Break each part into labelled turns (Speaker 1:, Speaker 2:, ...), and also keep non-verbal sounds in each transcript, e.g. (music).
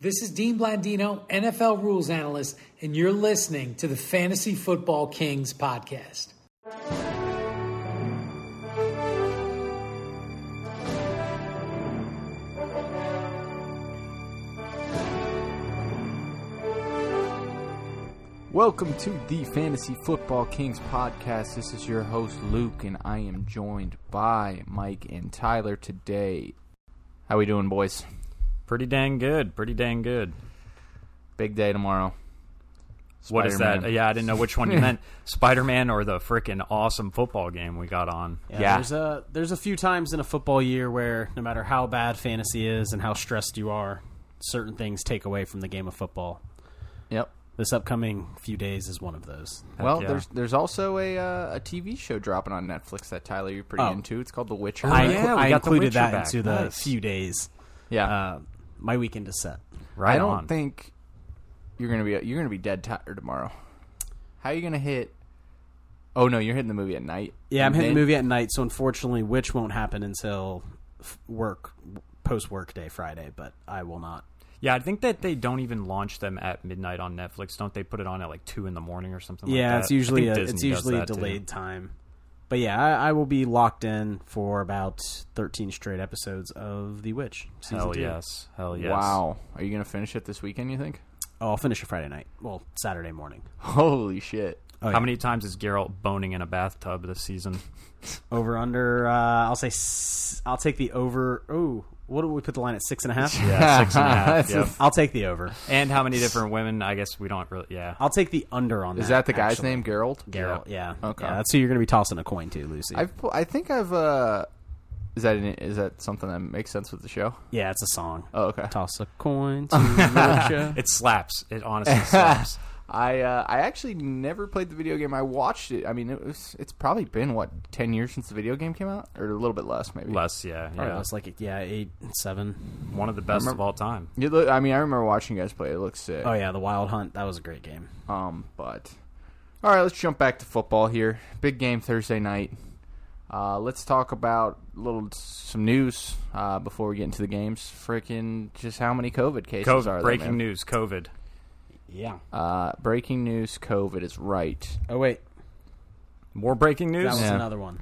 Speaker 1: This is Dean Blandino, NFL rules analyst, and you're listening to the Fantasy Football Kings podcast.
Speaker 2: Welcome to the Fantasy Football Kings podcast. This is your host Luke, and I am joined by Mike and Tyler today. How we doing, boys?
Speaker 3: Pretty dang good. Pretty dang good.
Speaker 2: Big day tomorrow.
Speaker 3: What is
Speaker 2: Spider-Man.
Speaker 4: Uh,
Speaker 3: that? Yeah, I didn't know which one you
Speaker 4: (laughs)
Speaker 3: meant. Spider Man or the freaking awesome football game we got on.
Speaker 4: Yeah,
Speaker 2: Yeah.
Speaker 4: There's a there's a few times in a football year where no matter how bad fantasy is and how stressed you are, certain things take away from the game of football.
Speaker 2: Yep.
Speaker 4: This upcoming few days is one of those.
Speaker 2: Well,
Speaker 3: yeah.
Speaker 2: there's there's also a uh, a TV show dropping on Netflix that Tyler you're pretty
Speaker 4: Oh.
Speaker 2: into. It's called The Witcher.
Speaker 4: I,
Speaker 3: yeah,
Speaker 4: inclu-
Speaker 3: we got
Speaker 4: I
Speaker 3: The
Speaker 4: included
Speaker 3: Witcher
Speaker 4: that
Speaker 3: back.
Speaker 4: into the
Speaker 3: Nice.
Speaker 4: few days.
Speaker 2: yeah.
Speaker 4: Uh, my weekend is set.
Speaker 3: Right
Speaker 2: I don't
Speaker 3: on.
Speaker 2: think you're gonna be you're gonna be dead tired tomorrow. How you gonna hit? Oh no, you're hitting the movie at night.
Speaker 4: Yeah, I'm
Speaker 2: And
Speaker 4: hitting
Speaker 2: then-
Speaker 4: the movie at night, so unfortunately, which won't happen until f- work post work day Friday. But I will not.
Speaker 3: yeah, I think that they don't even launch them at midnight on Netflix. Don't they put it on at like two in the morning or something? like
Speaker 4: yeah,
Speaker 3: that?
Speaker 4: it's usually
Speaker 3: I
Speaker 4: a,
Speaker 3: think
Speaker 4: it's
Speaker 3: Disney does
Speaker 4: usually a
Speaker 3: that, too.
Speaker 4: delayed time. But yeah, I, I will be locked in for about 13 straight episodes of The Witch. Season
Speaker 3: Hell
Speaker 4: two.
Speaker 3: yes. Hell yes.
Speaker 2: Wow, are you gonna finish it this weekend? You think?
Speaker 4: Oh, I'll finish it Friday night. Well, Saturday morning.
Speaker 2: Holy shit!
Speaker 4: Oh,
Speaker 3: How
Speaker 4: yeah.
Speaker 3: many times is Geralt boning in a bathtub this season?
Speaker 4: Over under. Uh, I'll say. S- I'll take the over. Oh, what do we put the line at six and a half? (laughs)
Speaker 3: Yeah,
Speaker 2: (laughs)
Speaker 3: six and a half.
Speaker 2: That's a-
Speaker 3: yep.
Speaker 4: I'll take the over.
Speaker 3: And how many different women? I guess we don't really. Yeah.
Speaker 4: I'll take the under on that.
Speaker 2: Is that the guy's
Speaker 4: actually.
Speaker 2: name, Geralt?
Speaker 4: Geralt. Yeah.
Speaker 2: Okay.
Speaker 4: Yeah, that's who you're going to be tossing a coin to, Lucy.
Speaker 2: I've pu- I think I've uh, is that an, is that something that makes sense with the show?
Speaker 4: yeah, it's a song.
Speaker 2: Oh, okay.
Speaker 4: Toss a
Speaker 2: (laughs)
Speaker 4: coin to Russia.
Speaker 3: It slaps. It
Speaker 4: (laughs)
Speaker 3: honestly slaps.
Speaker 2: I uh, I actually never played the video game. I watched it. I mean, it was it's probably been what ten years since the video game came out, or a little bit less, maybe.
Speaker 3: Less. Yeah.
Speaker 4: It
Speaker 3: Yeah.
Speaker 4: was like yeah, eight, seven.
Speaker 3: One of the best of all time.
Speaker 2: You look, I mean, I remember watching you guys play. It looks sick.
Speaker 4: Oh yeah, the Wild Hunt. That was a great game.
Speaker 2: Um, but all right, let's jump back to football here. Big game Thursday night. Uh, let's talk about a little some news uh, before we get into the games. Freaking, just how many COVID cases
Speaker 3: COVID,
Speaker 2: are there?
Speaker 3: breaking
Speaker 2: man?
Speaker 3: news. COVID.
Speaker 4: Yeah.
Speaker 2: Uh, breaking news. COVID is (laughs) right.
Speaker 4: Oh wait,
Speaker 3: More breaking
Speaker 4: that
Speaker 3: news.
Speaker 4: was
Speaker 2: Yeah.
Speaker 4: another one.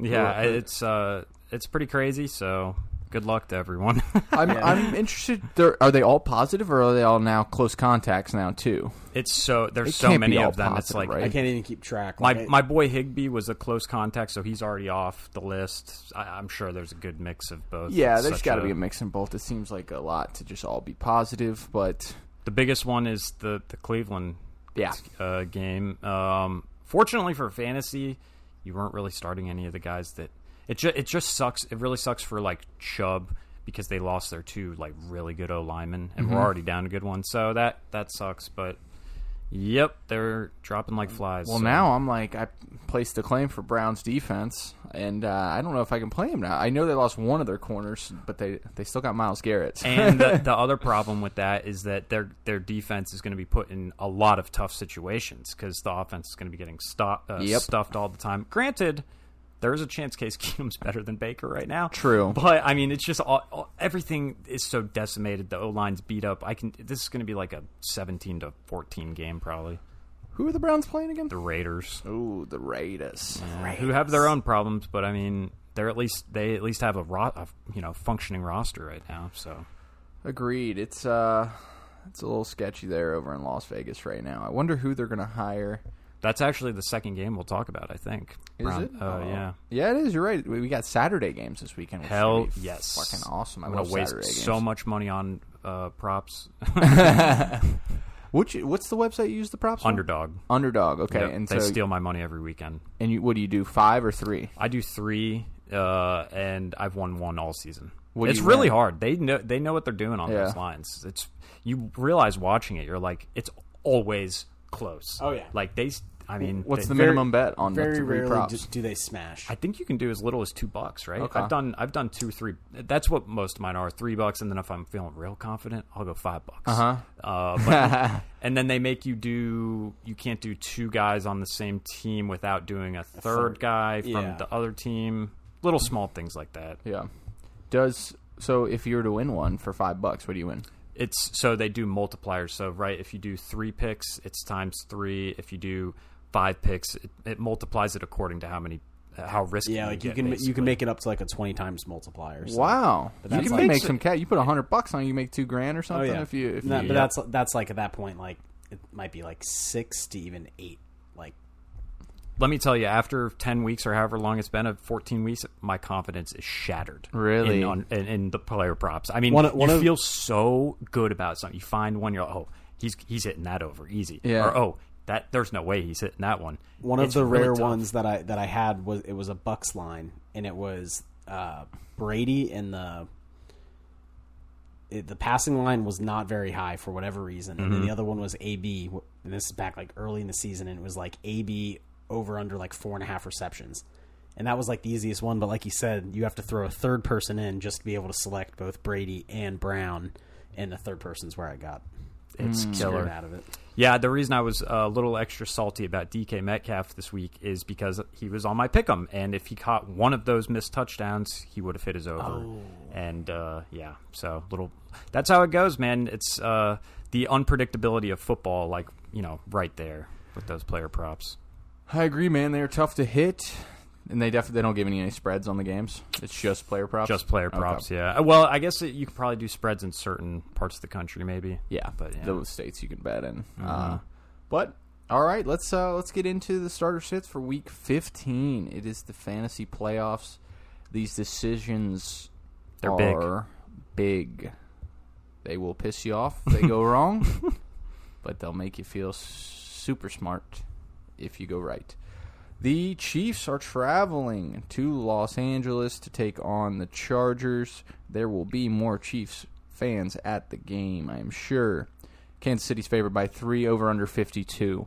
Speaker 3: Yeah, it's uh, it's pretty crazy. So good luck to everyone. (laughs)
Speaker 2: I'm
Speaker 4: Yeah.
Speaker 2: I'm interested. They're, are they all positive, or are they all now close contacts now too?
Speaker 3: it's so
Speaker 2: It
Speaker 3: there's so
Speaker 2: can't be
Speaker 3: many
Speaker 2: all
Speaker 3: of them. it's
Speaker 2: positive,
Speaker 3: like
Speaker 2: right?
Speaker 4: I can't even keep track.
Speaker 3: my
Speaker 4: Like, I-
Speaker 3: my boy Higby was a close contact, so he's already off the list. I, I'm sure there's a good mix of both.
Speaker 2: Yeah,
Speaker 3: It's
Speaker 2: there's
Speaker 3: such
Speaker 2: got to be a mix in both. It seems like a lot to just all be positive, but
Speaker 3: The biggest one is the the Cleveland
Speaker 2: yeah,
Speaker 3: uh, game. Um, fortunately for fantasy, you weren't really starting any of the guys that it ju- it just sucks. It really sucks for like Chubb because they lost their two like really good O linemen, and we're already down a good one. So that that sucks. But yep, they're dropping like flies.
Speaker 2: Well,
Speaker 3: so-
Speaker 2: now I'm like I placed a claim for Brown's defense, and uh, I don't know if I can play him now. I know they lost one of their corners, but they they still got Miles Garrett. (laughs)
Speaker 3: and the, the other problem with that is that their their defense is going to be put in a lot of tough situations because the offense is going to be getting stop, uh,
Speaker 2: Yep.
Speaker 3: stuffed all the time. Granted, there is a chance Case (laughs) Keenum's better than Baker right now.
Speaker 2: True.
Speaker 3: but I mean, it's just all, all- everything is so decimated. The O line's beat up. I can. This is going to be like a seventeen to fourteen game probably.
Speaker 2: Who are the Browns playing again?
Speaker 3: The Raiders,
Speaker 2: Ooh, the Raiders.
Speaker 3: who have their own problems, but I mean, they're at least they at least have a, ro- a you know functioning roster right now. So
Speaker 2: Agreed. It's uh, it's a little sketchy there over in Las Vegas right now. I wonder who they're gonna hire.
Speaker 3: That's actually the second game we'll talk about, I think.
Speaker 2: Is it?
Speaker 3: Oh, yeah.
Speaker 2: Yeah, it is. You're right. We we got Saturday games this weekend. Which
Speaker 3: Hell
Speaker 2: should be
Speaker 3: yes.
Speaker 2: Fucking awesome. I
Speaker 3: I'm going
Speaker 2: love
Speaker 3: to waste
Speaker 2: Saturday games.
Speaker 3: so much money on
Speaker 2: (laughs)
Speaker 3: uh, props.
Speaker 2: Which what's the website you use the props? on?
Speaker 3: Underdog.
Speaker 2: Underdog. Okay,
Speaker 3: Yep,
Speaker 2: and
Speaker 3: they
Speaker 2: so
Speaker 3: steal my money every weekend.
Speaker 2: and you, what do you do? Five or three?
Speaker 3: I do three, uh, and I've won one all season.
Speaker 2: What do
Speaker 3: it's
Speaker 2: you
Speaker 3: really
Speaker 2: win?
Speaker 3: hard. They know they know what they're doing on
Speaker 2: Yeah.
Speaker 3: those lines. It's you realize watching it, you're like, it's always close.
Speaker 4: Oh, yeah.
Speaker 3: Like they, s- I mean,
Speaker 2: What's
Speaker 3: they-
Speaker 2: the minimum bet on the
Speaker 4: very
Speaker 2: three
Speaker 4: rarely
Speaker 2: props?
Speaker 4: do, do they smash.
Speaker 3: I think you can do as little as two bucks, right?
Speaker 2: Okay.
Speaker 3: I've done I've done two, three. That's what most of mine are three bucks, and then if I'm feeling real confident, I'll go five bucks. Uh-huh.
Speaker 4: (laughs)
Speaker 3: but, and then they make you do you can't do two guys on the same team without doing a third, guy from
Speaker 4: yeah.
Speaker 3: the other team. Little small things like that.
Speaker 2: Yeah. Does so if you were to win one for five bucks, what do you win?
Speaker 3: it's so they do multipliers. So right, if you do three picks, it's times three. If you do five picks, it, it multiplies it according to how many how risky.
Speaker 4: Yeah, like you
Speaker 3: get,
Speaker 4: can you
Speaker 3: basically.
Speaker 4: can make it up to like a twenty times multiplier. or something.
Speaker 2: Wow,
Speaker 4: But
Speaker 2: you
Speaker 4: that's
Speaker 2: can
Speaker 4: like-
Speaker 2: make some cat. You put a hundred bucks on, it, you make two grand or
Speaker 4: Oh
Speaker 2: something.
Speaker 4: yeah.
Speaker 2: If you, if
Speaker 4: No,
Speaker 2: you
Speaker 4: but that's that's like at that point like it might be like six to even eight. Like
Speaker 3: Let me tell you, after ten weeks or however long it's been, of fourteen weeks, my confidence is shattered.
Speaker 2: Really?
Speaker 3: in, on, in, in the player props. I mean,
Speaker 4: One of- one
Speaker 3: you
Speaker 4: of-
Speaker 3: feel so good about something. You find one, you're like, oh, he's he's hitting that over easy.
Speaker 2: Yeah.
Speaker 3: Or oh, that there's no way he's hitting that one.
Speaker 4: one of
Speaker 3: It's
Speaker 4: the
Speaker 3: really
Speaker 4: rare
Speaker 3: tough.
Speaker 4: ones that I that I had was it was a Bucks line and it was uh, Brady and the it, the passing line was not very high for whatever reason, and then
Speaker 3: Mm-hmm.
Speaker 4: the other one was AB. wh- And this is back like early in the season, and it was like AB over under like four and a half receptions, and that was like the easiest one. But like you said, you have to throw a third person in just to be able to select both Brady and Brown, and the third person's where I got
Speaker 3: It's
Speaker 2: Mm.
Speaker 4: screwed
Speaker 3: killer.
Speaker 4: out of it.
Speaker 3: Yeah, the reason I was a little extra salty about DK Metcalf this week is because he was on my pick'em, and if he caught one of those missed touchdowns, he would have hit his over.
Speaker 2: Oh.
Speaker 3: And uh, yeah, so little. That's how it goes, man. It's uh, the unpredictability of football, like you know, right there with those player props.
Speaker 2: I agree, man. They're tough to hit, and they definitely they don't give any, any spreads on the games. It's just player props.
Speaker 3: Just player
Speaker 2: Okay.
Speaker 3: props, yeah. Uh, Well, I guess it, you could probably do spreads in certain parts of the country, maybe.
Speaker 2: Yeah,
Speaker 3: but yeah. Mm-hmm.
Speaker 2: those states you can bet in. Uh, but all right, let's uh, let's get into the starter sits for week 15. It is the fantasy playoffs. These decisions
Speaker 3: They're big.
Speaker 2: are big. They will piss you off if
Speaker 3: (laughs)
Speaker 2: they go wrong, but they'll make you feel s- super smart if you go right. The Chiefs are traveling to Los Angeles to take on the Chargers. There will be more Chiefs fans at the game, I'm sure. Kansas City's favored by three over under 52.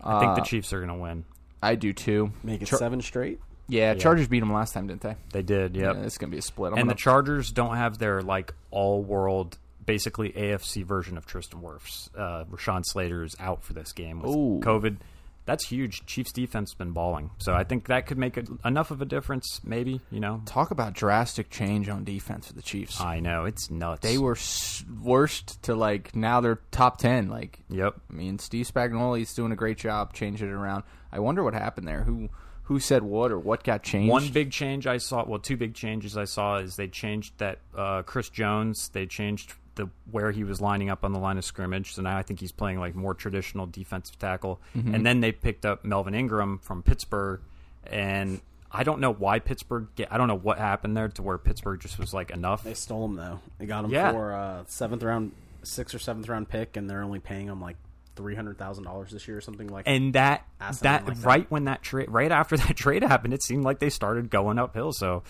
Speaker 3: I think the
Speaker 2: uh,
Speaker 3: Chiefs are going to win.
Speaker 2: I do too.
Speaker 4: Make it
Speaker 2: Char-
Speaker 4: seven straight.
Speaker 2: Yeah, Chargers beat them last time, didn't they?
Speaker 3: They did, yep.
Speaker 2: Yeah, it's going to be a split. I'm
Speaker 3: and the
Speaker 2: gonna-
Speaker 3: Chargers don't have their like all world, basically AFC version of Tristan Wirfs. Uh, Rashawn Slater is out for this game with
Speaker 2: Ooh.
Speaker 3: COVID. That's huge. Chiefs defense has been balling, so I think that could make a, enough of a difference. Maybe you know,
Speaker 2: Talk about drastic change on defense for the Chiefs.
Speaker 3: I know it's nuts.
Speaker 2: they were s- worst to like now they're top 10 like
Speaker 3: Yep.
Speaker 2: i mean steve spagnuolo's doing a great job changing it around i wonder what happened there who who said what or what got changed
Speaker 3: One big change I saw, well, two big changes I saw is they changed that uh, Chris Jones. They changed the where he was lining up on the line of scrimmage. So now I think he's playing like more traditional defensive tackle.
Speaker 4: Mm-hmm.
Speaker 3: And then they picked up Melvin Ingram from Pittsburgh, and I don't know why Pittsburgh. Get, I don't know what happened there to where Pittsburgh just was like enough.
Speaker 4: They stole him though. They got him
Speaker 3: Yeah.
Speaker 4: for a seventh round, sixth or seventh round pick, and they're only paying him like three hundred thousand dollars this year or something like.
Speaker 3: And that
Speaker 4: Asinine
Speaker 3: that
Speaker 4: like that.
Speaker 3: right when that trade right after (laughs) that trade happened, it seemed like they started going uphill. So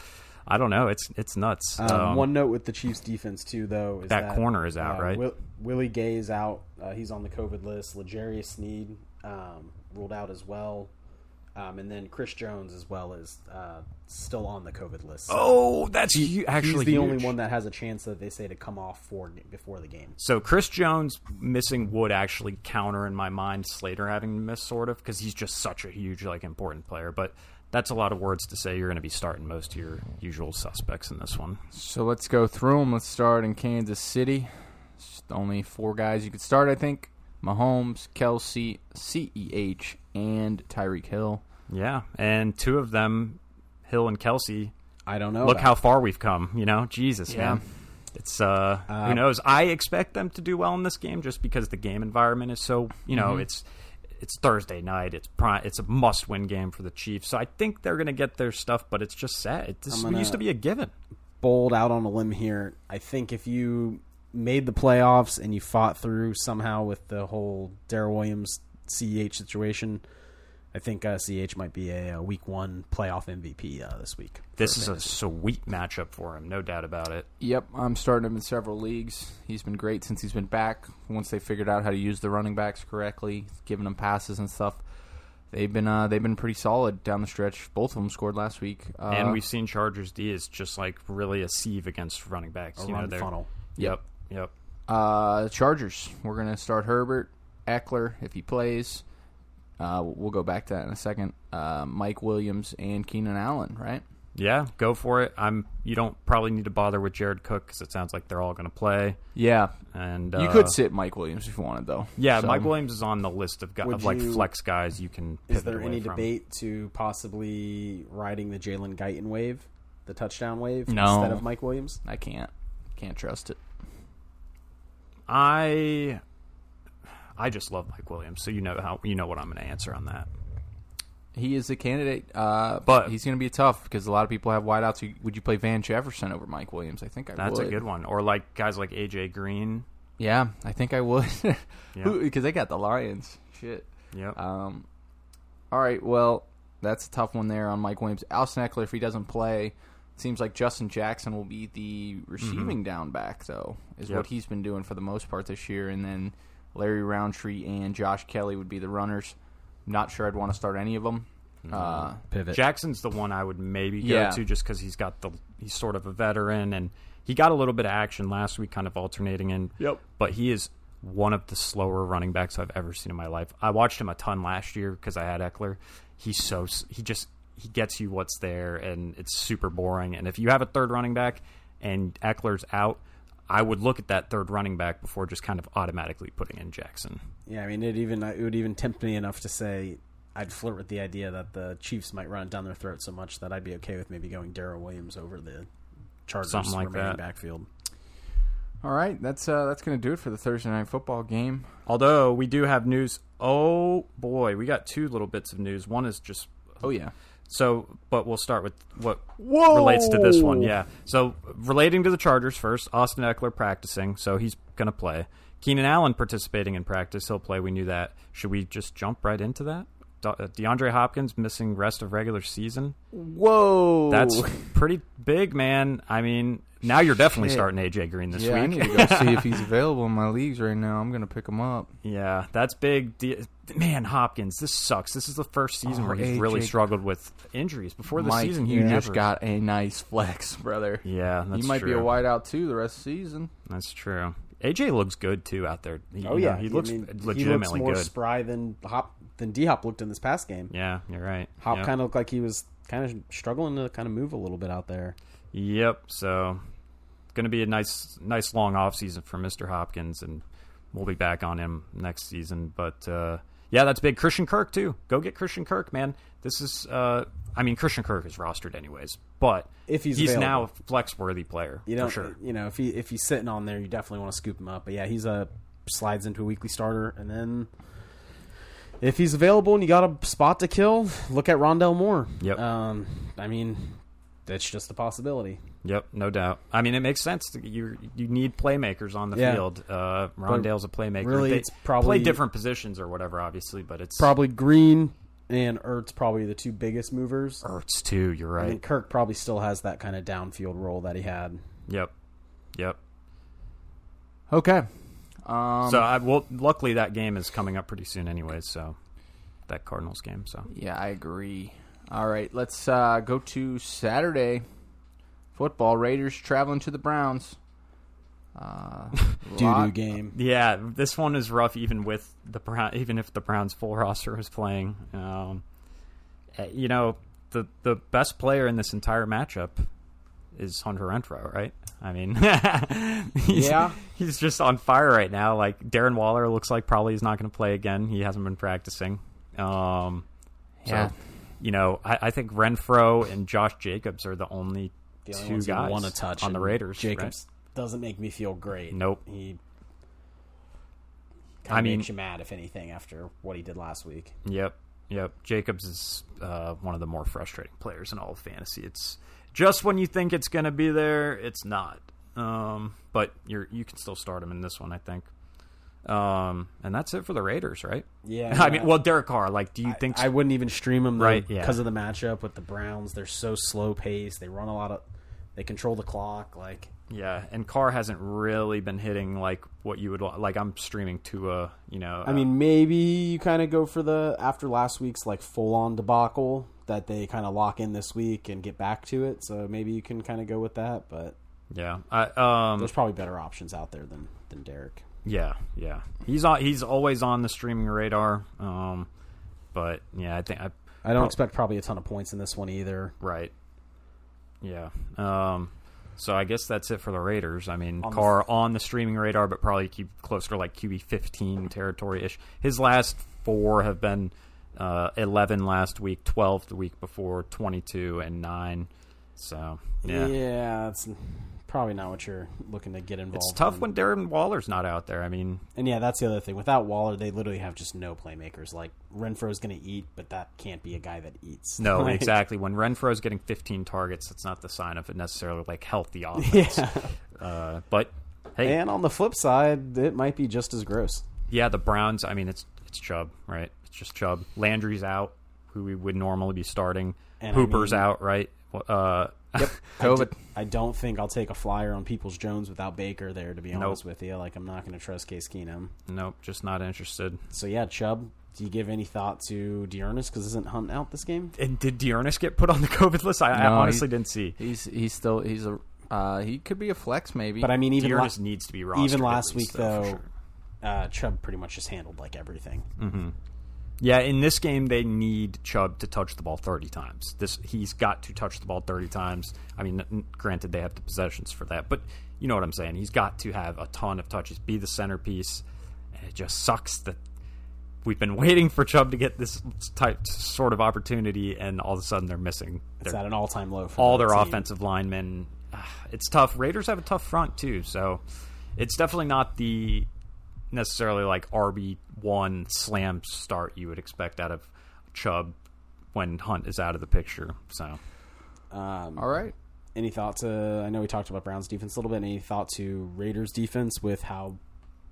Speaker 3: I don't know. It's it's nuts.
Speaker 4: um,
Speaker 3: Um,
Speaker 4: one note with the Chiefs defense too, though, is
Speaker 3: That
Speaker 4: that,
Speaker 3: corner is out,
Speaker 4: uh,
Speaker 3: right?
Speaker 4: Will, Willie Gay is out. Uh, he's on the COVID list. Legarius Sneed um, ruled out as well, um, and then Chris Jones as well is uh, still on the COVID list. So
Speaker 3: Oh, that's hu- actually
Speaker 4: he's the only
Speaker 3: huge.
Speaker 4: one that has a chance that they say to come off for before the game.
Speaker 3: So Chris Jones missing would actually counter in my mind Slater having missed sort of because he's just such a huge like important player. But that's a lot of words to say. You're going to be starting most of your usual suspects in this one.
Speaker 2: so let's go through them let's start in kansas city It's only four guys you could start i think mahomes kelsey ceh and tyreek hill
Speaker 3: Yeah, and two of them, Hill and Kelsey.
Speaker 4: I don't know.
Speaker 3: Look how far we've come. You know, Jesus, man. It's uh, who knows? I expect them to do well in this game just because the game environment is so. You know, it's it's Thursday night. It's prime. It's a must-win game for the Chiefs. So I think they're going to get their stuff, but it's just sad. It, this
Speaker 4: gonna-
Speaker 3: used to be a given.
Speaker 4: bold out on a limb here. I think if you made the playoffs and you fought through somehow with the whole Daryl Williams CEH situation, I think uh, CEH might be a, uh week one playoff MVP uh, this week.
Speaker 3: This is a sweet matchup for him, no doubt about it.
Speaker 2: Yep, I'm starting him in several leagues. He's been great since he's been back. Once they figured out how to use the running backs correctly, giving them passes and stuff, they've been uh, they've been pretty solid down the stretch. Both of them scored last week. Uh,
Speaker 3: and we've seen Chargers D is just like really a sieve against running backs. you know,
Speaker 4: run
Speaker 3: they're-
Speaker 4: funnel.
Speaker 3: Yep, yep.
Speaker 2: uh, Chargers. We're gonna start Herbert Eckler if he plays. Uh, we'll go back to that in a second. Uh, Mike Williams and Keenan Allen, right?
Speaker 3: Yeah, go for it. I'm. You don't probably need to bother with Jared Cook because it sounds like they're all going to play.
Speaker 2: Yeah,
Speaker 3: And
Speaker 2: you
Speaker 3: uh,
Speaker 2: could sit Mike Williams if you wanted, though.
Speaker 3: Yeah,
Speaker 2: So,
Speaker 3: Mike Williams is on the list of, guy,
Speaker 4: Would
Speaker 3: of like
Speaker 4: you-
Speaker 3: flex guys you can. Pivot
Speaker 4: Is there
Speaker 3: away
Speaker 4: any
Speaker 3: from.
Speaker 4: debate to possibly riding the Jalen Guyton wave, the touchdown wave,
Speaker 2: No.
Speaker 4: instead of Mike Williams?
Speaker 2: I can't, can't trust it.
Speaker 3: I I just love Mike Williams, so you know how you know what I'm going to answer on that.
Speaker 2: He is a candidate, uh,
Speaker 3: But-
Speaker 2: but he's going to be tough because a lot of people have wideouts. You- Would you play Van Jefferson over Mike Williams? I think I
Speaker 3: That's
Speaker 2: would.
Speaker 3: a good one. Or like guys like AJ Green.
Speaker 2: Yeah, I think I would. (laughs) Because they got the Lions. Shit.
Speaker 3: Yep.
Speaker 2: Um, all right, well, that's a tough one there on Mike Williams. Al Eckler, if he doesn't play, it seems like Justin Jackson will be the receiving down back, though, is
Speaker 3: Yep.
Speaker 2: what he's been doing for the most part this year. And then Larry Roundtree and Josh Kelly would be the runners. Not sure I'd want to start any of them. Uh,
Speaker 4: Pivot.
Speaker 3: Jackson's the one I would maybe go
Speaker 2: Yeah.
Speaker 3: to just because he's got the he's sort of a veteran and he got a little bit of action last week, kind of alternating in.
Speaker 2: Yep.
Speaker 3: But he is one of the slower running backs I've ever seen in my life. I watched him a ton last year because I had Eckler. He's so s- he just he gets you what's there and it's super boring. And if you have a third running back and Eckler's out, I would look at that third running back before just kind of automatically putting in Jackson.
Speaker 4: Yeah, I mean, it even it would even tempt me enough to say I'd flirt with the idea that the Chiefs might run it down their throat so much that I'd be okay with maybe going Darrell Williams over the Chargers
Speaker 3: Something like
Speaker 4: remaining
Speaker 3: that.
Speaker 4: backfield.
Speaker 2: all right, that's uh, that's going to do it for the Thursday night football game.
Speaker 3: Although we do have news. Oh boy, we got two little bits of news. One is just
Speaker 2: Oh, yeah.
Speaker 3: So, but we'll start with what relates to this one. Yeah. So, relating to the Chargers first, Austin Eckler practicing, so he's going to play. Keenan Allen participating in practice, he'll play. We knew that. Should we just jump right into that? De- uh, DeAndre Hopkins missing rest of regular season.
Speaker 2: Whoa.
Speaker 3: (laughs) That's pretty big, man. I mean, now you're definitely
Speaker 2: Shit.
Speaker 3: starting AJ Green this
Speaker 2: Yeah, I
Speaker 3: week. (laughs)
Speaker 2: need to go see if he's available in my leagues right now. I'm going to pick him up.
Speaker 3: Yeah, that's big. De- man, Hopkins, this sucks. This is the first season
Speaker 2: Oh,
Speaker 3: where he's
Speaker 2: AJ.
Speaker 3: really struggled with injuries. Before the
Speaker 2: Mike,
Speaker 3: season, he
Speaker 2: you just
Speaker 3: never-
Speaker 2: got a nice flex, (laughs) brother.
Speaker 3: Yeah, that's
Speaker 2: you might be
Speaker 3: true.
Speaker 2: a wideout too the rest of the season.
Speaker 3: That's true. AJ looks good too out there. He-
Speaker 4: Oh
Speaker 3: you know,
Speaker 4: yeah,
Speaker 3: he looks
Speaker 4: I mean, he looks
Speaker 3: legitimately
Speaker 4: more
Speaker 3: good.
Speaker 4: spry than Hop than D Hop looked in this past game.
Speaker 3: yeah, you're right.
Speaker 4: Hop
Speaker 3: yep.
Speaker 4: kind of looked like he was kind of struggling to kind of move a little bit out there.
Speaker 3: Yep. So, going to be a nice, nice long off season for Mister Hopkins, and we'll be back on him next season. But uh, yeah, that's big. Christian Kirk too. Go get Christian Kirk, man. This is, uh, I mean, Christian Kirk is rostered anyways, but
Speaker 4: If he's
Speaker 3: now a
Speaker 4: available.
Speaker 3: flex worthy player
Speaker 4: You know,
Speaker 3: for sure.
Speaker 4: you know if he if he's sitting on there, you definitely want to scoop him up. But yeah, he's a slides into a weekly starter, and then if he's available and you got a spot to kill, look at Rondell Moore.
Speaker 3: Yep.
Speaker 4: Um, I mean, that's just a possibility.
Speaker 3: Yep, no doubt. I mean, it makes sense. To, you you need playmakers on the
Speaker 4: Yeah.
Speaker 3: field. Uh, Rondale's a playmaker.
Speaker 4: really,
Speaker 3: They
Speaker 4: it's
Speaker 3: play
Speaker 4: probably-
Speaker 3: different positions or whatever, obviously, but it's
Speaker 4: Probably Green and Ertz probably the two biggest movers.
Speaker 3: Ertz too. You're
Speaker 4: I
Speaker 3: right.
Speaker 4: think Kirk probably still has that kind of downfield role that he had.
Speaker 3: Yep, yep.
Speaker 2: Okay. Um,
Speaker 3: so I well, luckily that game is coming up pretty soon, anyways. So that Cardinals game. So
Speaker 2: yeah, I agree. All right, let's uh, go to Saturday football. Raiders traveling to the Browns. (laughs) Uh,
Speaker 4: Doo doo
Speaker 2: lot-
Speaker 4: game.
Speaker 3: yeah, this one is rough, even with the Brown, even if the Browns full roster was playing. Um, eh, you know, the the best player in this entire matchup is Hunter Renfro, right? I mean, (laughs) he's,
Speaker 2: Yeah.
Speaker 3: he's just on fire right now. Like Darren Waller looks like probably he's not going to play again. He hasn't been practicing. Um,
Speaker 2: Yeah.
Speaker 3: So, you know, I, I think Renfro and Josh Jacobs are the only
Speaker 4: The only
Speaker 3: two
Speaker 4: ones who
Speaker 3: guys
Speaker 4: want to touch
Speaker 3: on the
Speaker 4: and
Speaker 3: Raiders. right?
Speaker 4: Jacobs doesn't make me feel great.
Speaker 3: Nope.
Speaker 4: He
Speaker 3: I
Speaker 4: kind of
Speaker 3: mean-
Speaker 4: makes you mad if anything after what he did last week.
Speaker 3: Yep, yep. Jacobs is uh, one of the more frustrating players in all of fantasy. It's just when you think it's going to be there, it's not. Um, but you're you can still start him in this one, I think. Um, and that's it for the Raiders, right? (laughs)
Speaker 4: Yeah,
Speaker 3: I mean, well, Derek Carr. Like, do you think?
Speaker 4: I wouldn't even stream them
Speaker 3: Right,
Speaker 4: right
Speaker 3: yeah.
Speaker 4: because of the matchup with the Browns. They're so slow paced. They run a lot of. They control the clock. Like
Speaker 3: yeah, and Carr hasn't really been hitting like what you would wa- like. I'm streaming to a you know. uh,
Speaker 4: I mean, maybe you kind of go for the after last week's like full on debacle that they kind of lock in this week and get back to it. So maybe you can kind of go with that. But
Speaker 3: yeah. I, um,
Speaker 4: there's probably better options out there than than Derek.
Speaker 3: Yeah, yeah. He's on. He's always on the streaming radar. Um, but yeah, I think I
Speaker 4: I don't expect probably a ton of points in this one either.
Speaker 3: right. Yeah. Um, so I guess that's it for the Raiders. I mean, Carr on the streaming radar, but probably keep closer to like QB 15 territory ish. His last four have been uh, 11 last week, 12 the week before, 22, and 9. So, yeah.
Speaker 4: it's probably not what you're looking to get involved.
Speaker 3: It's tough
Speaker 4: in.
Speaker 3: when Darren Waller's not out there. I mean,
Speaker 4: and yeah, that's the other thing. Without Waller, they literally have just no playmakers. Like Renfro's going to eat, but that can't be a guy that
Speaker 3: (laughs)
Speaker 4: eats.
Speaker 3: no,
Speaker 4: (laughs) Like,
Speaker 3: exactly. When Renfro's getting 15 targets, that's not the sign of a necessarily like (laughs) healthy offense.
Speaker 4: Yeah.
Speaker 3: Uh, but hey,
Speaker 4: And on the flip side, it might be just as gross.
Speaker 3: yeah, the Browns. I mean, it's it's Chubb, right? It's just Chubb. Landry's out, who we would normally be starting.
Speaker 4: And I
Speaker 3: Hooper's
Speaker 4: mean-
Speaker 3: out, right? Well, Uh,
Speaker 2: COVID.
Speaker 4: I don't think I'll take a flyer on Peoples Jones without Baker there. To be honest
Speaker 3: Nope.
Speaker 4: with you, like I'm not going to trust Case Keenum.
Speaker 3: (laughs) nope, just not interested.
Speaker 4: So yeah, Chubb, do you give any thought to Dearness? Because isn't Hunt out this game?
Speaker 3: And did Dearness get put on the COVID list? I, I
Speaker 2: No,
Speaker 3: honestly
Speaker 2: he-
Speaker 3: didn't see.
Speaker 2: He's he's still he's a uh, he could be a flex maybe.
Speaker 4: But I mean, even
Speaker 3: Dearness
Speaker 4: la-
Speaker 3: needs to be rostered.
Speaker 4: even
Speaker 3: at
Speaker 4: last
Speaker 3: least,
Speaker 4: week though,
Speaker 3: for sure.
Speaker 4: uh, Chubb pretty much just handled like everything.
Speaker 3: Yeah, in this game they need Chubb to touch the ball 30 times. This he's got to touch the ball 30 times. I mean, n- granted they have the possessions for that, but you know what I'm saying. He's got to have a ton of touches, be the centerpiece. And it just sucks that we've been (laughs) waiting for Chubb to get this type sort of opportunity and all of a sudden they're missing
Speaker 4: It's
Speaker 3: their,
Speaker 4: at an all-time low for
Speaker 3: all
Speaker 4: the
Speaker 3: their
Speaker 4: team.
Speaker 3: offensive linemen. Ah, It's tough. Raiders have a tough front too, so it's definitely not the necessarily like RB one slam start you would expect out of Chubb when Hunt is out of the picture. So
Speaker 2: all right.
Speaker 4: Any thought to? I know we talked about Browns defense a little bit. Any thought to Raiders defense with how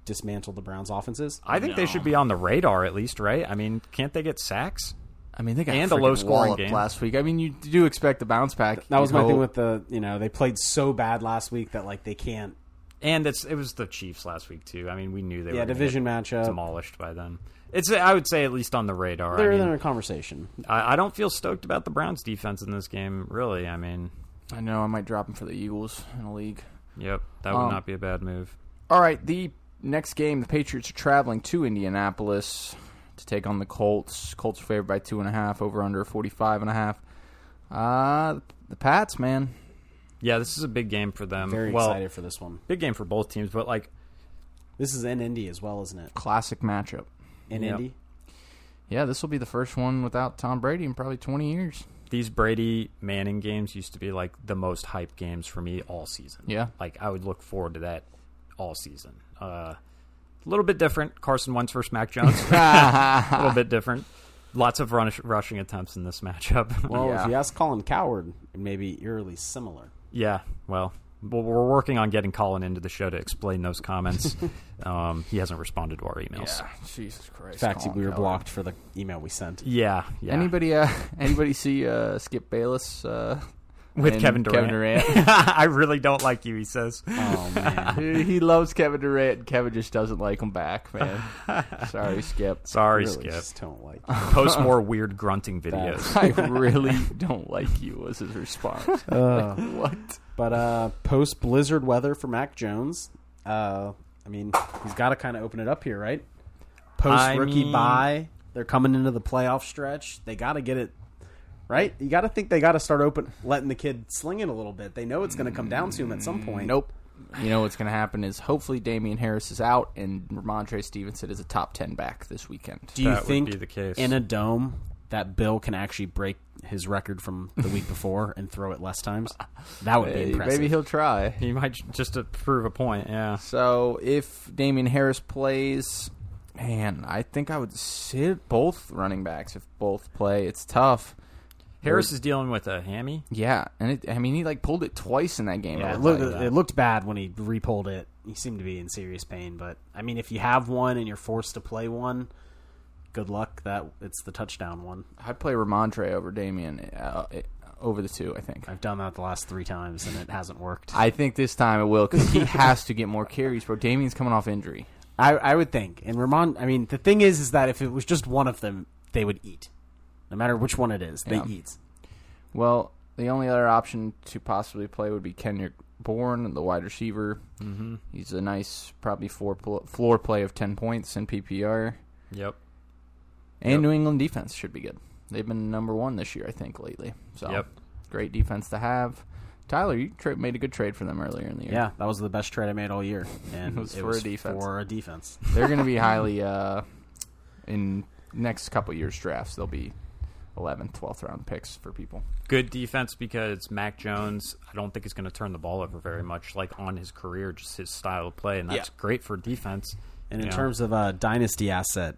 Speaker 4: dismantled the Browns offense is?
Speaker 3: I think they should be on the radar at least, right? I mean, can't they get sacks?
Speaker 2: I mean, they got
Speaker 3: And a
Speaker 2: freaking
Speaker 3: low-scoring
Speaker 2: walloped
Speaker 3: game.
Speaker 2: last week. I mean, you do expect the bounce back.
Speaker 4: That was
Speaker 2: You'd
Speaker 4: my thing
Speaker 2: hope.
Speaker 4: with the you know they played so bad last week that like they can't.
Speaker 3: And it's it was the Chiefs last week too. I mean, we knew they
Speaker 4: Yeah,
Speaker 3: were gonna
Speaker 4: division
Speaker 3: get
Speaker 4: matchup.
Speaker 3: demolished by them. It's I would say at least on the radar.
Speaker 4: They're
Speaker 3: I, mean,
Speaker 4: in a conversation.
Speaker 3: I, I don't feel stoked about the Browns defense in this game, really. I mean,
Speaker 2: I know I might drop him for the Eagles in a league.
Speaker 3: Yep, that would
Speaker 2: Um,
Speaker 3: not be a bad move.
Speaker 2: All right, the next game, the Patriots are traveling to Indianapolis to take on the Colts. Colts are favored by two and a half, over under forty five and a half. Uh the Pats, man.
Speaker 3: Yeah, this is a big game for them.
Speaker 4: Very
Speaker 3: well,
Speaker 4: excited for this one.
Speaker 3: big game for both teams, but like,
Speaker 4: This is in Indy as well, isn't it?
Speaker 2: Classic matchup.
Speaker 4: In
Speaker 3: Yep.
Speaker 4: Indy,
Speaker 2: Yeah, this will be the first one without Tom Brady in probably twenty years.
Speaker 3: these Brady Manning games used to be like the most hype games for me all season.
Speaker 2: Yeah.
Speaker 3: like I would look forward to that all season. Uh, a little bit different. Carson Wentz versus
Speaker 2: (laughs)
Speaker 3: Mac Jones. a little bit different. Lots of run- rushing attempts in this matchup. (laughs)
Speaker 4: Well,
Speaker 2: Yeah.
Speaker 4: if you ask Colin Coward, it may be eerily similar.
Speaker 3: Yeah, well, well, we're working on getting Colin into the show to explain
Speaker 2: (laughs)
Speaker 3: those comments. um, he hasn't responded to our emails.
Speaker 2: Jesus Christ.
Speaker 4: In fact,
Speaker 2: Colin
Speaker 4: we were
Speaker 2: Cowherd.
Speaker 4: blocked for the email
Speaker 3: (laughs)
Speaker 4: we sent.
Speaker 3: Yeah, yeah.
Speaker 2: Anybody uh (laughs) anybody see uh Skip Bayless uh
Speaker 3: with
Speaker 2: and
Speaker 3: Kevin Durant.
Speaker 2: Kevin Durant. (laughs)
Speaker 3: (laughs) I really don't like you, he says.
Speaker 4: Oh man,
Speaker 2: Dude, he loves Kevin Durant. and Kevin just doesn't like him back, man. Sorry, Skip.
Speaker 3: Sorry,
Speaker 4: really
Speaker 3: Skip.
Speaker 4: just
Speaker 3: (laughs)
Speaker 4: don't like.
Speaker 3: Post
Speaker 4: (laughs)
Speaker 3: more weird grunting
Speaker 2: (laughs)
Speaker 3: videos.
Speaker 2: I really don't like you was his response. (laughs)
Speaker 3: Uh,
Speaker 2: what?
Speaker 4: But uh, post blizzard weather for Mac Jones. Uh, I mean, he's got to kind of open it up here, right? Post
Speaker 3: I
Speaker 4: rookie
Speaker 3: mean-
Speaker 4: bye. They're coming into the playoff stretch. They got to get it right. You got to think they got to start open, letting the kid sling it a little bit. They know it's going to come down to him at
Speaker 3: Mm,
Speaker 4: some point.
Speaker 2: Nope. You know what's going to happen is hopefully Damian Harris is out and Ramondre Stevenson is a top 10 back this weekend.
Speaker 4: Do you
Speaker 3: That would
Speaker 4: think
Speaker 3: be the case.
Speaker 4: in a dome that Bill can actually break his record from
Speaker 3: (laughs)
Speaker 4: the week before and throw it less times? That would be
Speaker 2: Hey,
Speaker 4: impressive.
Speaker 2: maybe he'll try.
Speaker 3: He might j- just to prove a point, yeah.
Speaker 2: So if Damian Harris plays, man, I think I would sit both running backs if both play. It's tough.
Speaker 3: Harris is dealing with a hammy.
Speaker 2: Yeah, and it, I mean he like pulled it twice in that game.
Speaker 3: Yeah,
Speaker 2: I
Speaker 4: It
Speaker 2: would
Speaker 4: looked,
Speaker 2: like.
Speaker 4: it looked bad when he repulled it. He seemed to be in serious pain, but I mean, if you have one and you're forced to play one, good luck. That it's the touchdown one.
Speaker 2: I'd play Ramondre over Damian uh, over the two. I think.
Speaker 4: I've done that the last three times and it hasn't worked. I,
Speaker 2: I think this time it will because he has to get more carries, bro. Damian's coming off injury.
Speaker 4: I, would think. And Ramon, I mean, the thing is, is that if it was just one of them, they would eat. No matter which one it is, they
Speaker 2: Yeah.
Speaker 4: eat.
Speaker 2: Well, the only other option to possibly play would be Kendrick Bourne, the wide receiver. Mm-hmm. He's a nice, probably four pl- floor play of ten points in PPR.
Speaker 3: Yep.
Speaker 2: And
Speaker 3: Yep.
Speaker 2: New England defense should be good. They've been number one this year, I think, lately. So
Speaker 3: Yep.
Speaker 2: great defense to have. Tyler, you tra- made a good trade for them earlier in the year.
Speaker 4: Yeah, that was the best trade I made all year, and (laughs) it
Speaker 2: was
Speaker 4: was,
Speaker 2: for a defense.
Speaker 4: for a defense.
Speaker 2: They're going to be highly uh, in next couple years drafts. They'll be 11th, 12th round picks for people.
Speaker 3: Good defense because Mac Jones, I don't think is going to turn the ball over very much, like on his career, just his style of play, and that's
Speaker 2: Yeah.
Speaker 3: great for defense.
Speaker 4: And in
Speaker 3: Yeah.
Speaker 4: terms of a dynasty asset,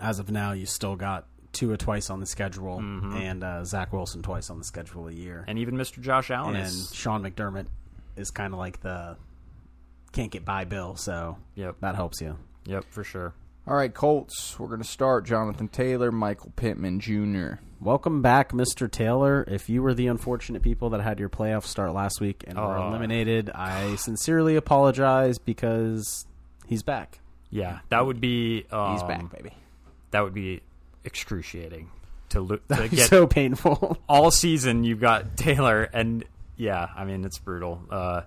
Speaker 4: as of now, you still got Tua twice on the schedule
Speaker 3: Mm-hmm.
Speaker 4: and uh, Zach Wilson twice on the schedule a year.
Speaker 3: and even Mr. Josh Allen
Speaker 4: And,
Speaker 3: is
Speaker 4: Sean McDermott is kind of like the can't get by Bill, so
Speaker 3: Yep.
Speaker 4: that helps you.
Speaker 3: yep for sure.
Speaker 2: All right, Colts. We're going to start Jonathan Taylor, Michael Pittman Jr.
Speaker 4: Welcome back, Mr. Taylor. If you were the unfortunate people that had your playoff start last week and were
Speaker 3: Oh.
Speaker 4: eliminated, I sincerely apologize because he's back.
Speaker 3: Yeah, that would be um,
Speaker 2: He's back, baby.
Speaker 3: That would be excruciating to, lo- to get
Speaker 4: (laughs) so painful. (laughs)
Speaker 3: all season. You've got (laughs) Taylor, and yeah, I mean it's brutal. Uh,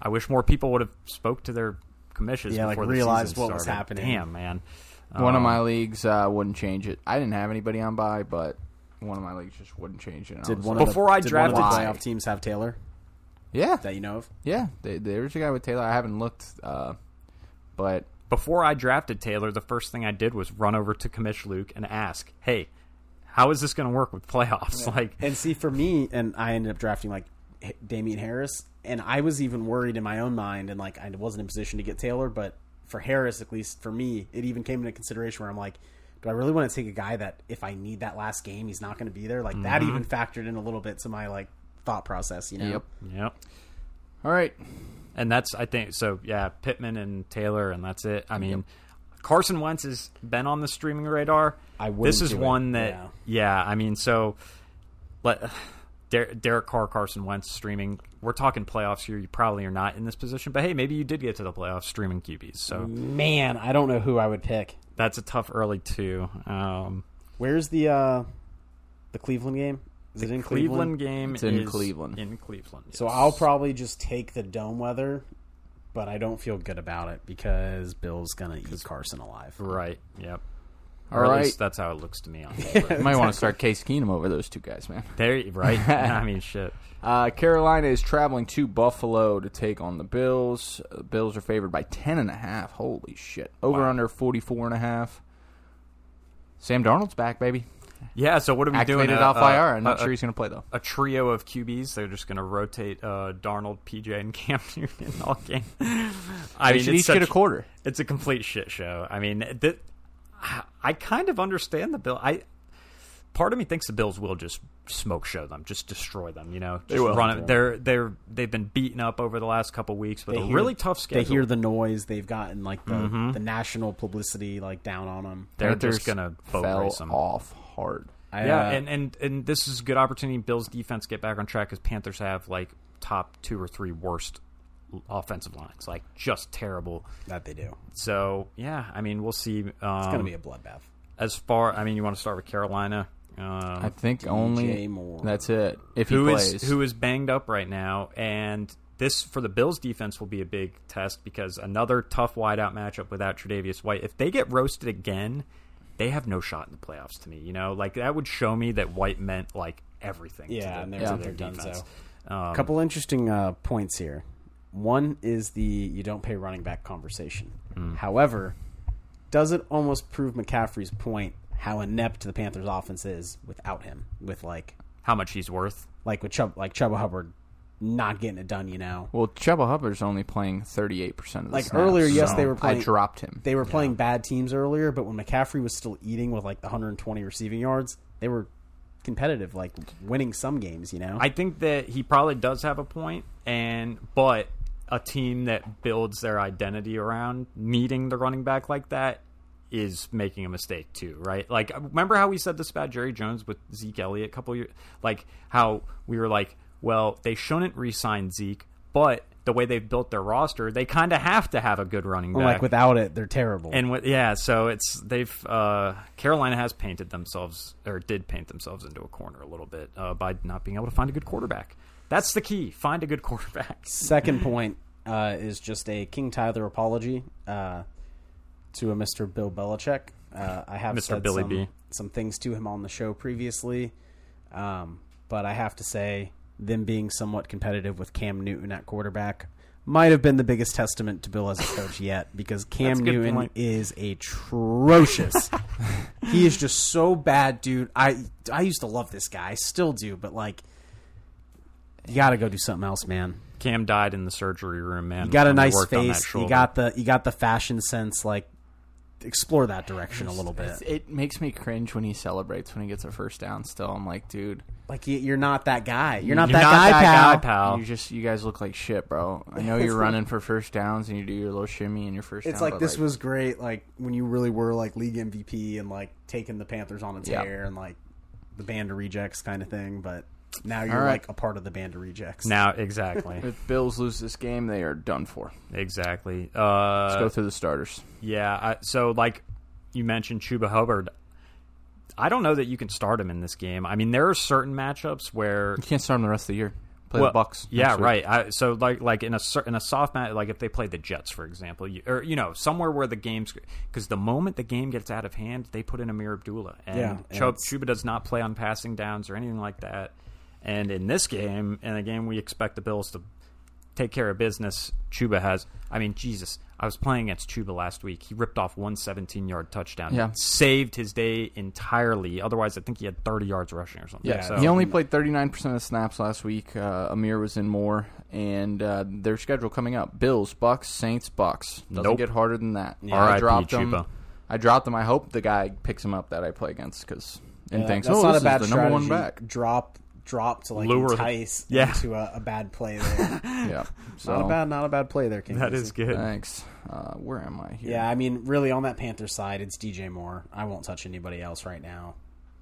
Speaker 3: I wish more people would have spoke to their commissions.
Speaker 4: Yeah, like,
Speaker 3: before the
Speaker 4: realized
Speaker 3: season
Speaker 4: what was
Speaker 3: started.
Speaker 4: happening.
Speaker 3: Damn, man.
Speaker 2: One of
Speaker 3: Um,
Speaker 2: my leagues uh, wouldn't change it. I didn't have anybody on by, but one of my leagues just wouldn't change it. And I
Speaker 4: Did
Speaker 2: was
Speaker 4: one
Speaker 2: like,
Speaker 4: of
Speaker 3: Before
Speaker 4: the,
Speaker 3: I
Speaker 4: did one of the
Speaker 2: drafted-
Speaker 4: playoff teams have Taylor
Speaker 2: yeah,
Speaker 4: that you know of?
Speaker 2: yeah. They, there's a guy with Taylor. I haven't looked, uh, but
Speaker 3: Before I drafted Taylor, the first thing I did was run over to Commish Luke and ask, "Hey, how is this going to work with playoffs?" (laughs) Like,
Speaker 4: And see, for me, and I ended up drafting like H- Damian Harris, and I was even worried in my own mind, and like I wasn't in position to get Taylor, but for Harris, at least for me, it even came into consideration where I'm like, do I really want to take a guy that if I need that last game, he's not going to be there? Like that even factored in a little bit to my like thought process, you know?
Speaker 2: yep.
Speaker 3: yep.
Speaker 2: All right,
Speaker 3: And that's I think so. Yeah, Pittman and Taylor, and that's it. I mean, Carson Wentz has been on the streaming radar.
Speaker 4: I wouldn't
Speaker 3: this is
Speaker 4: do it,
Speaker 3: one that
Speaker 4: yeah.
Speaker 3: yeah. I mean, so let Der- Derek Carr, Carson Wentz streaming. We're talking playoffs here. You probably are not in this position, but hey, maybe you did get to the playoffs streaming QBs. So
Speaker 4: Mm. Man, I don't know who I would pick.
Speaker 3: that's a tough early two. Um,
Speaker 4: Where's the uh the Cleveland game? Is it in
Speaker 3: Cleveland game
Speaker 2: It's in
Speaker 3: is
Speaker 2: Cleveland.
Speaker 3: In Cleveland.
Speaker 4: So
Speaker 3: yes.
Speaker 4: I'll probably just take the dome weather, but I don't feel good about it because Bill's gonna eat Carson alive.
Speaker 3: right. Yep.
Speaker 2: all
Speaker 3: or at
Speaker 2: right.
Speaker 3: least that's how it looks to me. On
Speaker 2: (laughs) You might want to start Case Keenum over those two guys, man.
Speaker 3: there, right? I mean, shit.
Speaker 2: Uh, Carolina is traveling to Buffalo to take on the Bills. Uh, Bills are favored by ten and a half. Holy shit! Over under forty four and a half. Sam Darnold's back, baby.
Speaker 3: Yeah. So what are we doing?
Speaker 2: Activated
Speaker 3: Uh,
Speaker 2: off
Speaker 3: uh,
Speaker 2: IR. I'm not
Speaker 3: uh,
Speaker 2: sure he's going to play though.
Speaker 3: a trio of QBs. They're just going to rotate uh, Darnold, PJ, and (laughs) Cam Newton all game. I
Speaker 2: They
Speaker 3: mean,
Speaker 2: should
Speaker 3: it's,
Speaker 2: each get a
Speaker 3: such-
Speaker 2: quarter.
Speaker 3: it's a complete shit show. I mean, th- I kind of understand the bill. I part of me thinks the Bills will just smoke show them, just destroy them. You know, just
Speaker 2: will.
Speaker 3: Run it. They're they're they've been beaten up over the last couple weeks, but
Speaker 4: They
Speaker 3: a
Speaker 4: hear-
Speaker 3: really tough
Speaker 4: They
Speaker 3: schedule.
Speaker 4: hear the noise. They've gotten like the, the national publicity like down on them.
Speaker 3: they're
Speaker 2: Panthers
Speaker 3: just going to boat
Speaker 2: fell
Speaker 3: race them.
Speaker 2: off hard.
Speaker 4: I,
Speaker 3: Yeah,
Speaker 4: uh,
Speaker 3: and, and and this is a good opportunity. Bills defense get back on track because Panthers have like top two or three worst l- offensive lines, like just terrible.
Speaker 4: that they do. It's
Speaker 3: So yeah, I mean we'll see. Um,
Speaker 4: gonna be a bloodbath.
Speaker 3: as far. I mean, you want to start with Carolina. Um,
Speaker 2: I think only
Speaker 4: Moore.
Speaker 2: that's it. If
Speaker 3: who
Speaker 2: he
Speaker 3: is
Speaker 2: plays,
Speaker 3: who is banged up right now, and this for the Bills defense will be a big test because another tough wideout matchup without Tre'Davious White. If they get roasted again, they have no shot in the playoffs. To me, you know, like that would show me that White meant like everything.
Speaker 4: Yeah,
Speaker 3: to
Speaker 4: and
Speaker 3: their,
Speaker 4: they're-
Speaker 3: to their
Speaker 4: they're donezo.
Speaker 3: defense.
Speaker 4: A couple interesting uh, points here. One is the you don't pay running back conversation. However, does it almost prove McCaffrey's point how inept the Panthers offense is without him? With like
Speaker 3: How much he's worth?
Speaker 4: like with Chubb like Chuba Hubbard not getting it done, you know.
Speaker 2: well, Chuba Hubbard's only playing thirty eight percent of the
Speaker 4: Like
Speaker 2: snaps,
Speaker 4: earlier, yes,
Speaker 2: so
Speaker 4: they were playing-
Speaker 2: I dropped him.
Speaker 4: They were playing bad teams earlier, but when McCaffrey was still eating with like the 120 receiving yards, they were competitive, like winning some games, you know.
Speaker 3: I think that he probably does have a point, and but a team that builds their identity around needing the running back like that is making a mistake too, right? Like remember how we said this about Jerry Jones with Zeke Elliott a couple years like how we were like, well, they shouldn't re-sign Zeke, but the way they've built their roster, they kind of have to have a good running back.
Speaker 4: like without it, they're terrible.
Speaker 3: And with, yeah, so it's they've uh, Carolina has painted themselves or did paint themselves into a corner a little bit uh, by not being able to find a good quarterback. That's the key. Find a good quarterback. (laughs)
Speaker 4: Second point uh, is just a King Tyler apology uh, to a Mr. Bill Belichick. Uh, I have
Speaker 3: Mr.
Speaker 4: said
Speaker 3: Billy
Speaker 4: some,
Speaker 3: B.
Speaker 4: some things to him on the show previously, um, but I have to say them being somewhat competitive with Cam Newton at quarterback might have been the biggest testament to Bill as a coach yet
Speaker 3: (laughs)
Speaker 4: because Cam
Speaker 3: That's a good
Speaker 4: Newton
Speaker 3: point.
Speaker 4: is
Speaker 3: (laughs)
Speaker 4: atrocious. he is just so bad, dude. I I used to love this guy, I still do, but like you got to go do something else, man.
Speaker 3: Cam died in the surgery room, man.
Speaker 4: You got a
Speaker 3: when they
Speaker 4: nice
Speaker 3: worked on that
Speaker 4: face. You
Speaker 3: shoulder.
Speaker 4: got the you got the fashion sense like explore that direction a little
Speaker 2: It's-
Speaker 4: bit.
Speaker 2: It makes me cringe when he celebrates when he gets a first down. Still, I'm like, dude,
Speaker 4: Like you, you're not that guy. You're not
Speaker 3: You're
Speaker 4: that
Speaker 3: not
Speaker 4: guy,
Speaker 3: that
Speaker 4: pal.
Speaker 3: guy, pal.
Speaker 2: you just you guys look like shit, bro.
Speaker 4: (laughs)
Speaker 2: I know you're running for first downs and you do your little shimmy and your first.
Speaker 4: It's
Speaker 2: down,
Speaker 4: like
Speaker 2: but,
Speaker 4: this was great, like when you really were like league MVP and like taking the Panthers on a
Speaker 2: Yeah.
Speaker 4: tear and like the band of rejects kind of thing. But now you're
Speaker 2: right.
Speaker 4: like a part of the band of
Speaker 3: (laughs)
Speaker 4: rejects.
Speaker 3: now exactly,
Speaker 4: (laughs)
Speaker 2: If Bills lose this game, they are done for.
Speaker 3: exactly. Uh,
Speaker 2: Let's go through the starters.
Speaker 3: Yeah. I, so, like you mentioned, Chuba Hubbard. I don't know that you can start him in this game. I mean, there are certain matchups where
Speaker 2: You can't start them the rest of the year. Play
Speaker 3: well,
Speaker 2: the Bucks.
Speaker 3: Yeah,
Speaker 2: next week.
Speaker 3: right. I, so, like, like in a cer- in a soft match, like if they play the Jets, for example, you, or you know, somewhere where the game's because the moment the game gets out of hand, they put in Amir Abdullah, and,
Speaker 4: Yeah, and
Speaker 3: Chubb,
Speaker 4: it's-
Speaker 3: Chuba does not play on passing downs or anything like that. And in this game, in a game we expect the Bills to take care of business. Chuba has. I mean, Jesus. I was playing against Chuba last week. He ripped off one 17 yard touchdown.
Speaker 2: Yeah.
Speaker 3: Saved his day entirely. Otherwise, I think he had 30 yards rushing or something.
Speaker 2: Yeah,
Speaker 3: So,
Speaker 2: he only played 39% of the snaps last week. Uh, Amir was in more, and uh, their schedule coming up: Bills, Bucks, Saints, Bucks. Doesn't
Speaker 3: Nope.
Speaker 2: get harder than that.
Speaker 3: R.I.P.
Speaker 2: him.
Speaker 3: Chuba.
Speaker 2: I dropped him. I hope the guy picks him up that I play against because and
Speaker 4: Uh,
Speaker 2: thinks,
Speaker 4: that's
Speaker 2: oh,
Speaker 4: not
Speaker 2: this
Speaker 4: a bad
Speaker 2: is the number one
Speaker 4: strategy.
Speaker 2: back.
Speaker 4: Drop, drop to like
Speaker 3: Lure-
Speaker 4: entice
Speaker 3: Yeah.
Speaker 4: into a, a bad play. (laughs) There.
Speaker 2: Yeah, so,
Speaker 4: not a bad, not a bad play there, King.
Speaker 3: that
Speaker 4: Casey.
Speaker 3: is good.
Speaker 2: Thanks. Uh, where am I here?
Speaker 4: Yeah, I mean, really, on that Panther side, it's DJ Moore. I won't touch anybody else right now.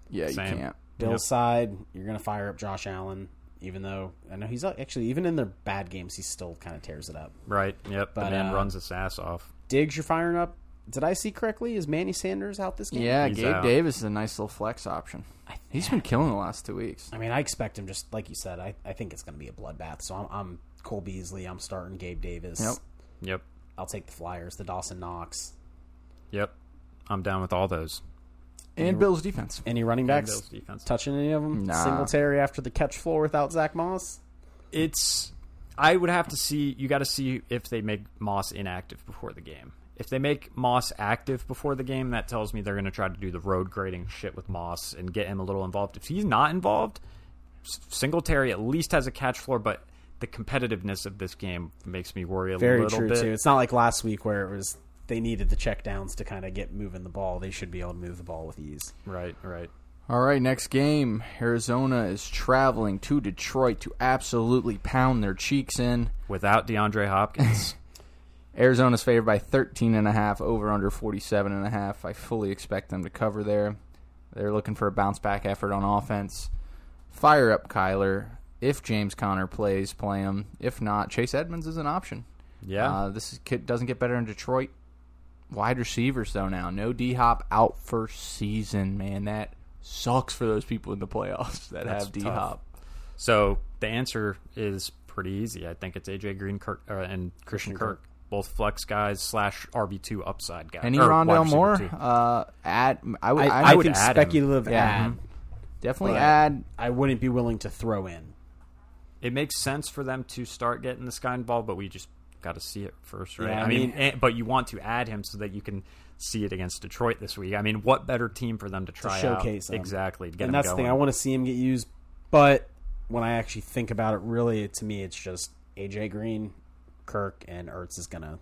Speaker 2: yeah, you
Speaker 3: Same.
Speaker 2: can't.
Speaker 4: Bill's
Speaker 3: Yep.
Speaker 4: side, you're gonna fire up Josh Allen, even though I know he's uh, actually even in their bad games, he still kind of tears it up.
Speaker 3: Right. Yep. the
Speaker 4: But,
Speaker 3: man
Speaker 4: uh,
Speaker 3: runs his ass off.
Speaker 4: Diggs, you're firing up. Did I see correctly? Is Manny Sanders out this game?
Speaker 2: Yeah,
Speaker 3: He's
Speaker 2: Gabe
Speaker 3: out.
Speaker 2: Davis is a nice little flex option. He's been killing the last two weeks.
Speaker 4: I mean, I expect him just like you said. I, I think it's going to be a bloodbath. So I'm, I'm Cole Beasley. I'm starting Gabe Davis.
Speaker 2: Yep.
Speaker 3: Yep.
Speaker 4: I'll take the Flyers, the Dawson Knox.
Speaker 3: Yep. I'm down with all those.
Speaker 2: And Bills defense.
Speaker 4: Any running backs
Speaker 3: Bills defense.
Speaker 4: touching any of them?
Speaker 2: Nah.
Speaker 4: Singletary after the catch floor without Zach Moss.
Speaker 3: It's. I would have to see. You got to see if they make Moss inactive before the game. If they make Moss active before the game, that tells me they're going to try to do the road grading shit with Moss and get him a little involved. If he's not involved, S- Singletary at least has a catch floor, but the competitiveness of this game makes me worry a
Speaker 4: Very
Speaker 3: little
Speaker 4: true
Speaker 3: bit.
Speaker 4: too. It's not like last week where it was they needed the checkdowns to kind of get moving the ball. They should be able to move the ball with ease.
Speaker 3: Right, right.
Speaker 2: All right, next game. Arizona is traveling to Detroit to absolutely pound their cheeks in.
Speaker 3: Without DeAndre
Speaker 4: (laughs)
Speaker 3: Hopkins,
Speaker 2: Arizona's favored by 13 and a half over under 47 and a half. I fully expect them to cover there. They're looking for a bounce back effort on offense. Fire up Kyler. If James Conner plays, play him. If not, Chase Edmonds is an option.
Speaker 3: yeah,
Speaker 2: Uh, this is, kid doesn't get better in Detroit. Wide receivers though now. No D Hop out for season, man. That sucks for those people in the playoffs that
Speaker 3: That's
Speaker 2: have D Hop.
Speaker 3: So the answer is pretty easy. I think it's AJ Green Kirk, uh, and Christian, Kirk, both flex guys slash RB two upside guys.
Speaker 2: Any
Speaker 3: or wide
Speaker 2: Rondell
Speaker 3: receiver
Speaker 2: Moore
Speaker 3: two.
Speaker 2: uh, at I would, I,
Speaker 4: I,
Speaker 2: would
Speaker 3: would
Speaker 4: think
Speaker 3: add him.
Speaker 4: speculative
Speaker 2: Yeah.
Speaker 3: Mm-hmm.
Speaker 2: Mm-hmm.
Speaker 4: ad.
Speaker 2: definitely
Speaker 4: but-
Speaker 2: add
Speaker 4: I wouldn't be willing to throw in.
Speaker 3: It makes sense for them to start getting this guy involved, but we just got to see it first, right?
Speaker 4: Yeah, I
Speaker 3: I mean,
Speaker 4: mean-
Speaker 3: eh, but you want to add him so that you can see it against Detroit this week. I mean, what better team for them to try
Speaker 4: showcase
Speaker 3: out?
Speaker 4: him.
Speaker 3: exactly? to Get him
Speaker 4: and that's the thing.
Speaker 3: going.
Speaker 4: I want to see him get used, but when I actually think about it, really, to me, it's just AJ Green, Kirk, and Ertz is gonna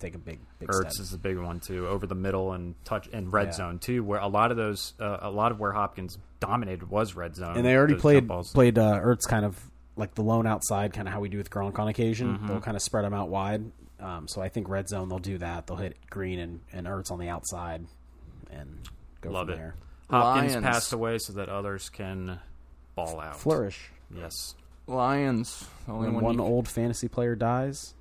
Speaker 4: take a big, big
Speaker 3: Ertz
Speaker 4: step.
Speaker 3: is a big one too, over the middle and touch and red
Speaker 4: Yeah.
Speaker 3: zone too, where a lot of those, uh, a lot of where Hopkins dominated was red zone,
Speaker 4: and they already
Speaker 3: Oh, those
Speaker 4: played
Speaker 3: jump balls.
Speaker 4: played uh, Ertz kind of like the lone outside, kind of how we do with Gronk on occasion.
Speaker 3: Mm-hmm.
Speaker 4: They'll kind of spread him out wide. Um, so I think red zone, they'll do that. They'll hit Green and, and Ertz on the outside, and go
Speaker 3: Love
Speaker 4: from
Speaker 3: it.
Speaker 4: there.
Speaker 3: Hopkins
Speaker 2: Lions.
Speaker 3: passed away so that others can ball out.
Speaker 4: Flourish
Speaker 3: Yes.
Speaker 2: Lions. The Only
Speaker 4: when
Speaker 2: one,
Speaker 4: one
Speaker 2: you-
Speaker 4: old fantasy player dies.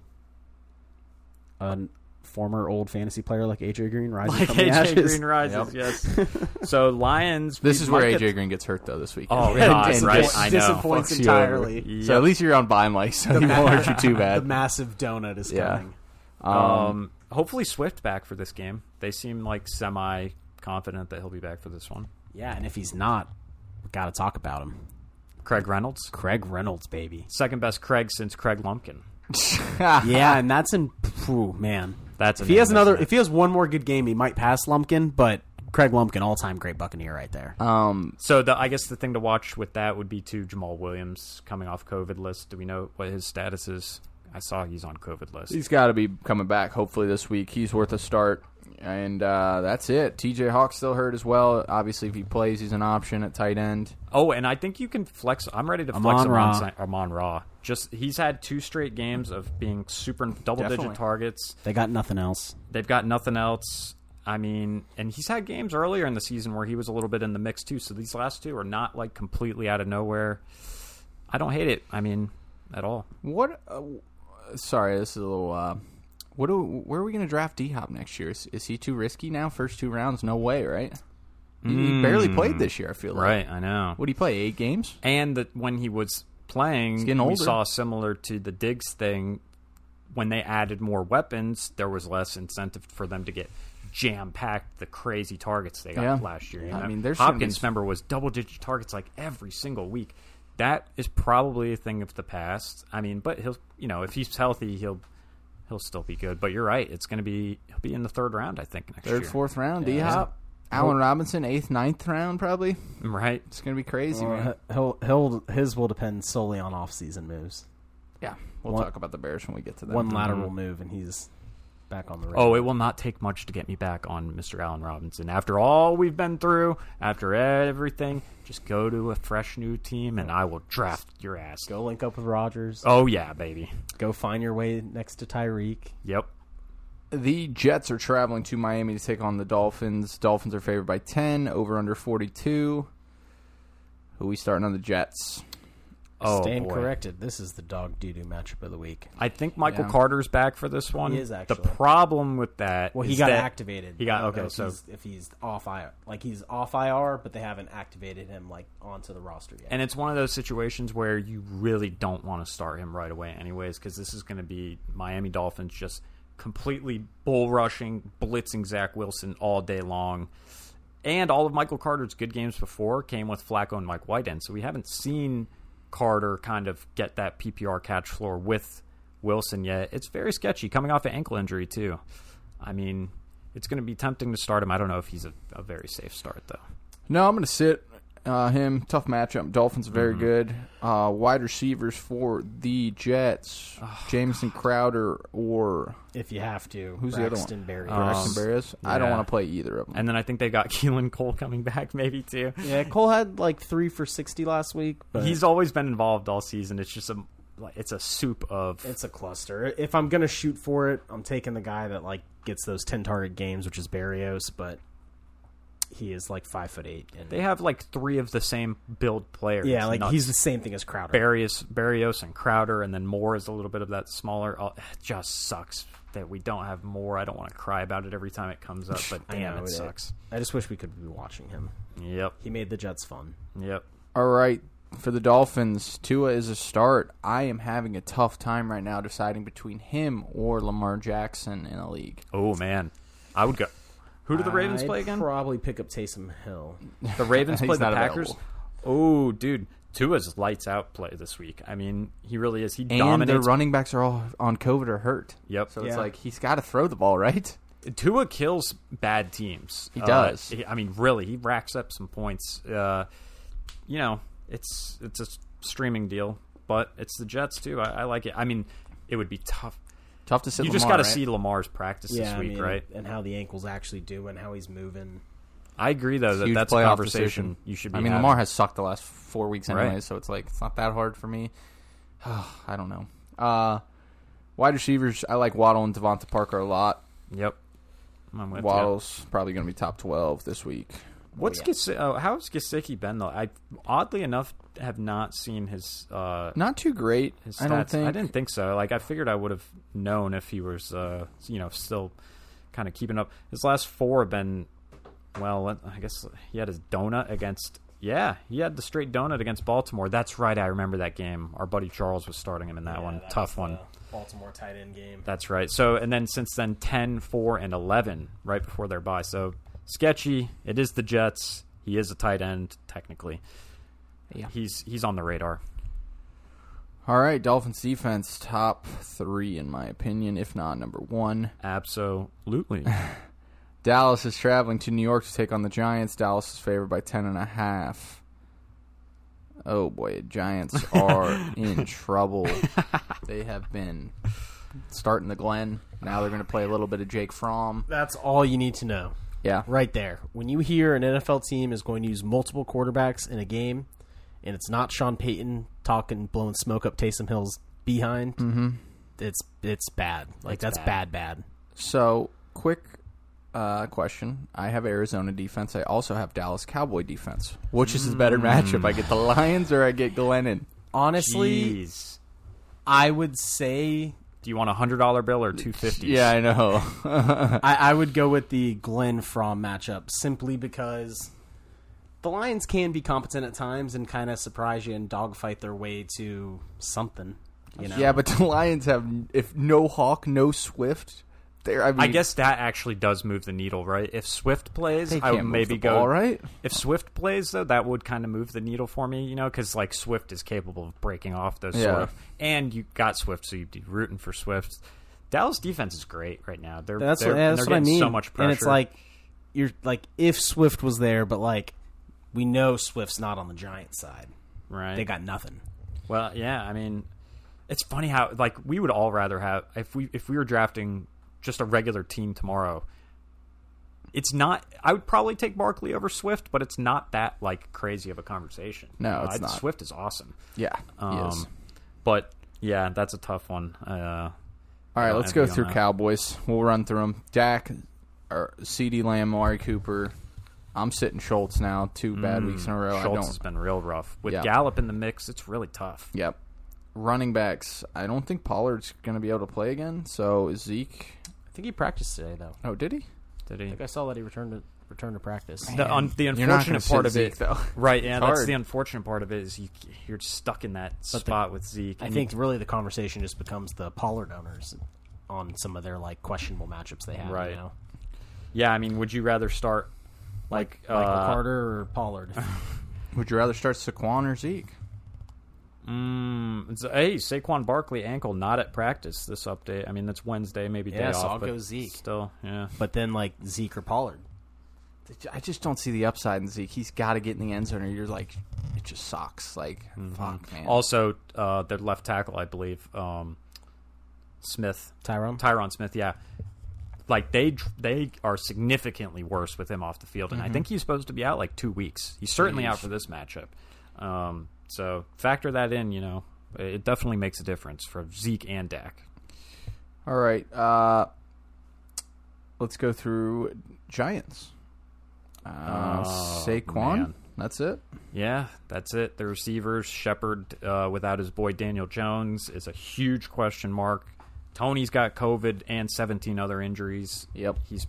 Speaker 4: A former old fantasy player like AJ Green rises
Speaker 3: Like
Speaker 4: (laughs)
Speaker 3: (laughs)
Speaker 4: from the
Speaker 3: AJ
Speaker 4: ashes.
Speaker 3: Green
Speaker 4: (laughs)
Speaker 3: rises, yes. so Lions.
Speaker 2: This
Speaker 3: we
Speaker 2: is
Speaker 3: might
Speaker 2: where
Speaker 3: get-
Speaker 2: AJ Green gets hurt though this week.
Speaker 3: Oh, God,
Speaker 2: (laughs) And
Speaker 3: right.
Speaker 2: just
Speaker 3: I know.
Speaker 4: disappoints
Speaker 2: fucks you over.
Speaker 4: entirely.
Speaker 2: So at least you're on bye Mike, (laughs) so he won't hurt you
Speaker 4: (laughs)
Speaker 2: too
Speaker 4: The
Speaker 2: bad.
Speaker 4: massive donut is
Speaker 2: Yeah.
Speaker 4: coming.
Speaker 3: Um, hopefully Swift back for this game. They seem like semi confident that he'll be back for this one.
Speaker 4: Yeah, and if he's not, we got to talk about him.
Speaker 3: Craig Reynolds.
Speaker 4: Craig Reynolds, baby.
Speaker 3: Second best Craig since Craig Lumpkin.
Speaker 4: Yeah, and that's in. Ooh, man.
Speaker 3: That's
Speaker 4: If he has another, if he has one more good game, he might pass Lumpkin. But Craig Lumpkin, all time great Buccaneer, right there.
Speaker 2: (laughs)
Speaker 3: Uh,
Speaker 2: Um,
Speaker 3: So the I guess the thing to watch with that would be too Jamal Williams coming off COVID list. Do we know what his status is? I saw he's on COVID list.
Speaker 2: he's got to be coming back. Hopefully this week he's worth a start. And uh, that's it. T.J. Hawk's still hurt as well. Obviously, if he plays, he's an option at tight end.
Speaker 3: oh, and I think you can flex. I'm ready to flex
Speaker 4: Amon Ra.
Speaker 3: Amon, Sa- Amon Ra. Just he's had two straight games of being super double
Speaker 2: Definitely.
Speaker 3: digit targets.
Speaker 4: they got nothing else.
Speaker 3: They've got nothing else. I mean, and he's had games earlier in the season where he was a little bit in the mix too. So these last two are not like completely out of nowhere. I don't hate it. I mean, at all.
Speaker 2: What? Uh, w- sorry, this is a little. Uh, what? Do, where are we going to draft D Hop next year? Is, is he too risky now? First two rounds, no way, right? He, he barely played this year. I feel like.
Speaker 3: Hmm. Right, I know.
Speaker 2: What do you play? Eight games?
Speaker 3: and that when he was playing,
Speaker 2: getting
Speaker 3: we
Speaker 2: older.
Speaker 3: saw similar to the Diggs thing. When they added more weapons, there was less incentive for them to get jam packed the crazy targets they got
Speaker 2: Yeah.
Speaker 3: last year. you
Speaker 2: I
Speaker 3: know?
Speaker 2: mean, there's some of
Speaker 3: Hopkins
Speaker 2: these-
Speaker 3: member was double digit targets like every single week. That is probably a thing of the past. I mean, but he'll you know if he's healthy, he'll he'll still be good. But you're right; it's going to be he'll be in the third round, I think, next
Speaker 2: Third,
Speaker 3: year.
Speaker 2: fourth round. D Hop. Allen Robinson, eighth, ninth round, probably.
Speaker 3: right?
Speaker 2: It's gonna be crazy,
Speaker 4: uh,
Speaker 2: man.
Speaker 4: he'll, he'll, his will depend solely on off season moves.
Speaker 2: Yeah, we'll
Speaker 4: One-
Speaker 2: talk about the Bears when we get to that.
Speaker 4: One lateral move, and he's back on the.
Speaker 3: Mm-hmm. Oh,
Speaker 4: radar.
Speaker 3: it will not take much to get me back on Mr. Allen Robinson. After all we've been through, after everything, just go to a fresh new team and I will draft your ass.
Speaker 4: go link up with Rogers.
Speaker 3: Oh yeah, baby.
Speaker 4: Go find your way next to Tyreek.
Speaker 3: Yep.
Speaker 2: The Jets are traveling to Miami to take on the Dolphins. Dolphins are favored by ten. Over under forty two. Who we starting on the Jets?
Speaker 3: Oh,
Speaker 4: Stand
Speaker 3: boy.
Speaker 4: corrected. This is the dog doo doo matchup of the week.
Speaker 3: I think Michael
Speaker 2: Yeah.
Speaker 3: Carter's back for this one.
Speaker 4: He is,
Speaker 3: The
Speaker 4: actually.
Speaker 3: problem with that
Speaker 4: Well, he
Speaker 3: is
Speaker 4: got
Speaker 3: that-
Speaker 4: activated.
Speaker 3: He got
Speaker 4: I don't know
Speaker 3: okay.
Speaker 4: If
Speaker 3: So
Speaker 4: he's, if he's off IR, like he's off IR, but they haven't activated him like onto the roster yet.
Speaker 3: and it's one of those situations where you really don't want to start him right away anyways because this is going to be miami dolphins just completely bull rushing blitzing zach wilson all day long and all of michael carter's good games before came with flacco and mike whiten so we haven't seen carter kind of get that ppr catch floor with wilson yet it's very sketchy coming off an ankle injury too i mean it's going to be tempting to start him i don't know if he's a, a very safe start though
Speaker 2: No, I'm going to sit uh, him. Tough matchup. Dolphins very good. Uh, wide receivers for the Jets: Jameson Crowder or
Speaker 4: if you have to,
Speaker 2: Who's the other
Speaker 4: Uh, Braxton
Speaker 2: one? Um,
Speaker 4: Berrios.
Speaker 2: Braxton Berrios. I don't
Speaker 3: yeah.
Speaker 2: want to play either of them.
Speaker 3: and then i think they got (laughs) keelan cole coming back maybe too
Speaker 4: Yeah, Cole had like three for sixty last week, but
Speaker 3: he's always been involved all season. It's just a like it's a soup of
Speaker 4: it's a cluster. If I'm gonna shoot for it, I'm taking the guy that like gets those ten target games, which is Barrios, but he is like five foot eight. And,
Speaker 3: they have like three of the same build players.
Speaker 4: yeah, like
Speaker 3: Nuts.
Speaker 4: he's the same thing as Crowder.
Speaker 3: Barrios, Barrios and Crowder, and then Moore is a little bit of that smaller. Oh, it just sucks that we don't have Moore. I don't want to cry about it every time it comes up, but
Speaker 4: (laughs) I
Speaker 3: damn,
Speaker 4: know
Speaker 3: it sucks.
Speaker 4: I just wish we could be watching him.
Speaker 3: Yep,
Speaker 4: He made the Jets fun.
Speaker 3: yep.
Speaker 2: All right, for the Dolphins, Tua is a start. I am having a tough time right now deciding between him or Lamar Jackson in a league.
Speaker 3: Oh man, I would go. Who do the Ravens
Speaker 4: Uh, I'd
Speaker 3: play again?
Speaker 4: Probably pick up Taysom Hill.
Speaker 3: The
Speaker 2: (laughs)
Speaker 3: Ravens
Speaker 2: He's
Speaker 3: play the
Speaker 2: not
Speaker 3: Packers.
Speaker 2: available.
Speaker 3: Oh, dude, Tua's lights out play this week. I mean, he really is. He
Speaker 2: And their
Speaker 3: dominates
Speaker 2: running backs are all on COVID or hurt.
Speaker 3: Yep.
Speaker 2: So it's
Speaker 4: Yeah.
Speaker 2: like he's got to throw the ball, right?
Speaker 3: Tua kills bad teams. Uh, He
Speaker 2: does.
Speaker 3: I mean, really, he racks up some points. Uh, you know, it's it's a s- streaming deal, but it's the Jets too. I, I like it. I mean, it would be tough.
Speaker 2: Tough to sit.
Speaker 3: you
Speaker 2: Lamar,
Speaker 3: just got to
Speaker 2: right?
Speaker 3: see Lamar's practice
Speaker 4: yeah,
Speaker 3: this
Speaker 4: I
Speaker 3: week,
Speaker 4: mean,
Speaker 3: right?
Speaker 4: And how the ankle's actually doing, how he's moving.
Speaker 3: I agree, though, that
Speaker 2: Huge
Speaker 3: that's a
Speaker 2: playoff
Speaker 3: conversation
Speaker 2: decision.
Speaker 3: you should be.
Speaker 2: I mean,
Speaker 3: having.
Speaker 2: Lamar has sucked the last four weeks anyway,
Speaker 3: Right.
Speaker 2: so it's like it's not that hard for me. (sighs) I don't know. Uh, wide receivers, I like Waddle and Devonta Parker a lot.
Speaker 3: Yep. I'm with you.
Speaker 2: Waddle's probably going to be top twelve this week.
Speaker 3: What's Gis- oh, how's Gasicki been though? I oddly enough have not seen his uh,
Speaker 2: Not too great.
Speaker 3: his stats.
Speaker 2: Mm, I don't think.
Speaker 3: I didn't think so. Like I figured I would have known if he was, uh, you know, still kind of keeping up. His last four have been, well, I guess he had his donut against. Yeah, he had the straight donut against Baltimore. That's right. I remember that game. Our buddy Charles was starting him in that
Speaker 4: Yeah,
Speaker 3: one.
Speaker 4: that was uh,
Speaker 3: Tough
Speaker 4: the
Speaker 3: one.
Speaker 4: Baltimore tight end game.
Speaker 3: That's right. So, and then since then, 10, 4, and 11 right before their bye. So, sketchy. It is the Jets. He is a tight end, technically.
Speaker 2: Yeah.
Speaker 3: he's he's on the radar.
Speaker 2: All right, Dolphins defense top three in my opinion, if not number one. (laughs)
Speaker 3: Absolutely.
Speaker 2: Dallas is traveling to New York to take on the Giants. Dallas is favored by ten and a half. Oh boy, the Giants are in trouble. They have been starting the Glen. Now they're going to play a little bit of Jake Fromm.
Speaker 4: That's all you need to know.
Speaker 2: Yeah,
Speaker 4: Right there. When you hear an NFL team is going to use multiple quarterbacks in a game, and it's not Sean Payton talking, blowing smoke up Taysom Hill's behind, it's Mm-hmm. it's bad. Like that's bad. bad,
Speaker 2: So, quick uh, question. I have Arizona defense. I also have Dallas Cowboy defense. Which is the better matchup? I get the Lions or I get Glennon?
Speaker 4: Honestly,
Speaker 3: Jeez.
Speaker 4: I would say
Speaker 3: Do you want a hundred dollar bill or two fifty?
Speaker 2: Yeah, I know.
Speaker 4: I, I would go with the Glenn Fromm matchup simply because the Lions can be competent at times and kind of surprise you and dogfight their way to something. You know?
Speaker 2: Yeah, but the Lions have if no Hawk, no Swift. There, I, mean,
Speaker 3: I guess that actually does move the needle, right? If Swift plays,
Speaker 2: they
Speaker 3: I
Speaker 2: can't
Speaker 3: would
Speaker 2: move
Speaker 3: maybe
Speaker 2: the ball,
Speaker 3: go.
Speaker 2: right.
Speaker 3: If Swift plays, though, that would kind of move the needle for me, you know, because like Swift is capable of breaking off those
Speaker 2: Yeah.
Speaker 3: sort of, and you got Swift, so you'd be rooting for Swift. Dallas defense is great right now. They're
Speaker 4: That's
Speaker 3: they're,
Speaker 4: what,
Speaker 3: and
Speaker 4: that's
Speaker 3: they're
Speaker 4: what I
Speaker 3: getting
Speaker 4: mean.
Speaker 3: So much pressure,
Speaker 4: And it's like you're like if Swift was there, but like we know Swift's not on the Giants side.
Speaker 3: right?
Speaker 4: They got nothing.
Speaker 3: Well, yeah, I mean, it's funny how like we would all rather have if we if we were drafting just a regular team tomorrow. It's not. I would probably take Barkley over Swift, but it's not that like crazy of a conversation.
Speaker 2: No, it's
Speaker 3: I-
Speaker 2: not.
Speaker 3: Swift is awesome.
Speaker 2: Yeah.
Speaker 3: Um,
Speaker 2: yes.
Speaker 3: But yeah, that's a tough one. Uh,
Speaker 2: All right,
Speaker 3: don't
Speaker 2: let's
Speaker 3: have
Speaker 2: go
Speaker 3: you on
Speaker 2: through
Speaker 3: that.
Speaker 2: Cowboys. We'll run through them. Dak, or C.D. Lamb, Amari Cooper. I'm sitting Schultz now. Two bad weeks in a row. I
Speaker 3: Schultz
Speaker 2: don't
Speaker 3: has been real rough with
Speaker 2: Yeah.
Speaker 3: Gallup in the mix. It's really tough.
Speaker 2: Yep. Running backs. I don't think Pollard's going to be able to play again. So is Zeke.
Speaker 4: I think he practiced today though.
Speaker 2: Oh, did he?
Speaker 3: Did he?
Speaker 4: I saw that he returned to returned to practice.
Speaker 3: The, un- the
Speaker 2: You're not gonna
Speaker 3: unfortunate
Speaker 2: sit
Speaker 3: part of
Speaker 2: Zeke,
Speaker 3: it,
Speaker 2: though.
Speaker 3: (laughs) right? Yeah, that's
Speaker 2: hard.
Speaker 3: the unfortunate part of it is you you're stuck in that spot with Zeke.
Speaker 4: I
Speaker 3: and
Speaker 4: think really the conversation just becomes the Pollard owners on some of their like questionable matchups they have.
Speaker 3: Right.
Speaker 4: You know?
Speaker 3: Yeah, I mean, would you rather start like, uh,
Speaker 4: Michael Carter or Pollard.
Speaker 2: Would you rather start Saquon or Zeke?
Speaker 3: mm, it's- hey, Saquon Barkley ankle not at practice this update. I mean, that's Wednesday, maybe
Speaker 4: Yeah,
Speaker 3: day
Speaker 4: so
Speaker 3: off.
Speaker 4: I'll
Speaker 3: but
Speaker 4: go Zeke.
Speaker 3: Still, yeah.
Speaker 4: (laughs) but then like Zeke or Pollard.
Speaker 2: I just don't see the upside in Zeke. He's got to get in the end zone, or you're like, it just sucks. Like,
Speaker 3: Mm-hmm.
Speaker 2: fuck, man.
Speaker 3: Also, uh, their left tackle, I believe, um, Smith,
Speaker 4: Tyrone.
Speaker 3: Tyron Smith. Yeah, like they they are significantly worse with him off the field, and I think he's supposed to be out like two weeks. He's certainly out for this matchup. Um, so factor that in. You know, it definitely makes a difference for Zeke and Dak.
Speaker 2: All right. Uh, let's go through Giants. Uh,
Speaker 4: Oh,
Speaker 2: Saquon.
Speaker 3: man.
Speaker 2: That's it.
Speaker 3: Yeah, that's it. The receivers, Shepard, uh, without his boy Daniel Jones, is a huge question mark. Tony's got COVID and 17 other injuries.
Speaker 2: Yep.
Speaker 3: He's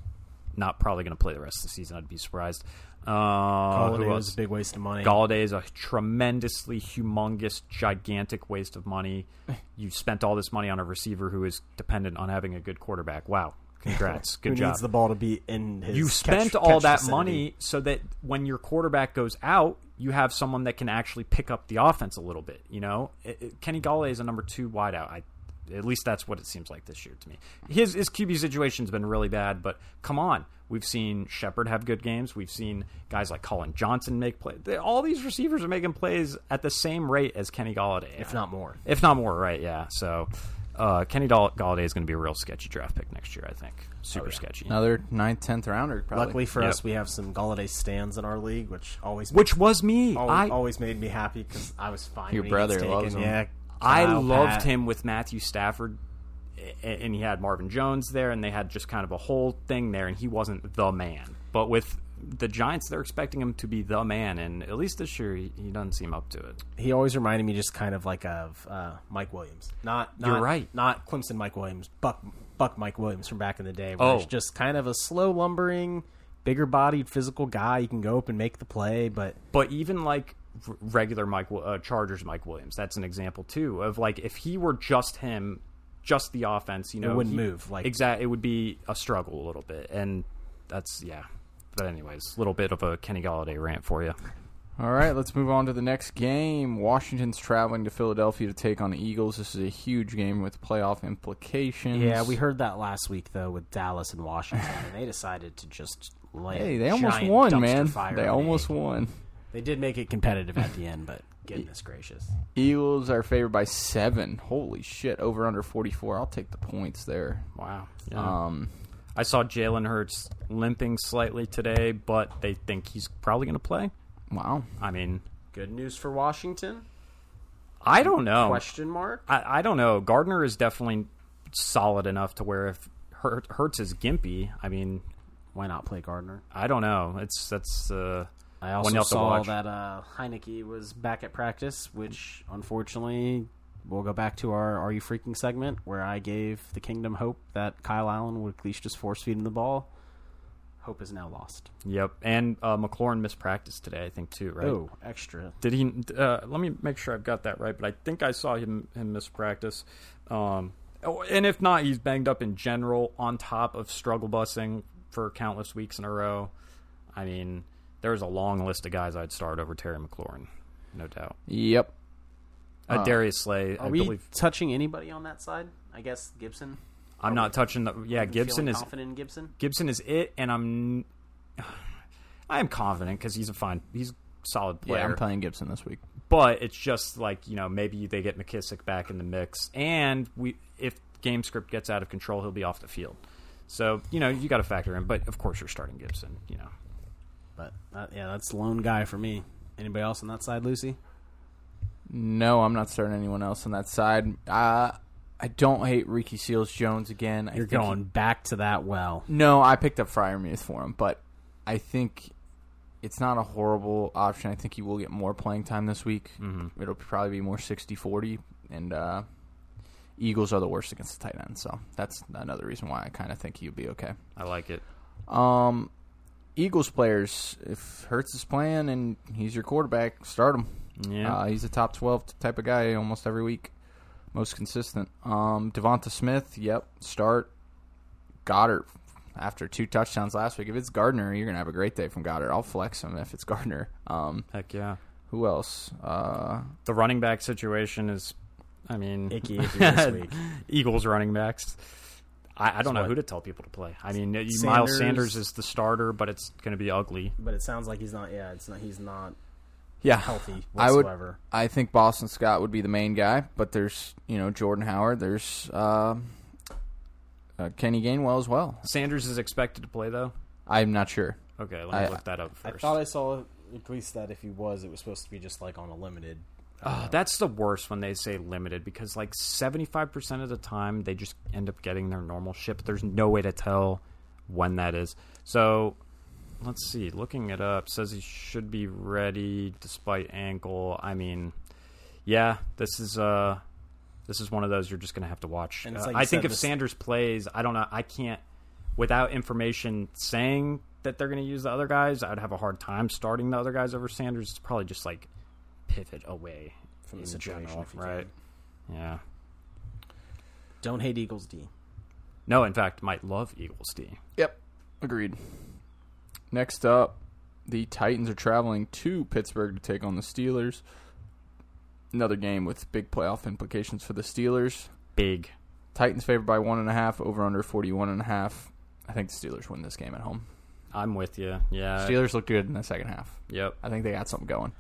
Speaker 3: not probably going to play the rest of the season. I'd be surprised. Uh,
Speaker 4: Pollard
Speaker 3: who
Speaker 4: was a
Speaker 3: else?
Speaker 4: big waste of money.
Speaker 3: Galladay is a tremendously humongous, gigantic waste of
Speaker 4: (laughs)
Speaker 3: money. You spent all this money on a receiver who is dependent on having a good quarterback.
Speaker 4: (laughs)
Speaker 3: Wow. Congrats. Good
Speaker 4: Who
Speaker 3: job
Speaker 4: needs the ball to be in his?
Speaker 3: you
Speaker 4: catch-
Speaker 3: spent all
Speaker 4: catch
Speaker 3: that
Speaker 4: vicinity.
Speaker 3: money so that when your quarterback goes out, you have someone that can actually pick up the offense a little bit. You know, It- it- Kenny Galladay is a number two wideout. I, at least that's what it seems like this year to me. His his QB situation's been really bad, but come on, we've seen Shepard have good games. We've seen guys like Colin Johnson make plays. All these receivers are making plays at the same rate as Kenny Galladay,
Speaker 4: if not more.
Speaker 3: if not more. Right? Yeah. So. Uh, Kenny Gall- Galladay is going to be a real sketchy draft pick next year, I think. Super
Speaker 4: Oh,
Speaker 3: sketchy.
Speaker 2: Another ninth, tenth rounder. Probably.
Speaker 4: Luckily for
Speaker 3: Yep.
Speaker 4: us, we have some Galladay stands in our league, which always
Speaker 3: which was me.
Speaker 4: always,
Speaker 3: I
Speaker 4: always made me happy because I was fine.
Speaker 2: Your
Speaker 4: when he
Speaker 2: brother
Speaker 4: gets taken.
Speaker 2: loves him.
Speaker 4: Yeah,
Speaker 3: I
Speaker 4: Kyle,
Speaker 3: loved
Speaker 4: Pat.
Speaker 3: him with Matthew Stafford, a- and he had Marvin Jones there, and they had just kind of a whole thing there, and he wasn't the man. But with the Giants, they're expecting him to be the man, and at least this year, he, he doesn't seem up to it.
Speaker 4: He always reminded me just kind of like of uh, Mike Williams. Not, not
Speaker 3: You're right.
Speaker 4: Not Clemson Mike Williams. Buck Buck Mike Williams from back in the day. Where
Speaker 3: Oh.
Speaker 4: it's just kind of a slow lumbering, bigger bodied, physical guy. You can go up and make the play, but
Speaker 3: But even like r- regular Mike Wi- uh, Chargers Mike Williams, that's an example too of like if he were just him, just the offense, you know,
Speaker 4: wouldn't
Speaker 3: he-
Speaker 4: move, like-
Speaker 3: exact. It would be a struggle a little bit, and that's yeah. But anyways, a little bit of a Kenny Galladay rant for you.
Speaker 2: All right, let's move on to the next game. Washington's traveling to Philadelphia to take on the Eagles. This is a huge game with playoff implications.
Speaker 4: Yeah, we heard that last week though with Dallas and Washington, and they decided to just lay.
Speaker 2: Hey,
Speaker 4: a
Speaker 2: they almost
Speaker 4: giant
Speaker 2: won,
Speaker 4: dumpster
Speaker 2: man.
Speaker 4: fire
Speaker 2: They
Speaker 4: on
Speaker 2: almost
Speaker 4: Eagles.
Speaker 2: won.
Speaker 4: They did make it competitive at the end, but goodness gracious,
Speaker 2: Eagles are favored by seven. Holy shit! Over under forty four. I'll take the points there.
Speaker 3: Wow.
Speaker 2: Um,
Speaker 3: I saw Jalen Hurts limping slightly today, but they think he's probably going to play.
Speaker 2: wow.
Speaker 3: I mean,
Speaker 4: good news for Washington?
Speaker 3: I don't know.
Speaker 4: Question mark.
Speaker 3: I, I don't know. Gardner is definitely solid enough to where if Hur- Hurts is gimpy, I mean,
Speaker 4: Why not play Gardner?
Speaker 3: I don't know. It's that's uh, one
Speaker 4: I also
Speaker 3: you have to
Speaker 4: saw
Speaker 3: watch.
Speaker 4: that uh, Heineke was back at practice, which unfortunately we'll go back to our "Are You Freaking?" segment where I gave the kingdom hope that Kyle Allen would at least just force feed him the ball. Hope is now lost.
Speaker 3: Yep, and uh, McLaurin mispracticed today, I think too. Right?
Speaker 4: Oh, extra.
Speaker 3: Did he? Uh, let me make sure I've got that right. But I think I saw him him mispractice. Um, oh, and if not, he's banged up in general. On top of struggle busing for countless weeks in a row. I mean, there's a long list of guys I'd start over Terry McLaurin, no doubt.
Speaker 2: Yep.
Speaker 3: Uh, Darius Slay, I
Speaker 4: Are we
Speaker 3: believe.
Speaker 4: touching anybody on that side? I guess Gibson.
Speaker 3: I'm not touching the. Yeah,
Speaker 4: You
Speaker 3: Gibson
Speaker 4: feeling
Speaker 3: is
Speaker 4: confident in Gibson.
Speaker 3: Gibson is it, and I'm. (sighs) I am confident because he's a fine, he's a solid player.
Speaker 2: Yeah, I'm playing Gibson this week.
Speaker 3: but it's just like you know maybe they get McKissick back in the mix, and we if game script gets out of control, he'll be off the field. So you know you got to factor in, but of course you're starting Gibson. You know,
Speaker 4: But uh, yeah, that's lone guy for me. Anybody else on that side, Lucy?
Speaker 2: No, I'm not starting anyone else on that side. Uh, I don't hate Ricky Seals Jones again. I
Speaker 4: You're
Speaker 2: think he-
Speaker 4: going back to that well.
Speaker 2: No, I picked up Fryermuth for him, but I think it's not a horrible option. I think he will get more playing time this week. Mm-hmm. It'll probably be more 60-40, and uh, Eagles are the worst against the tight end, so that's another reason why I kind of think he'll be okay.
Speaker 3: I like it.
Speaker 2: Um, Eagles players, if Hurts is playing and he's your quarterback, start him.
Speaker 3: Yeah.
Speaker 2: Uh, he's a top 12 type of guy almost every week, most consistent. Um, Devonta Smith, yep, start. Goddard, after two touchdowns last week. If it's Gardner, you're going to have a great day from Goddard. I'll flex him if it's (laughs) Gardner. Um,
Speaker 3: Heck yeah,
Speaker 2: who else? Uh,
Speaker 3: the running back situation is, I mean,
Speaker 4: Icky, (laughs) icky this week.
Speaker 3: (laughs) Eagles running backs. I, I don't know
Speaker 4: what-
Speaker 3: who to tell people to play. I mean, you-
Speaker 4: Sanders-
Speaker 3: Miles Sanders is the starter, but it's going to be ugly.
Speaker 4: But it sounds like he's not. Yeah, it's not. He's (sighs) not
Speaker 2: yeah.
Speaker 4: healthy
Speaker 2: I would-
Speaker 4: whatsoever.
Speaker 2: I think Boston Scott would be the main guy, but there's, you know, Jordan Howard. There's uh, uh, Kenny Gainwell as well.
Speaker 3: Sanders is expected to play though.
Speaker 2: I'm not sure.
Speaker 3: Okay, let
Speaker 2: I-
Speaker 3: me look that up first.
Speaker 4: I thought I saw at least that if he was, it was supposed to be just like on a limited.
Speaker 3: Ugh, Ah, that's the worst when they say limited because like 75% of the time they just end up getting their normal ship. there's no way to tell when that is. So let's see. Looking it up says he should be ready despite ankle. I mean, yeah, this is uh this is one of those you're just going to have to watch.
Speaker 4: And it's
Speaker 3: Uh,
Speaker 4: like you
Speaker 3: I think
Speaker 4: said,
Speaker 3: if
Speaker 4: this-
Speaker 3: Sanders plays, I don't know, I can't without information saying that they're going to use the other guys, I'd have a hard time starting the other guys over Sanders. It's probably just like pivot away
Speaker 4: From the
Speaker 3: in
Speaker 4: situation, if you
Speaker 3: right? Yeah.
Speaker 4: Don't hate Eagles D.
Speaker 3: No, in fact, might love Eagles D.
Speaker 2: Yep. Agreed. Next up, the Titans are traveling to Pittsburgh to take on the Steelers. Another game with big playoff implications for the Steelers.
Speaker 3: Big.
Speaker 2: Titans favored by one and a half, over under forty one and a half. I think the Steelers win this game at home.
Speaker 3: I'm with you. Yeah.
Speaker 2: Steelers look good in the second half.
Speaker 3: Yep.
Speaker 2: I think they got something going.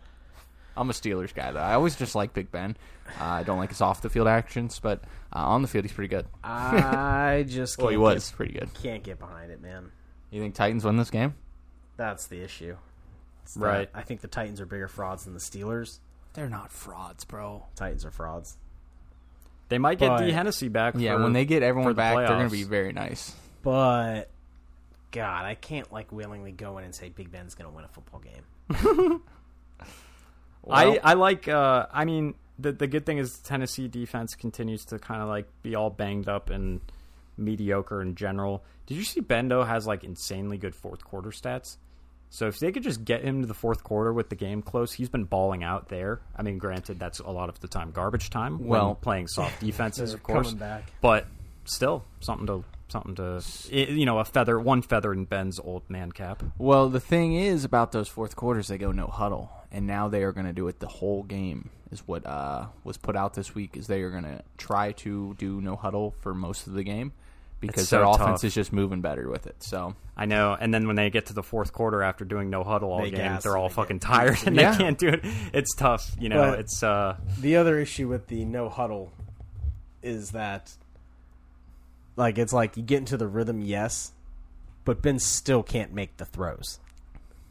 Speaker 2: I'm a Steelers guy though. I always just like Big Ben. Uh, I don't like his off the field actions, but uh, on the field he's pretty good.
Speaker 4: (laughs) I just can't
Speaker 2: Well, he was pretty good.
Speaker 4: Get, can't get behind it, man.
Speaker 2: You think Titans win this game?
Speaker 4: That's the issue. It's that
Speaker 3: Right.
Speaker 4: I think the Titans are bigger frauds than the Steelers.
Speaker 2: They're not frauds, bro.
Speaker 4: Titans are frauds.
Speaker 3: They might get
Speaker 4: But-
Speaker 3: D Hennessy back.
Speaker 2: Yeah,
Speaker 3: for-
Speaker 2: when they get
Speaker 3: for
Speaker 2: everyone
Speaker 3: the
Speaker 2: back, they're going
Speaker 3: playoffs.
Speaker 2: to be very nice.
Speaker 4: But God, I can't like willingly go in and say Big Ben's going to win a football game.
Speaker 3: I, I like uh I mean the the good thing is Tennessee defense continues to kind of like be all banged up and mediocre in general. Did you see Bendo has like insanely good fourth quarter stats? So if they could just get him to the fourth quarter with the game close, he's been balling out there. I mean, granted that's a lot of the time garbage time well,
Speaker 2: Well-
Speaker 3: playing soft defenses,
Speaker 4: They're
Speaker 3: of course.
Speaker 4: coming back.
Speaker 3: But still something to something to it, you know a feather one feather in Ben's old man cap.
Speaker 2: Well, the thing is about those fourth quarters, they go no huddle, and now they are going to do it the whole game. Is what uh, was put out this week is they are going to try to do no huddle for most of the game because
Speaker 3: so
Speaker 2: their
Speaker 3: tough.
Speaker 2: offense is just moving better with it. So
Speaker 3: I know. And then when they get to the fourth quarter after doing no huddle all
Speaker 4: They
Speaker 3: game,
Speaker 4: gas,
Speaker 3: they're all
Speaker 4: they
Speaker 3: fucking tired and
Speaker 2: Yeah.
Speaker 3: they can't do it. It's tough, you know.
Speaker 4: Well-
Speaker 3: it's uh
Speaker 4: The other issue with the no huddle is that, like, it's like you get into the rhythm, yes, but Ben still can't make the throws,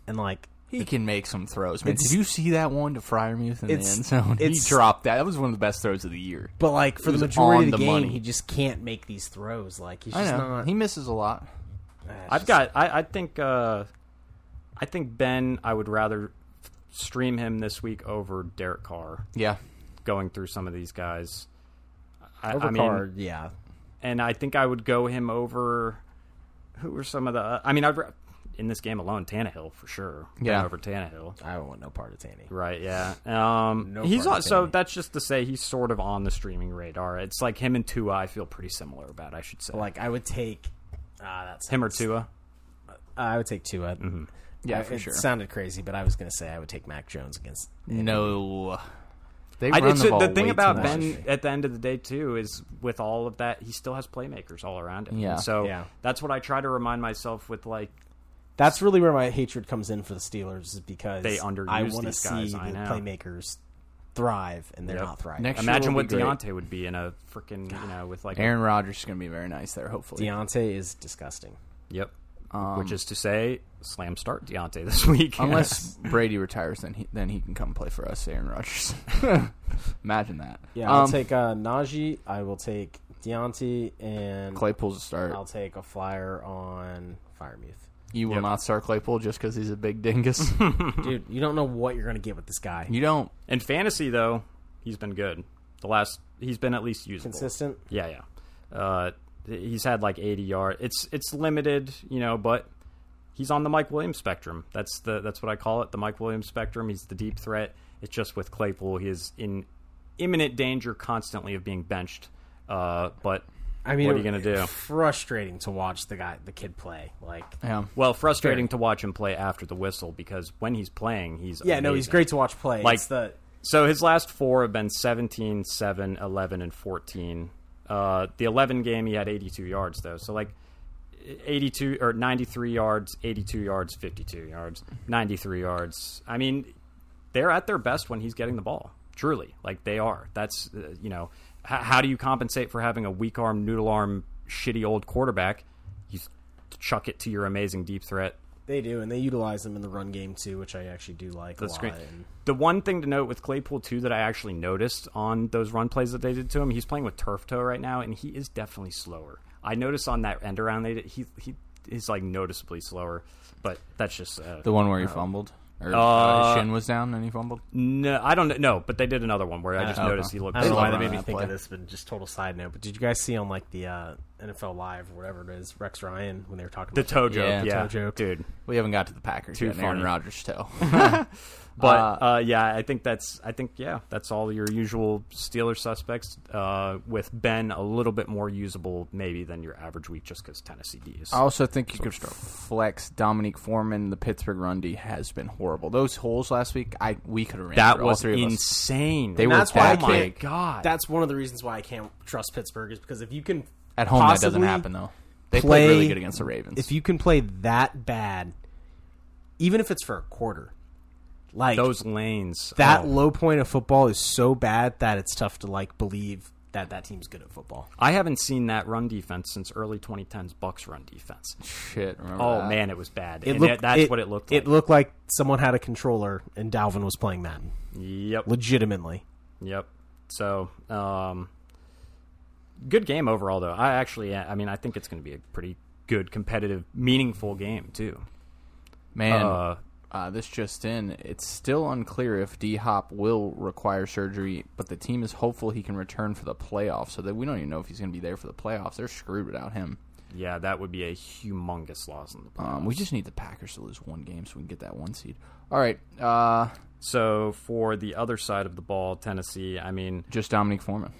Speaker 4: and like
Speaker 2: he can make some throws. Man,
Speaker 4: It's-
Speaker 2: did you see that one to Fryermuth in the end
Speaker 4: It's-
Speaker 2: zone? (laughs) He
Speaker 4: it's-
Speaker 2: dropped that. That was one of the best throws of the year.
Speaker 4: But like for the
Speaker 2: was
Speaker 4: majority
Speaker 2: on
Speaker 4: of
Speaker 2: the
Speaker 4: the, game,
Speaker 2: money.
Speaker 4: he just can't make these throws. Like he's
Speaker 2: I
Speaker 4: just
Speaker 2: know
Speaker 4: not.
Speaker 2: he misses a lot.
Speaker 4: Ah, it's
Speaker 3: I've
Speaker 4: just-
Speaker 3: got. I, I think. Uh, I think Ben. I would rather stream him this week over Derek Carr.
Speaker 2: Yeah,
Speaker 3: Going through some of these guys. I, I mean,
Speaker 4: overcard. yeah,
Speaker 3: and I think I would go him over. Who were some of the? I mean, I'd ra- in this game alone, Tannehill for sure. Ben
Speaker 2: Yeah.
Speaker 3: over Tannehill.
Speaker 4: I don't want no part of Tanny.
Speaker 3: Right, yeah. Um,
Speaker 4: No
Speaker 3: he's
Speaker 4: part
Speaker 3: on,
Speaker 4: of
Speaker 3: so
Speaker 4: Tanny.
Speaker 3: that's just to say he's sort of on the streaming radar. It's like him and Tua. I feel pretty similar about. I should say
Speaker 4: Like I would take. Ah, that's
Speaker 3: him or Tua.
Speaker 4: I would take two. I,
Speaker 2: Mm-hmm. yeah,
Speaker 4: I-
Speaker 2: for
Speaker 4: it
Speaker 2: sure.
Speaker 4: sounded crazy, but I was gonna say I would take Mac Jones against.
Speaker 2: no, they
Speaker 3: I,
Speaker 2: run
Speaker 3: it's
Speaker 2: the,
Speaker 3: the,
Speaker 2: ball
Speaker 3: thing
Speaker 2: way
Speaker 3: about
Speaker 2: too much.
Speaker 3: Ben at the end of the day too is with all of that he still has playmakers all around him.
Speaker 2: Yeah.
Speaker 3: So
Speaker 4: Yeah.
Speaker 3: that's what I try to remind myself with like
Speaker 4: That's really where my hatred comes in for the Steelers, is because
Speaker 3: They underuse
Speaker 4: I wanna
Speaker 3: these guys,
Speaker 4: see
Speaker 3: I
Speaker 4: the
Speaker 3: know.
Speaker 4: playmakers thrive, and they're
Speaker 3: Yep.
Speaker 4: not thriving.
Speaker 2: Next- Sure
Speaker 3: imagine
Speaker 2: will
Speaker 3: what
Speaker 2: be great.
Speaker 3: Deontay would be in a freaking you know with like
Speaker 2: Aaron Rodgers is going to be very nice there. Hopefully,
Speaker 4: Deontay is disgusting.
Speaker 3: yep,
Speaker 2: Um,
Speaker 3: which is to say slam start Deontay (laughs) this week
Speaker 2: Unless (laughs) Brady retires, then he then he can come play for us, Aaron (laughs) Rodgers. Imagine that.
Speaker 4: Yeah, I'll
Speaker 2: Um,
Speaker 4: take uh, Najee. I will take Deontay and
Speaker 2: Claypool's a start.
Speaker 4: I'll take a flyer on Firemuth.
Speaker 2: you will
Speaker 3: Yep.
Speaker 2: not start Claypool just because he's a big (laughs) dingus.
Speaker 4: (laughs) Dude, you don't know what you're going to get with this guy.
Speaker 2: you don't.
Speaker 3: in fantasy though he's been good the last he's been at least usable
Speaker 4: Consistent.
Speaker 3: yeah yeah uh, he's had like 80 yard it's it's limited you know but he's on the Mike Williams spectrum that's the that's what I call it the Mike Williams spectrum he's the deep threat it's just with Claypool he is in imminent danger constantly of being benched uh, but
Speaker 4: I mean,
Speaker 3: What are you gonna do?
Speaker 4: Frustrating to watch the guy, the kid play. Like,
Speaker 2: Yeah.
Speaker 3: well frustrating to watch him play after the whistle because when he's playing he's
Speaker 4: yeah, no, he's
Speaker 3: amazing.
Speaker 4: great to watch play.
Speaker 3: Like-
Speaker 4: Like the
Speaker 3: So his last four have been 17, 7, 11, and 14. Uh, the 11 game, he had 82 yards, though. So, like, 82 or 93 yards, 82 yards, 52 yards, 93 yards. I mean, they're at their best when he's getting the ball. Truly. Like, they are. That's, uh, you know, h- how do you compensate for having a weak arm, noodle arm, shitty old quarterback? You chuck it to your amazing deep threat
Speaker 4: they do, and they utilize him in the run game too, which I actually do like a
Speaker 3: the
Speaker 4: lot.
Speaker 3: screen.
Speaker 4: and-
Speaker 3: The one thing to note with Claypool too that I actually noticed on those run plays that they did to him, he's playing with turf toe right now, and he is definitely slower. I noticed on that end around they did, he he is like noticeably slower, but that's just uh,
Speaker 2: The one where he fumbled. Or
Speaker 3: Uh,
Speaker 2: uh, his shin was down and he fumbled.
Speaker 3: no. I don't know, but they did another one where I just
Speaker 2: Uh, okay.
Speaker 3: noticed he looked
Speaker 4: I don't know
Speaker 2: love
Speaker 4: why
Speaker 3: slower.
Speaker 4: that made
Speaker 2: running
Speaker 4: me
Speaker 2: that
Speaker 4: think of
Speaker 2: play.
Speaker 4: this, but just total side note. But did you guys see on like the uh, NFL Live or whatever it is, Rex Ryan when they were talking
Speaker 3: The
Speaker 4: about
Speaker 3: toe joke,
Speaker 2: Yeah.
Speaker 3: yeah,
Speaker 2: The
Speaker 4: toe joke.
Speaker 3: dude.
Speaker 2: We haven't got to the Packers
Speaker 3: Too
Speaker 2: yet. and Aaron
Speaker 3: funny.
Speaker 2: Rodgers toe.
Speaker 3: But uh, yeah, I think that's I think yeah, that's all your usual Steeler suspects. Uh, with Ben a little bit more usable maybe than your average week, just because Tennessee D is
Speaker 2: (laughs) I also think you could flex Dominique Foreman. The Pittsburgh run D has been horrible. Those holes last week, I we could have ran
Speaker 3: That
Speaker 2: through
Speaker 3: was
Speaker 2: all three of us.
Speaker 3: insane.
Speaker 2: They
Speaker 3: And
Speaker 2: were
Speaker 3: that's why I
Speaker 2: back
Speaker 3: can't-
Speaker 2: in-
Speaker 3: my god.
Speaker 4: That's one of the reasons why I can't trust Pittsburgh is because if you can
Speaker 2: At home, that doesn't
Speaker 4: possibly-
Speaker 2: happen though. They
Speaker 4: play-
Speaker 2: played really good against the Ravens.
Speaker 4: if you can play that bad, even if it's for a quarter, like
Speaker 3: those lanes.
Speaker 4: that
Speaker 3: oh.
Speaker 4: low point of football is so bad that it's tough to like believe that that team's good at football.
Speaker 3: I haven't seen that run defense since early 2010s Bucks run defense.
Speaker 2: Shit, remember
Speaker 3: Oh
Speaker 2: that.
Speaker 3: man, it was bad. and it- that's what it looked like.
Speaker 4: It looked like someone had a controller and Dalvin was playing Madden,
Speaker 3: yep.
Speaker 4: legitimately.
Speaker 3: Yep. So, um good game overall though. I actually I mean, I think it's going to be a pretty good competitive meaningful game too.
Speaker 2: man.
Speaker 3: Uh
Speaker 2: Uh, this just in, it's still unclear if D Hop will require surgery, but the team is hopeful he can return for the playoffs. So that we don't even know if he's going to be there for the playoffs. They're screwed without him.
Speaker 3: yeah, that would be a humongous loss in the playoffs.
Speaker 2: Um, we just need the Packers to lose one game so we can get that one seed. All right, uh,
Speaker 3: so for the other side of the ball, Tennessee, I mean,
Speaker 2: just Dominic Foreman.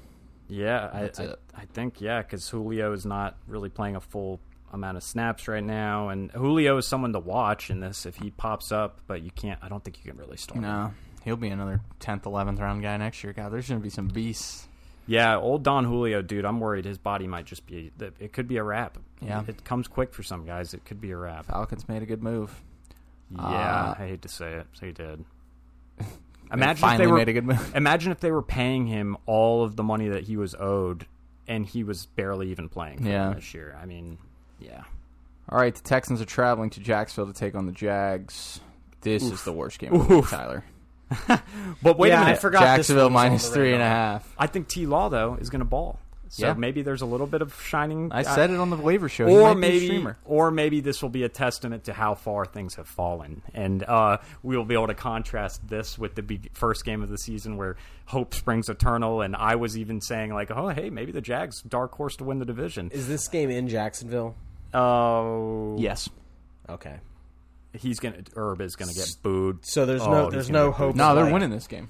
Speaker 3: Yeah, I,
Speaker 2: That's
Speaker 3: I,
Speaker 2: it.
Speaker 3: I think yeah, because Julio is not really playing a full amount of snaps right now, and Julio is someone to watch in this if he pops up. But you can't. I don't think you can really start. him.
Speaker 2: No, he'll be another 10th, 11th round guy next year. God, there's going to be some beasts.
Speaker 3: Yeah, old Don Julio, dude. I'm worried his body might just be. It could be a wrap.
Speaker 2: Yeah. Uh,
Speaker 3: it comes quick for some guys. It could be a wrap.
Speaker 2: Falcons made a good move.
Speaker 3: Yeah,
Speaker 2: Uh,
Speaker 3: I hate to say it. They
Speaker 2: (laughs)
Speaker 3: did.
Speaker 2: They
Speaker 3: Imagine if
Speaker 2: finally
Speaker 3: they were,
Speaker 2: made a good move.
Speaker 3: Imagine if they were paying him all of the money that he was owed, and he was barely even playing. for them
Speaker 2: Yeah.
Speaker 3: this year. I mean, yeah.
Speaker 2: (laughs) All right, the Texans are traveling to Jacksonville to take on the Jags. This is the worst game of the week,
Speaker 3: Oof.
Speaker 2: Tyler.
Speaker 3: But wait
Speaker 4: Yeah,
Speaker 3: a
Speaker 4: I
Speaker 3: minute.
Speaker 4: forgot- this
Speaker 2: Jacksonville
Speaker 4: one was on
Speaker 2: minus
Speaker 4: the
Speaker 2: three and a
Speaker 4: radar.
Speaker 2: half.
Speaker 3: I think T Law though is going to ball. So
Speaker 2: Yeah.
Speaker 3: maybe there's a little bit of shining. uh,
Speaker 2: I said it on the waiver show. He
Speaker 3: or
Speaker 2: might be a
Speaker 3: maybe,
Speaker 2: streamer.
Speaker 3: or maybe this will be a testament to how far things have fallen, and uh, we will be able to contrast this with the be- first game of the season where hope springs eternal, and I was even saying like, oh hey, maybe the Jags dark horse to win the division.
Speaker 4: Is this game in Jacksonville?
Speaker 3: Oh,
Speaker 2: Yes.
Speaker 4: Okay.
Speaker 3: he's gonna Herb is gonna get booed.
Speaker 4: So there's
Speaker 3: Oh,
Speaker 4: no
Speaker 3: he's
Speaker 4: there's
Speaker 3: gonna
Speaker 4: no
Speaker 3: get
Speaker 4: hope.
Speaker 2: No,
Speaker 4: of,
Speaker 2: they're
Speaker 4: like-
Speaker 2: winning this game.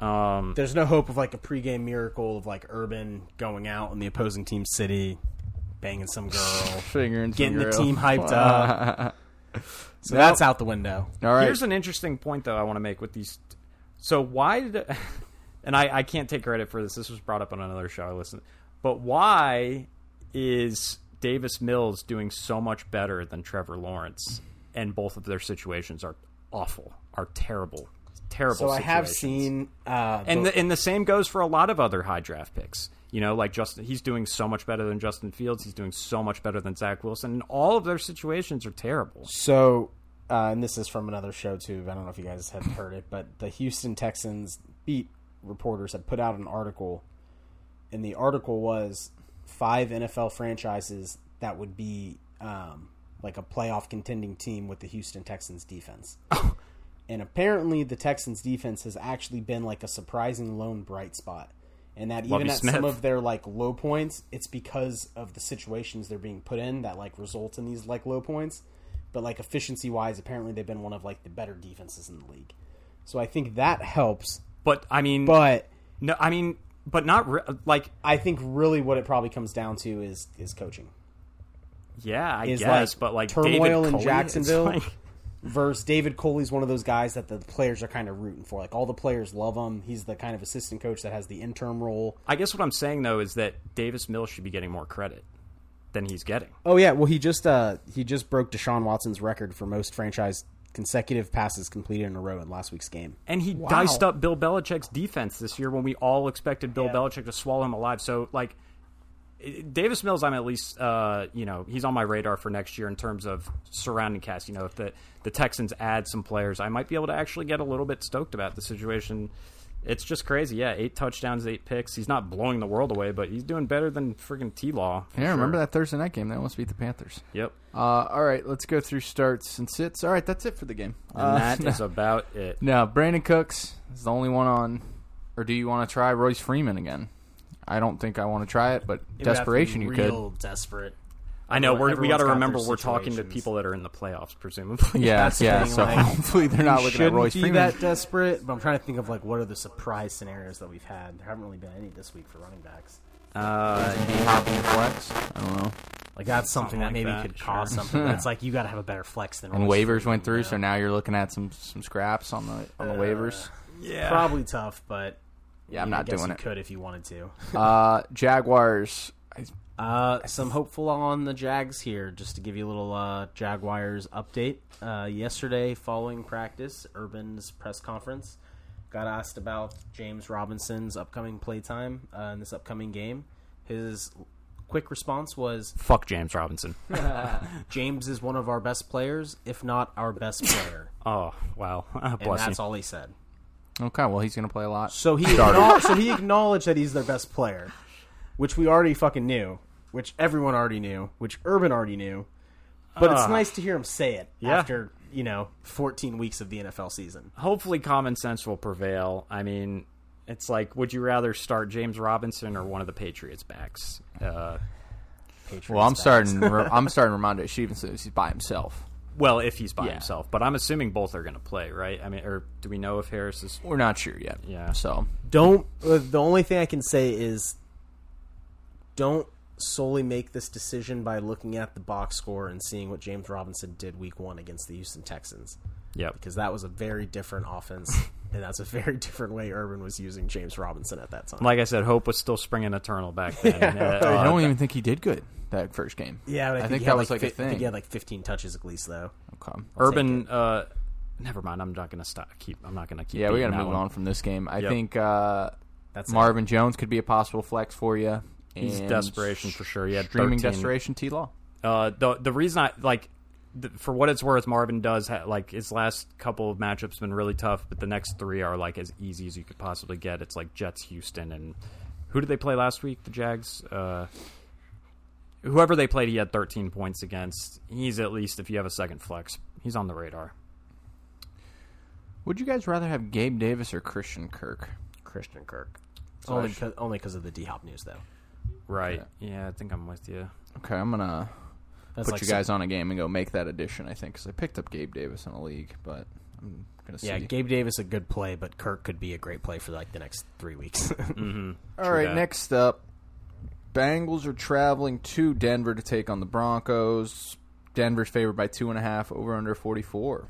Speaker 3: Um,
Speaker 4: There's no hope of like a pregame miracle of like Urban going out in the opposing team's city, banging some
Speaker 2: (laughs)
Speaker 4: girl,
Speaker 2: Figuring
Speaker 4: getting the
Speaker 2: Figueroa.
Speaker 4: team hyped up.
Speaker 3: (laughs)
Speaker 4: So that's out the window.
Speaker 2: All right.
Speaker 3: Here's an interesting point, though, I want to make with these. So, why did. (laughs) And I, I can't take credit for this. This was brought up on another show I listened. But why is Davis Mills doing so much better than Trevor Lawrence? And both of their situations are awful, are terrible, terrible.
Speaker 4: So I have
Speaker 3: situations.
Speaker 4: seen uh,
Speaker 3: And
Speaker 4: the-
Speaker 3: the, and the same goes for a lot of other high draft picks. You know, like Justin, he's doing so much better than Justin Fields. He's doing so much better than Zach Wilson. And all of their situations are terrible.
Speaker 4: So, uh, and this is from another show too. I don't know if you guys have heard it, but the Houston Texans beat reporters had put out an article, and the article was five NFL franchises that would be um, like a playoff contending team with the Houston Texans
Speaker 3: (laughs)
Speaker 4: defense. and apparently, the Texans defense has actually been like a surprising lone bright spot. And that even
Speaker 3: Lovie
Speaker 4: at
Speaker 3: Smith.
Speaker 4: some of their like low points, it's because of the situations they're being put in that like results in these like low points but like efficiency wise, apparently they've been one of like the better defenses in the league. So I think that helps.
Speaker 3: But, I mean.
Speaker 4: But
Speaker 3: No, I mean, but not re- like
Speaker 4: I think really what it probably comes down to is is coaching
Speaker 3: yeah, I
Speaker 4: Is,
Speaker 3: guess,
Speaker 4: like,
Speaker 3: but like
Speaker 4: turmoil
Speaker 3: David
Speaker 4: in
Speaker 3: Coley, it's
Speaker 4: Jacksonville.
Speaker 3: like-
Speaker 4: versus David Coley's one of those guys that the players are kind of rooting for. Like all the players love him. He's the kind of assistant coach that has the interim role.
Speaker 3: I guess what I'm saying though is that Davis Mills should be getting more credit than he's getting.
Speaker 4: Oh yeah, well he just uh he just broke Deshaun Watson's record for most franchise consecutive passes completed in a row in last week's game.
Speaker 3: And he diced up Bill Belichick's defense this year when we all expected Bill Belichick to swallow him alive. So like it- Davis Mills, I'm at least uh, you know he's on my radar for next year in terms of surrounding cast. You know, if the the Texans add some players, I might be able to actually get a little bit stoked about the situation. It's just crazy, yeah. Eight touchdowns, eight picks. He's not blowing the world away, but he's doing better than freaking T Law.
Speaker 2: yeah, remember that Thursday night game? They almost beat the Panthers.
Speaker 3: Yep,
Speaker 2: Uh, all right, let's go through starts and sits. All right, that's it for the game.
Speaker 3: and
Speaker 2: Uh,
Speaker 3: that is about it.
Speaker 2: No, Brandon Cooks is the only one on. Or do you want to try Royce Freeman again? I don't think I want to try it, but desperation you could.
Speaker 4: desperate.
Speaker 3: I know we're, we got to
Speaker 4: Everyone's got
Speaker 3: remember
Speaker 4: their
Speaker 3: we're talking to
Speaker 4: situations.
Speaker 3: people that are in the playoffs, presumably.
Speaker 2: Yeah,
Speaker 4: That's the
Speaker 2: yeah.
Speaker 4: thing,
Speaker 2: So
Speaker 4: like,
Speaker 2: (laughs) hopefully they're not looking at
Speaker 4: shouldn't
Speaker 2: Royce
Speaker 4: be
Speaker 2: Freeman.
Speaker 4: that desperate. But I'm trying to think of like what are the surprise scenarios that we've had. There haven't really been any this week for running backs.
Speaker 3: (laughs) Uh,
Speaker 2: Hopping flex. I don't know.
Speaker 4: Like that's something, that
Speaker 3: like
Speaker 4: maybe
Speaker 3: that,
Speaker 4: could
Speaker 3: sure.
Speaker 4: cause something. But it's like you got to have a better flex than.
Speaker 2: And
Speaker 4: Royce
Speaker 2: waivers
Speaker 4: Freeman,
Speaker 2: went
Speaker 4: you
Speaker 2: through,
Speaker 4: know?
Speaker 2: so now you're looking at some some scraps on the on the waivers.
Speaker 3: yeah,
Speaker 4: probably tough, but
Speaker 2: Yeah, I'm
Speaker 4: Uh, I
Speaker 2: not
Speaker 4: guess
Speaker 2: doing
Speaker 4: you
Speaker 2: it.
Speaker 4: Could if you wanted to.
Speaker 2: Uh, Jaguars. I- (laughs)
Speaker 4: Uh, some hopeful on the Jags here, just to give you a little uh, Jaguars update. Uh, yesterday, following practice, Urban's press conference, got asked about James Robinson's upcoming playtime uh, in this upcoming game. His quick response was,
Speaker 3: Fuck James (laughs) Robinson.
Speaker 4: "James is one of our best players, if not our
Speaker 2: (laughs)
Speaker 4: best player,"
Speaker 3: Oh wow,
Speaker 4: and
Speaker 3: bless
Speaker 4: that's
Speaker 3: him.
Speaker 4: all he said.
Speaker 2: Okay, well he's gonna play a lot.
Speaker 4: So he acknow- so he acknowledged that he's their best player, which we already fucking knew, which everyone already knew, which Urban already knew. But it's nice to hear him say it
Speaker 3: Yeah.
Speaker 4: after you know 14 weeks of the NFL season.
Speaker 3: Hopefully, common sense will prevail. I mean, it's like, would you rather start James Robinson or one of the Patriots backs? Uh,
Speaker 4: Patriots
Speaker 2: well, I'm
Speaker 4: back.
Speaker 2: starting.
Speaker 4: (laughs)
Speaker 2: I'm starting Ramondre Stevenson. He's by himself.
Speaker 3: well, if he's by
Speaker 2: Yeah.
Speaker 3: himself, but I'm assuming both are going to play, right? I mean, or do we know if Harris is?
Speaker 2: We're not sure yet.
Speaker 3: Yeah.
Speaker 2: So
Speaker 4: Don't. Uh, the only thing I can say is don't solely make this decision by looking at the box score and seeing what James Robinson did week one against the Houston Texans
Speaker 3: Yep.
Speaker 4: because that was a very different
Speaker 2: (laughs)
Speaker 4: offense and that's a very different way Urban was using James Robinson at that time.
Speaker 3: Like I said, hope was still springing eternal back then. Uh,
Speaker 2: I don't even think he did good that first game.
Speaker 4: yeah, but I,
Speaker 2: I
Speaker 4: think,
Speaker 2: think
Speaker 4: he
Speaker 2: that
Speaker 4: had
Speaker 2: was like a
Speaker 4: I think
Speaker 2: thing.
Speaker 4: he had like 15 touches at least though.
Speaker 2: Okay.
Speaker 3: Urban. Uh, never mind. I'm not gonna stop. Keep. I'm not gonna keep.
Speaker 2: Yeah, we got
Speaker 3: beating
Speaker 2: to
Speaker 3: that
Speaker 2: move
Speaker 3: one.
Speaker 2: on from this game. I
Speaker 3: Yep.
Speaker 2: think uh,
Speaker 4: That's it.
Speaker 2: Marvin Jones could be a possible flex for you.
Speaker 3: He's
Speaker 2: and
Speaker 3: desperation for sure. He had
Speaker 2: Streaming
Speaker 3: 13.
Speaker 2: desperation, T Law.
Speaker 3: Uh, the the reason I like the, for what it's worth, Marvin does ha- like his last couple of matchups been really tough, but the next three are like as easy as you could possibly get. It's like Jets, Houston, and who did they play last week? The Jags. Uh, whoever they played, he had 13 points against. He's at least if you have a second flex, he's on the radar.
Speaker 2: Would you guys rather have Gabe Davis or Christian Kirk?
Speaker 4: Christian Kirk. Only cause, only because of the D Hop news though.
Speaker 3: Right? Yeah. I think I'm with you.
Speaker 2: Okay, I'm gonna
Speaker 4: That's
Speaker 2: put
Speaker 4: like
Speaker 2: you
Speaker 4: some-
Speaker 2: guys on a game and go make that addition. I think because I picked up Gabe Davis in a league, but I'm gonna see.
Speaker 4: Yeah, Gabe Davis a good play, but Kirk could be a great play for like the next three weeks.
Speaker 2: All right,
Speaker 3: that.
Speaker 2: next up, Bengals are traveling to Denver to take on the Broncos. Denver's favored by two and a half, over under forty four.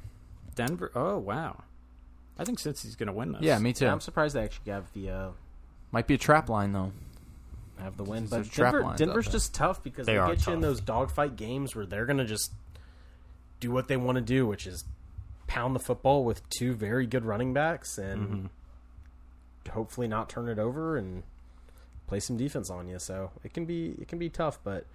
Speaker 3: Denver. Oh wow. I think since he's going to win this.
Speaker 2: Yeah, me too.
Speaker 4: (laughs) I'm surprised they actually have the uh,
Speaker 2: Might be a trap line though.
Speaker 4: have the win,
Speaker 2: There's
Speaker 4: but
Speaker 2: no trap
Speaker 4: Denver,
Speaker 2: lines out
Speaker 4: Denver's
Speaker 2: there.
Speaker 4: just tough because
Speaker 3: They
Speaker 4: they,
Speaker 3: are
Speaker 4: get you in
Speaker 3: tough.
Speaker 4: those dogfight games where they're gonna just do what they want to do, which is pound the football with two very good running backs and
Speaker 2: Mm-hmm.
Speaker 4: hopefully not turn it over and play some defense on you. So it can be it can be tough, but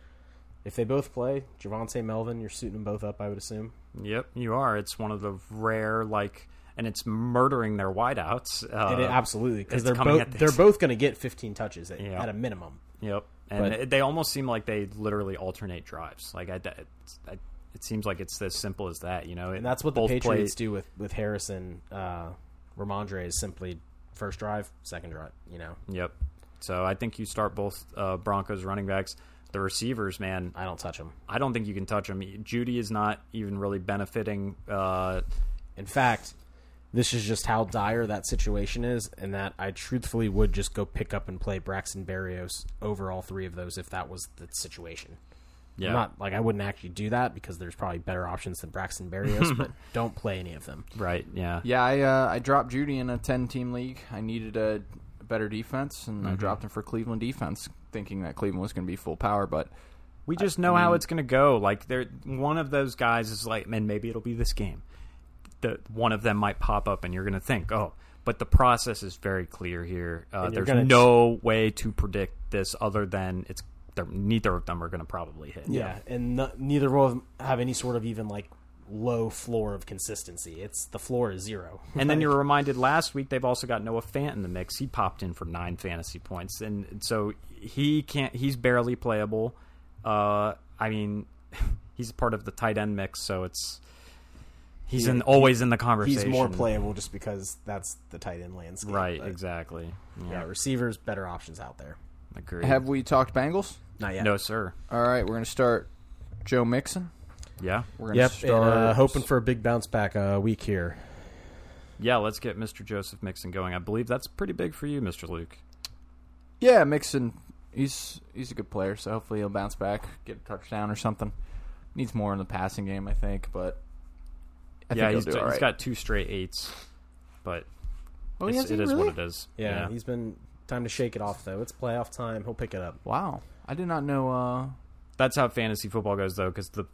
Speaker 4: if they both play, Javante Melvin, you're suiting them both up, I would assume.
Speaker 3: Yep, you are. It's one of the rare like, and it's murdering their wideouts. Uh,
Speaker 4: It- absolutely, because
Speaker 3: it's
Speaker 4: they're
Speaker 3: coming
Speaker 4: both
Speaker 3: at this. (laughs)
Speaker 4: they're both going to get 15 touches at,
Speaker 3: Yeah.
Speaker 4: at a minimum.
Speaker 3: Yep, and
Speaker 4: But-
Speaker 3: it- they almost seem like they literally alternate drives. Like I, it's- I- it seems like it's as simple as that. You know,
Speaker 4: And that's what the Patriots do with with Harrison, uh, Ramondre is simply first drive, second drive. You know,
Speaker 3: Yep. So I think you start both uh, Broncos running backs. The receivers, man,
Speaker 4: I don't touch him.
Speaker 3: I don't think you can touch them. Judy is not even really benefiting. Uh,
Speaker 4: In fact, this is just how dire that situation is, and that I truthfully would just go pick up and play Braxton Berrios over all three of those if that was the situation.
Speaker 3: yeah,
Speaker 4: I'm not like I wouldn't actually do that because there's probably better options than Braxton Berrios, but don't play any of them.
Speaker 3: right. Yeah,
Speaker 2: Yeah, I uh, I dropped Judy in a ten team league. I needed a better defense, and I dropped him for Cleveland defense, thinking that Cleveland was going to be full power, but.
Speaker 3: We just know how it's going to go. Like they're one of those guys is like, man, maybe it'll be this game. The one of them might pop up, and you're going to think, oh, but the process is very clear here. Uh,
Speaker 4: And you're
Speaker 3: there's
Speaker 4: gonna-
Speaker 3: no way to predict this other than it's they're, neither of them are going to probably hit.
Speaker 4: Yeah, and no- neither will them have any sort of even like low floor of consistency. It's the floor is zero.
Speaker 3: And then you're reminded last week they've also got Noah Fant in the mix. He popped in for nine fantasy points, and so he can't. He's barely playable. Uh, I mean, (laughs) he's part of the tight end mix, so it's he's in always in the conversation.
Speaker 4: he's more playable just because that's the tight end landscape.
Speaker 3: Right,
Speaker 4: but,
Speaker 3: exactly. Yeah,
Speaker 4: Yeah, receivers better options out there.
Speaker 3: agree.
Speaker 2: Have we talked Bengals?
Speaker 4: Not yet.
Speaker 3: no, sir.
Speaker 2: All right, we're going to start Joe Mixon.
Speaker 3: Yeah,
Speaker 2: We're going to
Speaker 4: Yep, and,
Speaker 2: start
Speaker 4: uh, hoping for a big bounce back uh, week here.
Speaker 3: yeah. Let's get Mr. Joseph Mixon going. I believe that's pretty big for you, Mr. Luke.
Speaker 2: Yeah, Mixon. He's he's a good player, so hopefully he'll bounce back, get a touchdown or something. Needs more in the passing game, I think, but I
Speaker 3: yeah,
Speaker 2: think
Speaker 3: he's,
Speaker 2: he'll do all
Speaker 3: he's
Speaker 2: right.
Speaker 3: got two straight eights, but
Speaker 2: Oh, he
Speaker 3: it's,
Speaker 2: hasn't
Speaker 3: it is
Speaker 2: really?
Speaker 3: what it is.
Speaker 4: Yeah, he's been time to shake it off though. It's playoff time. He'll pick it up.
Speaker 2: Wow, I did not know. Uh,
Speaker 3: that's how fantasy football goes though because the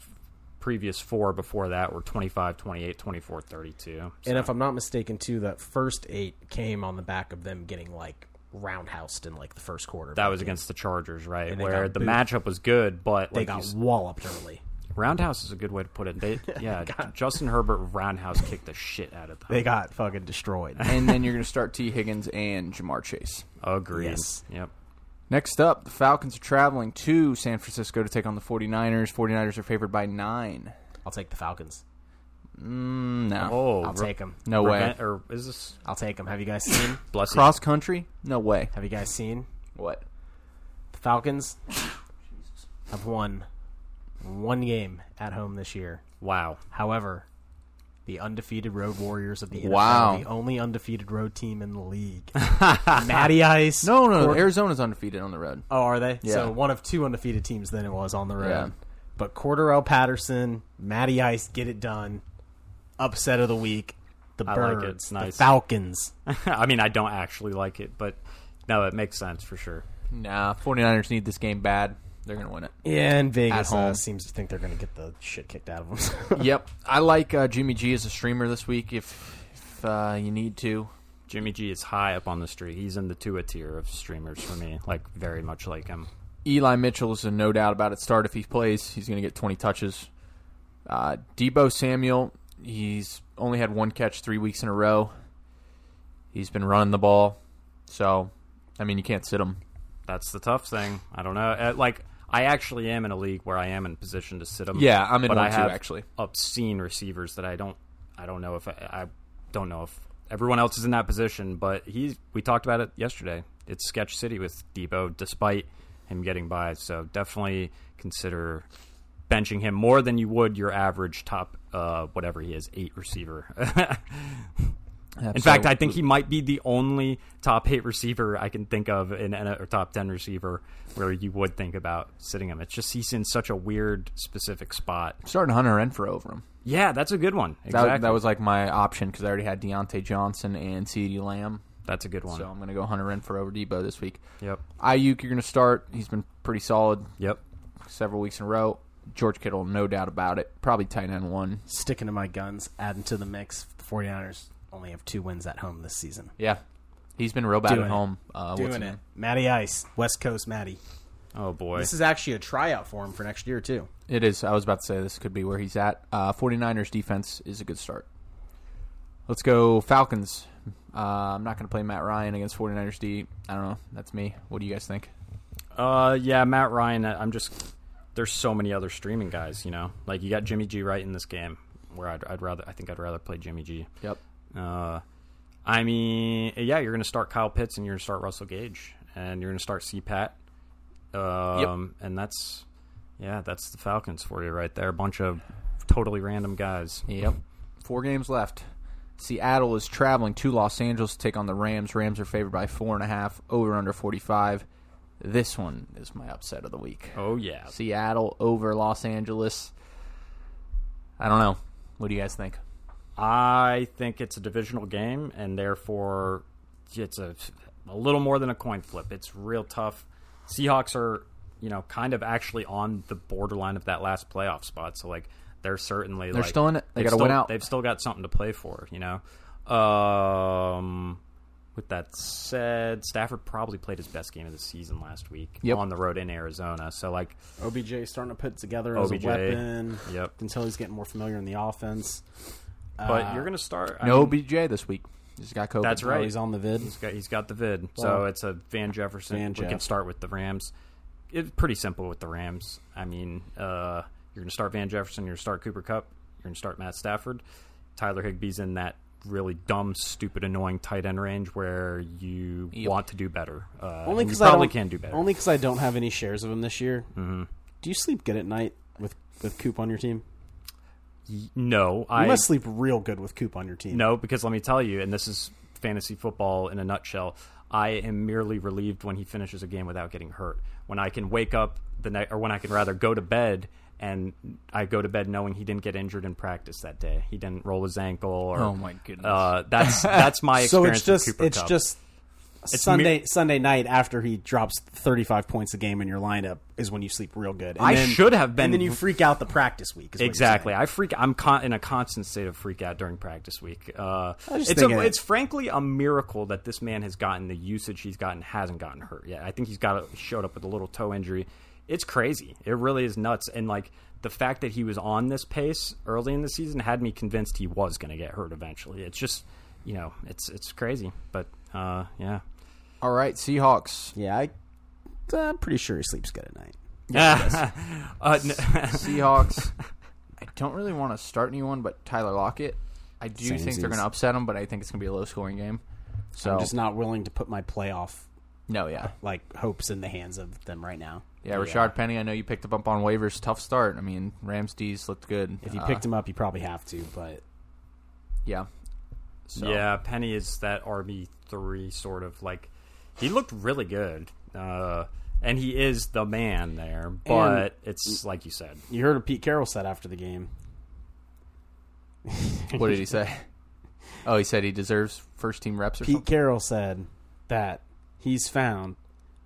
Speaker 3: previous four before that were 25 28 24 32 So-
Speaker 4: And if I'm not mistaken, too, that first eight came on the back of them getting like roundhoused in like the first quarter.
Speaker 3: that was against the chargers right
Speaker 4: they
Speaker 3: where
Speaker 4: got
Speaker 3: the
Speaker 4: booed.
Speaker 3: matchup was good but
Speaker 4: they
Speaker 3: like
Speaker 4: got
Speaker 3: you s-
Speaker 4: walloped early.
Speaker 3: roundhouse is a good way to put it
Speaker 4: (laughs)
Speaker 3: they yeah justin herbert roundhouse kicked the shit out of them
Speaker 4: They got fucking destroyed.
Speaker 2: and then you're going to start T. Higgins and Jamar Chase.
Speaker 3: agreed
Speaker 4: Yes.
Speaker 3: yep
Speaker 2: Next up, the Falcons are traveling to San Francisco to take on the 49ers. 49ers are favored by nine.
Speaker 4: I'll take the Falcons.
Speaker 2: Mm, no,
Speaker 3: oh
Speaker 4: I'll
Speaker 3: re-
Speaker 4: take them.
Speaker 2: no way.
Speaker 3: reven- or is this
Speaker 4: I'll take them. Have you guys seen?
Speaker 3: blessing
Speaker 2: Cross country? No way.
Speaker 4: Have you guys seen?
Speaker 2: What?
Speaker 4: The Falcons have won one game at home this year.
Speaker 3: wow (laughs)
Speaker 4: However, the undefeated road warriors of the NFL,
Speaker 2: Wow.
Speaker 4: the only undefeated road team in
Speaker 2: (laughs)
Speaker 4: the league. Matty Ice.
Speaker 2: No, no,
Speaker 4: Cor-
Speaker 2: Arizona's undefeated on the road.
Speaker 4: Oh, are they?
Speaker 2: Yeah.
Speaker 4: So one of two undefeated teams then it was on the road.
Speaker 2: Yeah.
Speaker 4: But Corderell Patterson, Matty Ice, get it done. Upset of the week. The
Speaker 3: I like it.
Speaker 4: Birds,
Speaker 3: It's nice.
Speaker 2: (laughs)
Speaker 4: the Falcons.
Speaker 3: I mean, I don't actually like it, but no, it makes sense for sure.
Speaker 2: Nah, 49ers need this game bad. They're going to win it.
Speaker 4: Yeah, and Vegas
Speaker 2: home.
Speaker 4: uh, seems to think they're going to get the shit kicked out of (laughs) them.
Speaker 2: yep. I like uh, Jimmy G as a streamer this week if, if uh, you need to.
Speaker 3: Jimmy G is high up on the street. He's in the Tua tier of streamers for me, like very much like him.
Speaker 2: Eli Mitchell's a no doubt about it start if he plays. He's going to get 20 touches. Uh, Debo Samuel, he's only had one catch three weeks in a row. He's been running the ball. So, I mean, you can't sit him.
Speaker 3: That's the tough thing. I don't know. Uh, Like I actually am in a league where I am in position to sit him.
Speaker 2: Yeah, I'm in
Speaker 3: but
Speaker 2: one
Speaker 3: I
Speaker 2: too,
Speaker 3: have
Speaker 2: actually.
Speaker 3: obscene receivers that I don't. I don't know if I, I don't know if everyone else is in that position. But he's. We talked about it yesterday. It's sketch city with Debo, despite him getting by. So definitely consider benching him more than you would your average top uh, whatever he is eight receiver (laughs) In fact, I think he might be the only top eight receiver I can think of in in a- or top ten receiver where you would think about sitting him. It's just he's in such a weird specific spot.
Speaker 2: starting Hunter Renfro over him.
Speaker 3: Yeah, that's a good one.
Speaker 2: That,
Speaker 3: Exactly.
Speaker 2: that was like my option because I already had Deontay Johnson and CeeDee Lamb.
Speaker 3: that's a good one.
Speaker 2: So I'm going to go Hunter Renfro over Debo this week.
Speaker 3: Yep.
Speaker 2: Ayuk, you're going to start. He's been pretty solid
Speaker 3: Yep.
Speaker 2: several weeks in a row. George Kittle, no doubt about it. Probably tight end one.
Speaker 4: Sticking to my guns, adding to the mix. The 49ers only have two wins at home this season.
Speaker 2: Yeah. He's been real bad
Speaker 4: Doing
Speaker 2: at
Speaker 4: it.
Speaker 2: home. Uh, what's his name?
Speaker 4: Matty Ice, West Coast Matty.
Speaker 3: Oh boy.
Speaker 4: This is actually a tryout for him for next year, too.
Speaker 2: It is. I was about to say this could be where he's at. Uh, 49ers defense is a good start. Let's go Falcons. Uh, I'm not going to play Matt Ryan against 49ers D. I don't know. That's me. What do you guys think?
Speaker 3: Uh, yeah, Matt Ryan. I- I'm just. There's so many other streaming guys. You know, like you got Jimmy G right in this game. Where I'd, I'd rather, I think I'd rather play Jimmy G.
Speaker 2: Yep.
Speaker 3: Uh, I mean, yeah, you're going to start Kyle Pitts and you're going to start Russell Gage and you're going to start C Pat. Um, And that's, yeah, that's the Falcons for you right there. A bunch of totally random guys.
Speaker 2: Yep. Four games left. Seattle is traveling to Los Angeles to take on the Rams. Rams are favored by four and a half, over under 45. This one is my upset of the week.
Speaker 3: Oh, yeah.
Speaker 2: Seattle over Los Angeles. I don't know. What do you guys think?
Speaker 3: I think it's a divisional game and therefore it's a, a little more than a coin flip. It's real tough. Seahawks are, you know, kind of actually on the borderline of that last playoff spot. So, like, they're certainly
Speaker 2: They're
Speaker 3: like,
Speaker 2: still in it. They
Speaker 3: they've
Speaker 2: gotta win
Speaker 3: still-
Speaker 2: out.
Speaker 3: They've still got something to play for, you know. Um, with that said, Stafford probably played his best game of the season last week
Speaker 2: Yep.
Speaker 3: on the road in Arizona. So, like,
Speaker 4: OBJ starting to put it together as
Speaker 3: OBJ.
Speaker 4: a weapon.
Speaker 3: Yep.
Speaker 4: Until he's getting more familiar in the offense.
Speaker 3: but you're gonna start. I
Speaker 2: No
Speaker 3: mean,
Speaker 2: BJ this week. He's got COVID.
Speaker 3: that's
Speaker 4: Oh,
Speaker 3: right.
Speaker 4: he's on the vid.
Speaker 3: He's got he's got the vid, so
Speaker 4: Well,
Speaker 3: it's a Van Jefferson.
Speaker 4: Van
Speaker 3: we
Speaker 4: Jeff.
Speaker 3: can start with the Rams. It's pretty simple with the Rams. I mean, uh, you're going to start Van Jefferson. You're going to start Cooper Cup. You're going to start Matt Stafford. Tyler Higbee's in that really dumb, stupid, annoying tight end range where you want to do better. Uh,
Speaker 4: Only
Speaker 3: and you
Speaker 4: because I
Speaker 3: probably
Speaker 4: don't-
Speaker 3: can do better.
Speaker 4: Only because I don't have any shares of him this year. Mm-hmm. Do you sleep good at night with with Coop on your team?
Speaker 3: no,
Speaker 4: You
Speaker 3: I
Speaker 4: must sleep real good with Coop on your team.
Speaker 3: No, because let me tell you, and this is fantasy football in a nutshell. I am merely relieved when he finishes a game without getting hurt. When I can wake up the night, or when I can rather go to bed and I go to bed knowing he didn't get injured in practice that day. He didn't roll his ankle. Or,
Speaker 2: Oh, my goodness.
Speaker 3: Uh, that's that's my
Speaker 4: (laughs) so
Speaker 3: experience.
Speaker 4: it's just
Speaker 3: with Cooper
Speaker 4: it's
Speaker 3: Kupp.
Speaker 4: just Sunday Sunday night after he drops thirty five points a game in your lineup is when you sleep real good. And
Speaker 3: I
Speaker 4: then-
Speaker 3: should have been-
Speaker 4: and then you freak out the practice week. Is what you're
Speaker 3: Exactly.
Speaker 4: saying.
Speaker 3: I freak. I'm con- in a constant state of freak out during practice week. Uh,
Speaker 4: was just
Speaker 3: it's a,
Speaker 4: thinking-
Speaker 3: it's frankly a miracle that this man has gotten the usage he's gotten hasn't gotten hurt yet. I think he's got a, showed up with a little toe injury. It's crazy. It really is nuts. And like the fact that he was on this pace early in the season had me convinced he was going to get hurt eventually. It's just you know it's it's crazy. But uh, yeah.
Speaker 2: All right, Seahawks.
Speaker 4: Yeah, I, I'm pretty sure he sleeps good at night.
Speaker 3: (laughs) uh, n- (laughs)
Speaker 2: Seahawks. I don't really want to start anyone, but Tyler Lockett. I do think they're
Speaker 4: Samesies.
Speaker 2: going to upset him, but I think it's going to be a low scoring game. So
Speaker 3: Oh.
Speaker 4: I'm just not willing to put my playoff
Speaker 2: no, yeah,
Speaker 4: like hopes in the hands of them right now.
Speaker 2: yeah. Richard Penny. I know you picked him up on waivers. Tough start. I mean, Rams D's looked good.
Speaker 4: If you
Speaker 2: Uh,
Speaker 4: picked him up, you probably have to, but (laughs)
Speaker 2: Yeah. So,
Speaker 3: Yeah, Penny is that RB three sort of like he looked really good, uh, and he is the man there. But it's like you said,
Speaker 4: You heard what Pete Carroll said after the game.
Speaker 2: What did he say?
Speaker 4: (laughs)
Speaker 2: Oh, he said he deserves first team reps or
Speaker 4: Pete
Speaker 2: something.
Speaker 4: Carroll said that he's found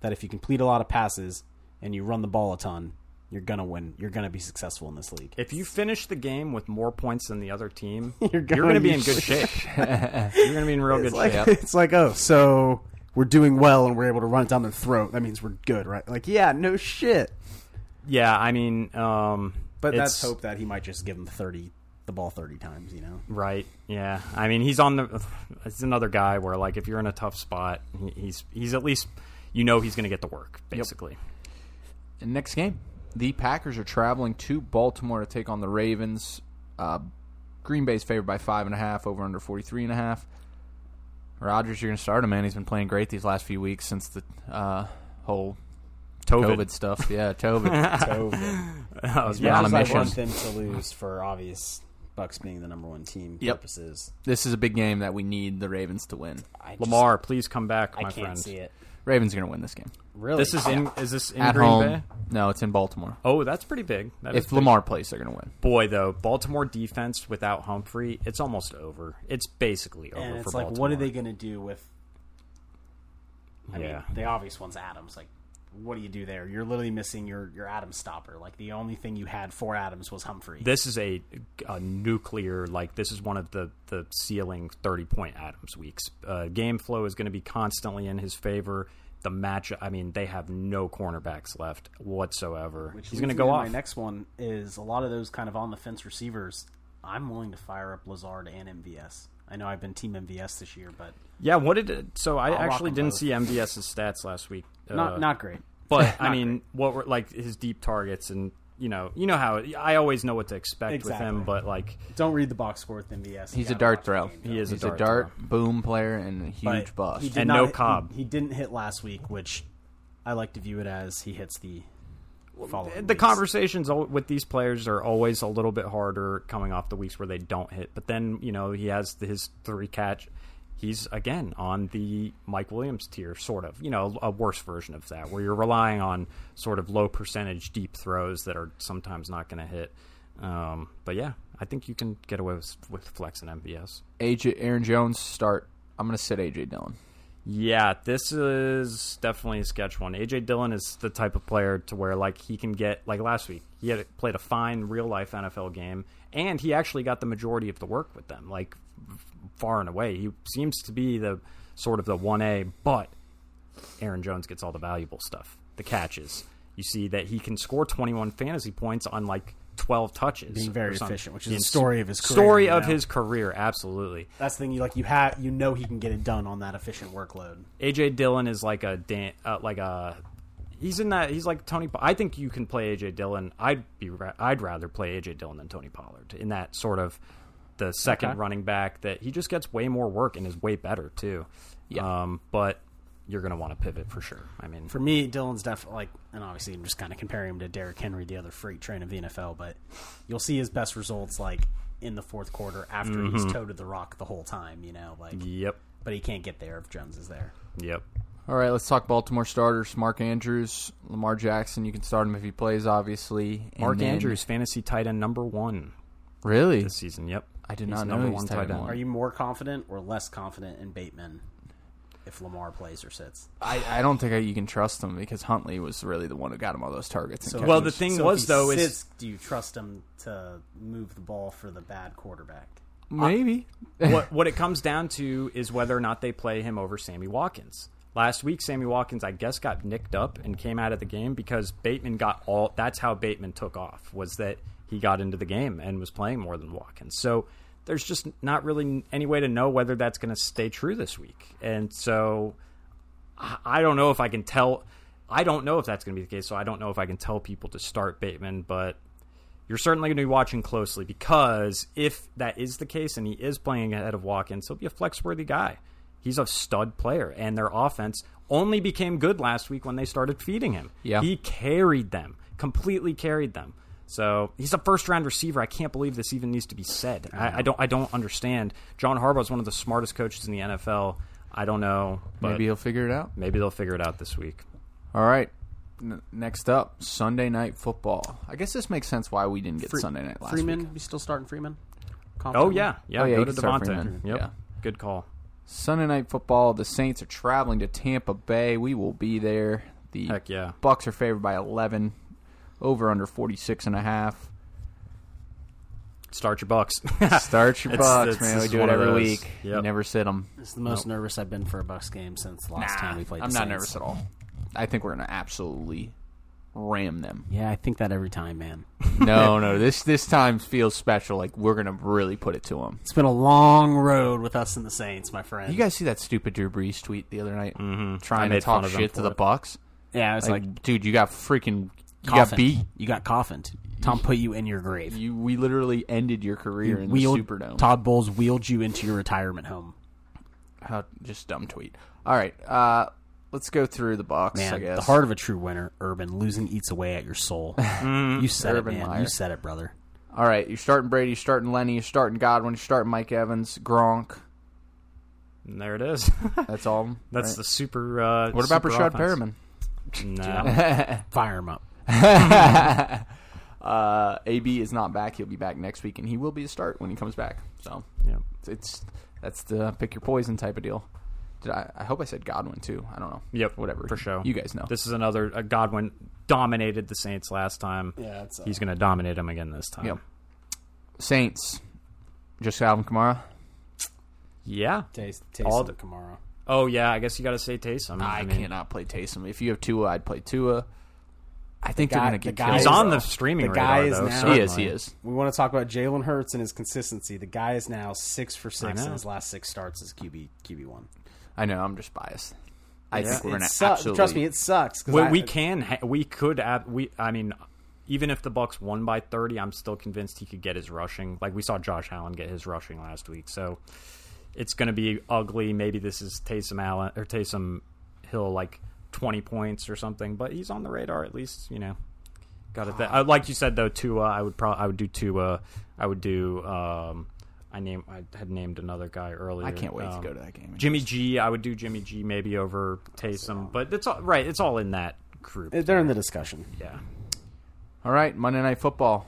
Speaker 4: that if you complete a lot of passes and you run the ball a ton, you're gonna win. You're gonna be successful in this league.
Speaker 3: if you finish the game with more points than the other team,
Speaker 4: (laughs) You're
Speaker 3: you're
Speaker 4: gonna
Speaker 3: going to be
Speaker 4: be
Speaker 3: in good shape.
Speaker 4: (laughs)
Speaker 3: you're going to be in real good
Speaker 4: It's like, (laughs)
Speaker 3: shape.
Speaker 4: it's like, oh, so we're doing well and we're able to run it down their throat. That means we're good, right? Like, yeah, no shit.
Speaker 3: Yeah, I mean, um,
Speaker 4: But that's
Speaker 3: it's-
Speaker 4: hope that he might just give him thirty the ball thirty times. You know,
Speaker 3: Right. Yeah. I mean, he's on the. It's another guy where, like, if you're in a tough spot, he- he's he's at least you know he's going to get the work basically.
Speaker 2: And next game, the Packers are traveling to Baltimore to take on the Ravens. Uh, Green Bay's favored by five and a half, over under forty three and a half. Rodgers, you're going to start him, man. He's been playing great these last few weeks since the uh, whole
Speaker 3: Tovid.
Speaker 2: COVID. stuff.
Speaker 3: (laughs)
Speaker 2: Yeah, COVID.
Speaker 4: (laughs)
Speaker 3: Uh,
Speaker 2: Yeah,
Speaker 3: yeah.
Speaker 2: on a
Speaker 4: I
Speaker 2: mission.
Speaker 4: want them to lose for obvious Bucks being the number one team
Speaker 2: Yep.
Speaker 4: purposes.
Speaker 2: this is a big game that we need the Ravens to win.
Speaker 4: I just-
Speaker 3: Lamar, please come back,
Speaker 4: I
Speaker 3: my
Speaker 4: can't
Speaker 3: friend.
Speaker 4: see it.
Speaker 2: Ravens are going to win this game
Speaker 4: Really,
Speaker 3: This is in. Is this in
Speaker 2: Oh, at
Speaker 3: Green
Speaker 2: home.
Speaker 3: Bay?
Speaker 2: No, it's in Baltimore.
Speaker 3: Oh, that's pretty big. That is
Speaker 2: If Lamar plays, they're going to win.
Speaker 3: big. boy though, Baltimore defense without Humphrey, it's almost over. It's basically over
Speaker 4: and
Speaker 3: for
Speaker 4: it's like,
Speaker 3: Baltimore.
Speaker 4: what are they going to do with? I
Speaker 3: Yeah.
Speaker 4: mean, the obvious one's Adams. Like, what do you do there? You're literally missing your your Adams stopper. Like, the only thing you had for Adams was Humphrey.
Speaker 3: This is a, a nuclear like this is one of the the ceiling thirty point Adams weeks. Uh, game flow is going to be constantly in his favor. The match, I mean, they have no cornerbacks left whatsoever.
Speaker 4: Which
Speaker 3: He's
Speaker 4: leads
Speaker 3: going to
Speaker 4: me
Speaker 3: go
Speaker 4: My
Speaker 3: off.
Speaker 4: next one is a lot of those kind of on the fence receivers. I'm willing to fire up Lazard and MVS. I know I've been team MVS this year, but
Speaker 3: yeah, what did it, so? I
Speaker 4: rock
Speaker 3: actually didn't
Speaker 4: them both.
Speaker 3: see MVS's stats last week.
Speaker 4: not
Speaker 3: Uh,
Speaker 4: not great.
Speaker 3: but I mean, what were like his deep targets and you know, you know how I always know what to expect with
Speaker 4: Exactly.
Speaker 3: him, but like
Speaker 4: Don't read the box score with MVS. You
Speaker 2: He's a
Speaker 4: gotta
Speaker 2: dart
Speaker 4: watch
Speaker 2: throw.
Speaker 4: the game,
Speaker 3: He
Speaker 4: though.
Speaker 3: is a
Speaker 2: He's
Speaker 3: dart
Speaker 2: boom player and a
Speaker 4: But
Speaker 2: huge bust.
Speaker 4: he did
Speaker 3: And
Speaker 4: not
Speaker 3: no
Speaker 4: hit-
Speaker 3: Cobb.
Speaker 4: He, he didn't hit last week, which I like to view it as he hits the. following
Speaker 3: the
Speaker 4: weeks.
Speaker 3: conversations al- with these players are always a little bit harder coming off the weeks where they don't hit. But then you know he has his three catch. He's again on the Mike Williams tier, sort of. You know, a worse version of that, where you're relying on sort of low percentage deep throws that are sometimes not going to hit. Um, but yeah, I think you can get away with, with flex and MVS.
Speaker 2: AJ Aaron Jones start. I'm going to sit AJ Dillon.
Speaker 3: Yeah, this is definitely a sketch one. AJ Dillon is the type of player to where like he can get like last week he had played a fine real life NFL game and he actually got the majority of the work with them like f- far and away. He seems to be the sort of the one A, but Aaron Jones gets all the valuable stuff, the catches. You see that he can score 21 fantasy points on like 12 touches.
Speaker 4: Being very
Speaker 3: or something.
Speaker 4: efficient, which is the
Speaker 3: It's-
Speaker 4: story of his career,
Speaker 3: Story
Speaker 4: you
Speaker 3: of
Speaker 4: know?
Speaker 3: his career, absolutely.
Speaker 4: That's the thing you like. You have you know he can get it done on that efficient workload.
Speaker 3: AJ Dillon is like a dan- uh, like a he's in that he's like Tony. Po- I think you can play AJ Dillon. I'd be ra- I'd rather play AJ Dillon than Tony Pollard in that sort of the second
Speaker 2: Okay.
Speaker 3: running back that he just gets way more work and is way better too.
Speaker 2: Yeah.
Speaker 3: Um, but you're gonna want to pivot for sure. I mean,
Speaker 4: For me, Dylan's definitely like, and obviously I'm just kind of comparing him to Derrick Henry, the other freight train of the NFL. But you'll see his best results like in the fourth quarter after
Speaker 3: Mm-hmm.
Speaker 4: he's toted the rock the whole time. You know, like,
Speaker 3: yep,
Speaker 4: but he can't get there if Jones is there.
Speaker 3: yep.
Speaker 2: All right, let's talk Baltimore starters. Mark Andrews, Lamar Jackson. You can start him if he plays, obviously. And
Speaker 3: Mark
Speaker 2: then-
Speaker 3: Andrews, fantasy tight end number one
Speaker 2: Really?
Speaker 3: this season. Yep,
Speaker 2: I did
Speaker 3: He's
Speaker 2: not know
Speaker 3: number
Speaker 2: he was
Speaker 3: one
Speaker 2: tight
Speaker 3: tight
Speaker 2: end
Speaker 3: end.
Speaker 2: one.
Speaker 4: Are you more confident or less confident in Bateman if Lamar plays or sits?
Speaker 2: I, I don't think I, you can trust him because Huntley was really the one who got him all those targets. and
Speaker 4: So-
Speaker 2: catches.
Speaker 3: Well, the thing
Speaker 4: So if
Speaker 3: was
Speaker 4: he
Speaker 3: though is
Speaker 4: sits, do you trust him to move the ball for the bad quarterback?
Speaker 2: maybe
Speaker 3: what what it comes down to is whether or not they play him over Sammy Watkins. Last week, Sammy Watkins, I guess, got nicked up and came out of the game because Bateman got all. That's how Bateman took off. Was that he got into the game and was playing more than Watkins. So there's just not really any way to know whether that's going to stay true this week. And so I- I don't know if I can tell. I don't know if that's going to be the case. So I don't know if I can tell people to start Bateman, but you're certainly going to be watching closely because if that is the case and he is playing ahead of Watkins, he'll be a flex worthy guy. He's a stud player, and their offense only became good last week when they started feeding him.
Speaker 2: Yeah.
Speaker 3: He carried them, completely carried them. So he's a first round receiver. I can't believe this even needs to be said. I, I don't. I don't understand. John Harbaugh is one of the smartest coaches in the NFL. I don't know. But
Speaker 2: Maybe he'll figure it out.
Speaker 3: maybe they'll figure it out this week.
Speaker 2: All right. N- next up, Sunday night football. I guess this makes sense why we didn't get Sunday night last
Speaker 4: Freeman,
Speaker 2: week.
Speaker 4: you still starting Freeman?
Speaker 3: Oh
Speaker 4: Confidently?
Speaker 3: yeah, yeah.
Speaker 2: Oh, yeah,
Speaker 3: go
Speaker 2: you
Speaker 3: to
Speaker 2: can start
Speaker 3: Devontae.
Speaker 2: Freeman.
Speaker 3: Yep.
Speaker 2: Yeah.
Speaker 3: Good call.
Speaker 2: Sunday night football. The Saints are traveling to Tampa Bay. We will be there. The
Speaker 3: Heck yeah.
Speaker 2: Bucks are favored by 11. Over under 46 and a
Speaker 3: (laughs)
Speaker 2: half.
Speaker 3: Start your bucks. (laughs)
Speaker 2: Start your
Speaker 3: It's-
Speaker 2: Bucks,
Speaker 3: it's-
Speaker 2: man.
Speaker 3: this
Speaker 2: We
Speaker 3: is
Speaker 2: do it
Speaker 3: one of
Speaker 2: every
Speaker 3: those.
Speaker 2: week. You
Speaker 3: Yep.
Speaker 2: never sit them.
Speaker 4: It's the most nervous I've been for a Bucks game since the last time we played.
Speaker 2: I'm
Speaker 4: the
Speaker 2: not
Speaker 4: Saints.
Speaker 2: nervous at all. I think we're going to absolutely ram
Speaker 3: (laughs)
Speaker 2: them.
Speaker 4: Yeah, I think that every time, man.
Speaker 2: No, no. This this time feels special. Like we're going to really put it to them.
Speaker 4: It's been a long road with us and the Saints, my friend.
Speaker 2: You guys see that stupid Drew Brees tweet the other night, mm-hmm.
Speaker 3: I
Speaker 2: trying to
Speaker 3: made fun
Speaker 2: talk
Speaker 3: of him
Speaker 2: shit to
Speaker 3: for
Speaker 2: the
Speaker 3: it.
Speaker 2: Bucks?
Speaker 4: yeah, it's
Speaker 2: Like,
Speaker 4: like,
Speaker 2: dude, you got freaking, you got
Speaker 4: coffined.
Speaker 2: beat.
Speaker 4: You got coffined. Tom put you in your grave.
Speaker 2: You, we literally ended your career in
Speaker 4: Wheeled-
Speaker 2: the Superdome.
Speaker 4: Todd Bowles wheeled you into your retirement home.
Speaker 2: How, just dumb tweet. All right, uh, let's go through the box. I
Speaker 4: Man,
Speaker 2: guess
Speaker 4: the heart of a true winner, Urban. Losing eats away at
Speaker 2: (laughs)
Speaker 4: your soul. you said
Speaker 2: Mm-hmm. Urban
Speaker 4: it, man.
Speaker 2: liar.
Speaker 4: You said it, brother.
Speaker 2: All right, you're starting Brady, you're starting Lenny, you're starting Godwin, you're starting Mike Evans,
Speaker 4: (laughs)
Speaker 2: Gronk.
Speaker 3: And there it is. (laughs)
Speaker 2: That's all. of 'em,
Speaker 3: That's
Speaker 2: right?
Speaker 3: the super. Uh,
Speaker 2: what about
Speaker 3: super
Speaker 2: Rashad
Speaker 3: offense.
Speaker 2: Perriman?
Speaker 3: No.
Speaker 2: (laughs)
Speaker 4: Fire him up.
Speaker 2: Uh, AB is not back. He'll be back next week, and he will be a start when he comes back. So
Speaker 3: yeah.
Speaker 2: it's that's the pick your poison type of deal. Did I, I hope I said Godwin too. I don't know.
Speaker 3: Yep.
Speaker 2: Whatever.
Speaker 3: For sure.
Speaker 2: You guys know.
Speaker 3: This is another. Uh, Godwin dominated the Saints last time.
Speaker 4: Yeah, it's, uh,
Speaker 3: He's going to dominate them again this time.
Speaker 2: Yep. Saints. Just Alvin Kamara.
Speaker 3: Yeah.
Speaker 4: Taste,
Speaker 3: All the-
Speaker 4: Kamara.
Speaker 3: Oh yeah. I guess you got to say Taysom.
Speaker 2: I,
Speaker 3: mean,
Speaker 2: cannot play Taysom. If you have Tua, I'd play Tua. I think
Speaker 4: guy-
Speaker 2: they're going to
Speaker 4: the
Speaker 2: get
Speaker 4: guy
Speaker 2: killed.
Speaker 3: He's
Speaker 4: is-
Speaker 3: on the streaming
Speaker 4: the guy
Speaker 3: radar
Speaker 4: is
Speaker 3: though.
Speaker 4: now-
Speaker 2: He
Speaker 3: certainly.
Speaker 2: is. He is.
Speaker 4: We want to talk about Jalen Hurts and his consistency. The guy is now six for six
Speaker 3: know.
Speaker 4: in his last six starts as QB QB one.
Speaker 2: I know. I'm just biased. I think we're
Speaker 4: It
Speaker 2: going to
Speaker 4: sucks.
Speaker 2: absolutely.
Speaker 4: Trust me, it sucks. 'cause
Speaker 3: We,
Speaker 4: I- uh,
Speaker 3: we can. Ha- we could. Ab- we. I mean, even if the Bucks won by thirty, I'm still convinced he could get his rushing. Like we saw Josh Allen get his rushing last week. So it's going to be ugly. Maybe this is Taysom Allen or Taysom Hill like twenty points or something. But he's on the radar at least. You know. Got it.
Speaker 2: Ah.
Speaker 3: Th- like you said though, Tua. I would probably. I would do Tua. I would do. Um, I name. I had named another guy earlier.
Speaker 2: I can't wait
Speaker 3: Um,
Speaker 2: to go to that game.
Speaker 3: Jimmy G, I would do Jimmy G maybe over Taysom, but it's all right. It's all in that group.
Speaker 4: they're in the discussion.
Speaker 3: yeah,
Speaker 2: All right, Monday Night Football.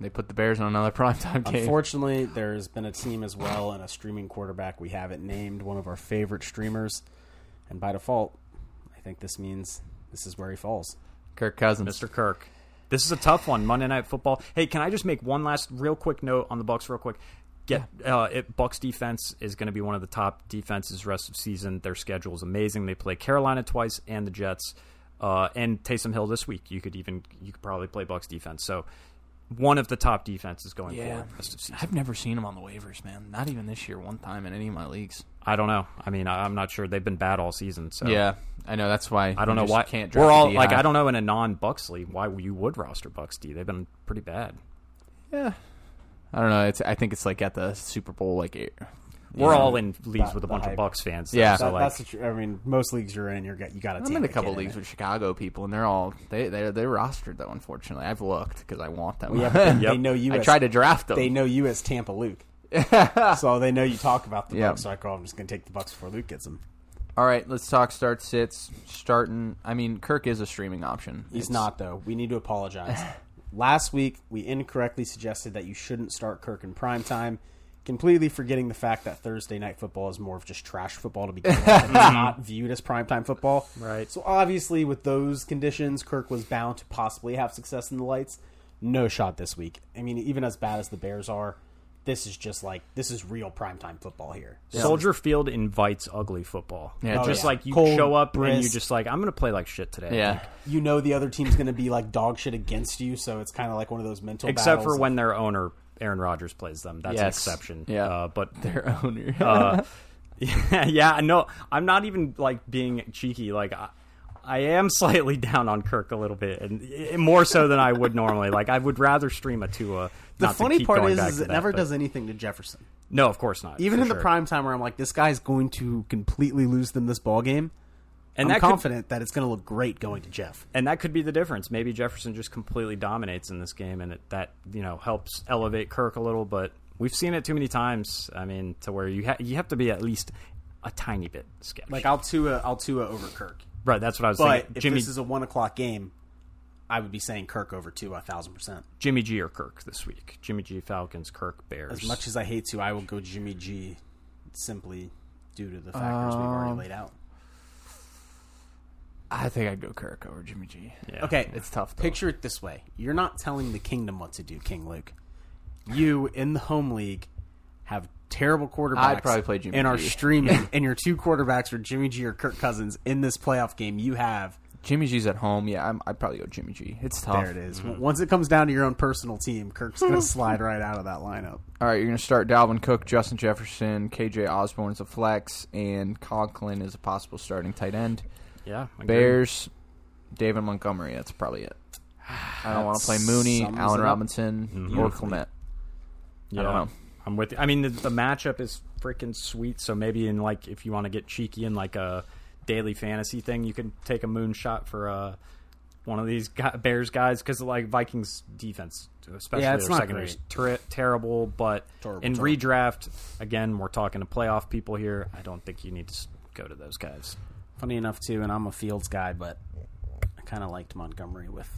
Speaker 2: They put the Bears on another (laughs) primetime game.
Speaker 4: Unfortunately, there's been a team as well and a streaming quarterback we haven't named, one of our favorite streamers. And by default, I think this means this is where he falls.
Speaker 2: Kirk Cousins.
Speaker 3: Mr. Kirk. This is a tough one. Monday Night Football. Hey, can I just make one last real quick note on the Bucks, real quick? Get uh, it, Bucks defense is going to be one of the top defenses rest of season. Their schedule is amazing. They play Carolina twice and the Jets, uh, and Taysom Hill this week. You could even you could probably play Bucks defense. So one of the top defenses going
Speaker 2: Yeah.
Speaker 3: forward rest of season.
Speaker 2: I've never seen him on the waivers, man. Not even this year, one time in any of my leagues.
Speaker 3: I don't know. I mean, I, I'm not sure. They've been bad all season. So
Speaker 2: Yeah, I know. That's why
Speaker 3: Oh. I don't know why
Speaker 2: Can't draft
Speaker 3: we're
Speaker 2: a
Speaker 3: all
Speaker 2: DI.
Speaker 3: like I don't know in a non Bucks league why you would roster Bucks D. They've been pretty bad.
Speaker 2: Yeah, I don't know. It's I think it's like at the Super Bowl, like eight.
Speaker 3: We're all in leagues with
Speaker 4: That-
Speaker 3: a
Speaker 4: the
Speaker 3: bunch of
Speaker 4: hype.
Speaker 3: Bucks fans. though,
Speaker 2: Yeah.
Speaker 3: so
Speaker 4: That-
Speaker 3: like
Speaker 4: that's the tr- I mean, most leagues you're in, you're got you got a
Speaker 2: I'm
Speaker 4: team.
Speaker 2: in a
Speaker 4: with
Speaker 2: couple
Speaker 4: kid
Speaker 2: leagues
Speaker 4: it.
Speaker 2: with Chicago people, and they're all they they they're rostered though. Unfortunately, I've looked because I want them. (laughs)
Speaker 4: Yeah, but
Speaker 3: (laughs)
Speaker 4: they,
Speaker 3: Yep.
Speaker 4: they know you.
Speaker 2: I
Speaker 4: as,
Speaker 2: tried to draft them.
Speaker 4: They know you as
Speaker 2: (laughs)
Speaker 4: Tampa Luke. so they know you talk about the
Speaker 2: Yeah.
Speaker 4: Bucks. So I call. I'm just going to take the Bucks before Luke gets them.
Speaker 2: All right, let's talk start sits. Starting, I mean, Kirk is a streaming option.
Speaker 4: He's
Speaker 2: It's-
Speaker 4: not though. We need
Speaker 2: (laughs)
Speaker 4: to apologize. Last week we incorrectly suggested that you shouldn't start Kirk in prime time, completely forgetting the fact that Thursday night football is more of just trash football to begin with.
Speaker 2: (laughs)
Speaker 4: It's not viewed as prime time football.
Speaker 3: Right.
Speaker 4: So obviously with those conditions, Kirk was bound to possibly have success in the lights. No shot this week. I mean, even as bad as the Bears are, this is just like this is real primetime football here.
Speaker 3: Soldier Field invites ugly football.
Speaker 2: Yeah,
Speaker 4: Oh,
Speaker 3: just
Speaker 4: yeah.
Speaker 3: like you
Speaker 4: Cold,
Speaker 3: show up and you
Speaker 4: brisk.
Speaker 3: just like I'm gonna play like shit today.
Speaker 2: Yeah,
Speaker 3: Like,
Speaker 4: You know the other team's going to be like dog shit against you, so it's kind of like one of those mental
Speaker 3: except
Speaker 4: battles
Speaker 3: for
Speaker 4: of-
Speaker 3: when their owner Aaron Rodgers plays them. That's an
Speaker 2: Yes.
Speaker 3: exception.
Speaker 2: Yeah.
Speaker 3: Uh, but
Speaker 2: (laughs) their owner.
Speaker 4: uh, (laughs)
Speaker 3: yeah, Uh, (laughs) yeah, I know. I'm not even like being cheeky. Like I, I am slightly (laughs) down on Kirk a little bit, and, and more so than I would normally. Like I would rather stream a Tua.
Speaker 4: The
Speaker 3: not to
Speaker 4: funny
Speaker 3: keep
Speaker 4: part
Speaker 3: going
Speaker 4: is,
Speaker 3: back
Speaker 4: is
Speaker 3: to
Speaker 4: it
Speaker 3: that,
Speaker 4: never
Speaker 3: but-
Speaker 4: does anything to Jefferson.
Speaker 3: No, of course not.
Speaker 4: Even
Speaker 3: for
Speaker 4: in the
Speaker 3: sure.
Speaker 4: prime time where I'm like, this guy's going to completely lose them this ball game.
Speaker 3: And
Speaker 4: I'm
Speaker 3: that could-
Speaker 4: confident that it's going to look great going to Jeff.
Speaker 3: and that could be the difference. Maybe Jefferson just completely dominates in this game, and it, that you know helps elevate Kirk a little. But we've seen it too many times. I mean, to where you ha- you have to be at least a tiny bit sketchy.
Speaker 4: Like Altua, Altua over Kirk.
Speaker 3: right, that's what I was
Speaker 4: But
Speaker 3: thinking.
Speaker 4: if
Speaker 3: Jimmy
Speaker 4: this is a one o'clock game, I would be saying Kirk over two a thousand percent.
Speaker 3: Jimmy G or Kirk this week. Jimmy G Falcons, Kirk Bears.
Speaker 4: As much as I hate to, I will go Jimmy G, simply due to the factors we've already laid out.
Speaker 2: I think I'd go Kirk over Jimmy G.
Speaker 3: Yeah.
Speaker 4: Okay,
Speaker 2: It's tough, though.
Speaker 4: Picture it this way: you're not telling the kingdom what to do, King Luke. You in the home league have terrible quarterbacks.
Speaker 2: I'd probably play Jimmy
Speaker 4: and are
Speaker 2: G. (laughs)
Speaker 4: streaming, and your two quarterbacks are Jimmy G or Kirk Cousins in this playoff game. You have
Speaker 2: Jimmy G's at home. Yeah, I'm, I'd probably go Jimmy G. It's tough. Mm-hmm.
Speaker 4: there it is. Once it comes down to your own personal team, Kirk's going
Speaker 2: (laughs)
Speaker 4: to slide right out of that lineup.
Speaker 2: All right, you're going to start Dalvin Cook, Justin Jefferson, KJ Osborne as a flex, and Conklin is a possible starting tight end.
Speaker 3: Yeah. agree.
Speaker 2: Bears, David Montgomery. That's probably it. I don't want to play Mooney,
Speaker 4: sums
Speaker 2: Allen
Speaker 4: it up
Speaker 2: Robinson,
Speaker 3: Mm-hmm.
Speaker 2: or Clement.
Speaker 3: Yeah.
Speaker 2: don't know.
Speaker 3: I'm with you. I mean, the, the matchup is freaking sweet. So maybe in like, if you want to get cheeky in like a daily fantasy thing, you could take a moonshot for uh, one of these guy, Bears guys because like Vikings defense, especially
Speaker 4: Yeah, it's
Speaker 3: their
Speaker 4: not
Speaker 3: secondary, is
Speaker 4: great.
Speaker 3: ter- terrible. But
Speaker 4: Terrible,
Speaker 3: in
Speaker 4: terrible.
Speaker 3: redraft, again, we're talking to playoff people here. I don't think you need to s- go to those guys.
Speaker 4: Funny enough, too, and I'm a Fields guy, but I kind of liked Montgomery with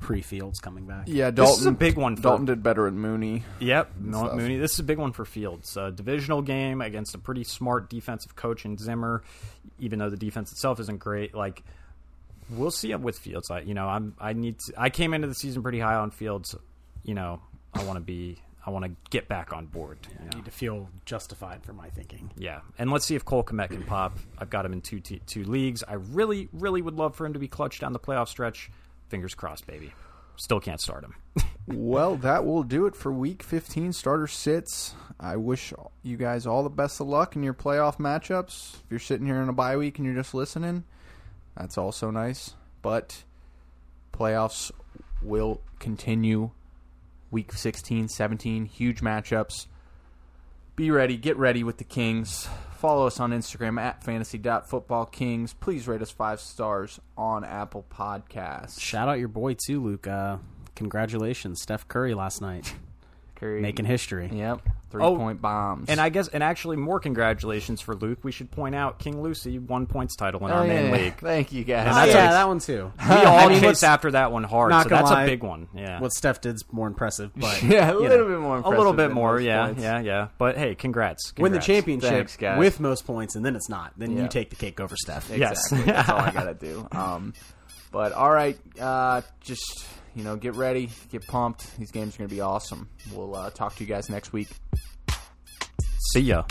Speaker 4: pre-Fields coming back.
Speaker 2: Yeah,
Speaker 3: This is a big one for-
Speaker 2: Dalton did better at Mooney.
Speaker 3: Yep, Mo-
Speaker 2: stuff.
Speaker 3: Mooney. This is a big one for Fields. Uh, divisional game against a pretty smart defensive coach in Zimmer, even though the defense itself isn't great. Like we'll see it with Fields. I, you know, I'm I need to, I came into the season pretty high on Fields. You know, I want to be I want to get back on board. you
Speaker 4: I
Speaker 3: know?
Speaker 4: need to feel justified for my thinking.
Speaker 3: Yeah, and let's see if Cole Komet can pop. I've got him in two te- two leagues. I really really would love for him to be clutch down the playoff stretch. Fingers crossed, baby. Still can't start him. (laughs)
Speaker 2: well, that will do it for week 15 starter sits. I wish you guys all the best of luck in your playoff matchups. If you're sitting here in a bye week and you're just listening, that's also nice. But playoffs will continue week 16, 17, huge matchups. Be ready, get ready with the Kings. Follow us on Instagram at fantasy.footballkings. Please rate us five stars on Apple Podcasts.
Speaker 4: Shout out your boy too, Luke. Uh, congratulations, Steph Curry last night
Speaker 2: Curry-
Speaker 4: making history.
Speaker 2: Yep. Three
Speaker 3: Oh,
Speaker 2: point bombs.
Speaker 3: And I guess, and actually, more congratulations for Luke. We should point out King Lucy won points title in
Speaker 2: Oh,
Speaker 3: our
Speaker 2: yeah.
Speaker 3: main
Speaker 4: (laughs)
Speaker 3: league.
Speaker 2: Thank you guys.
Speaker 3: And that's
Speaker 4: yeah,
Speaker 3: a-
Speaker 4: that
Speaker 2: (laughs)
Speaker 4: one too.
Speaker 3: We all
Speaker 4: I mean,
Speaker 3: chased
Speaker 4: what's-
Speaker 3: after that one hard,
Speaker 4: not
Speaker 3: so
Speaker 4: gonna
Speaker 3: that's
Speaker 4: lie,
Speaker 3: a big one. Yeah,
Speaker 4: What Steph did's more impressive,
Speaker 2: (laughs)
Speaker 4: but
Speaker 2: yeah, a
Speaker 4: you
Speaker 2: little
Speaker 4: know,
Speaker 2: bit more.
Speaker 3: a
Speaker 2: Impressive
Speaker 3: little bit
Speaker 2: than
Speaker 3: more.
Speaker 2: those
Speaker 3: Yeah,
Speaker 2: points.
Speaker 3: yeah, yeah. But hey, congrats!
Speaker 4: Win the
Speaker 3: Congrats.
Speaker 4: championship
Speaker 2: Thanks, guys.
Speaker 4: with most points, and then it's not. Then
Speaker 2: Yeah.
Speaker 4: you take the cake over Steph.
Speaker 2: (laughs) Exactly.
Speaker 3: Yes.
Speaker 2: That's all I gotta do. Um, but all right, uh, just you know, get ready, get pumped. These games are gonna be awesome. We'll uh, talk to you guys next week.
Speaker 3: See ya.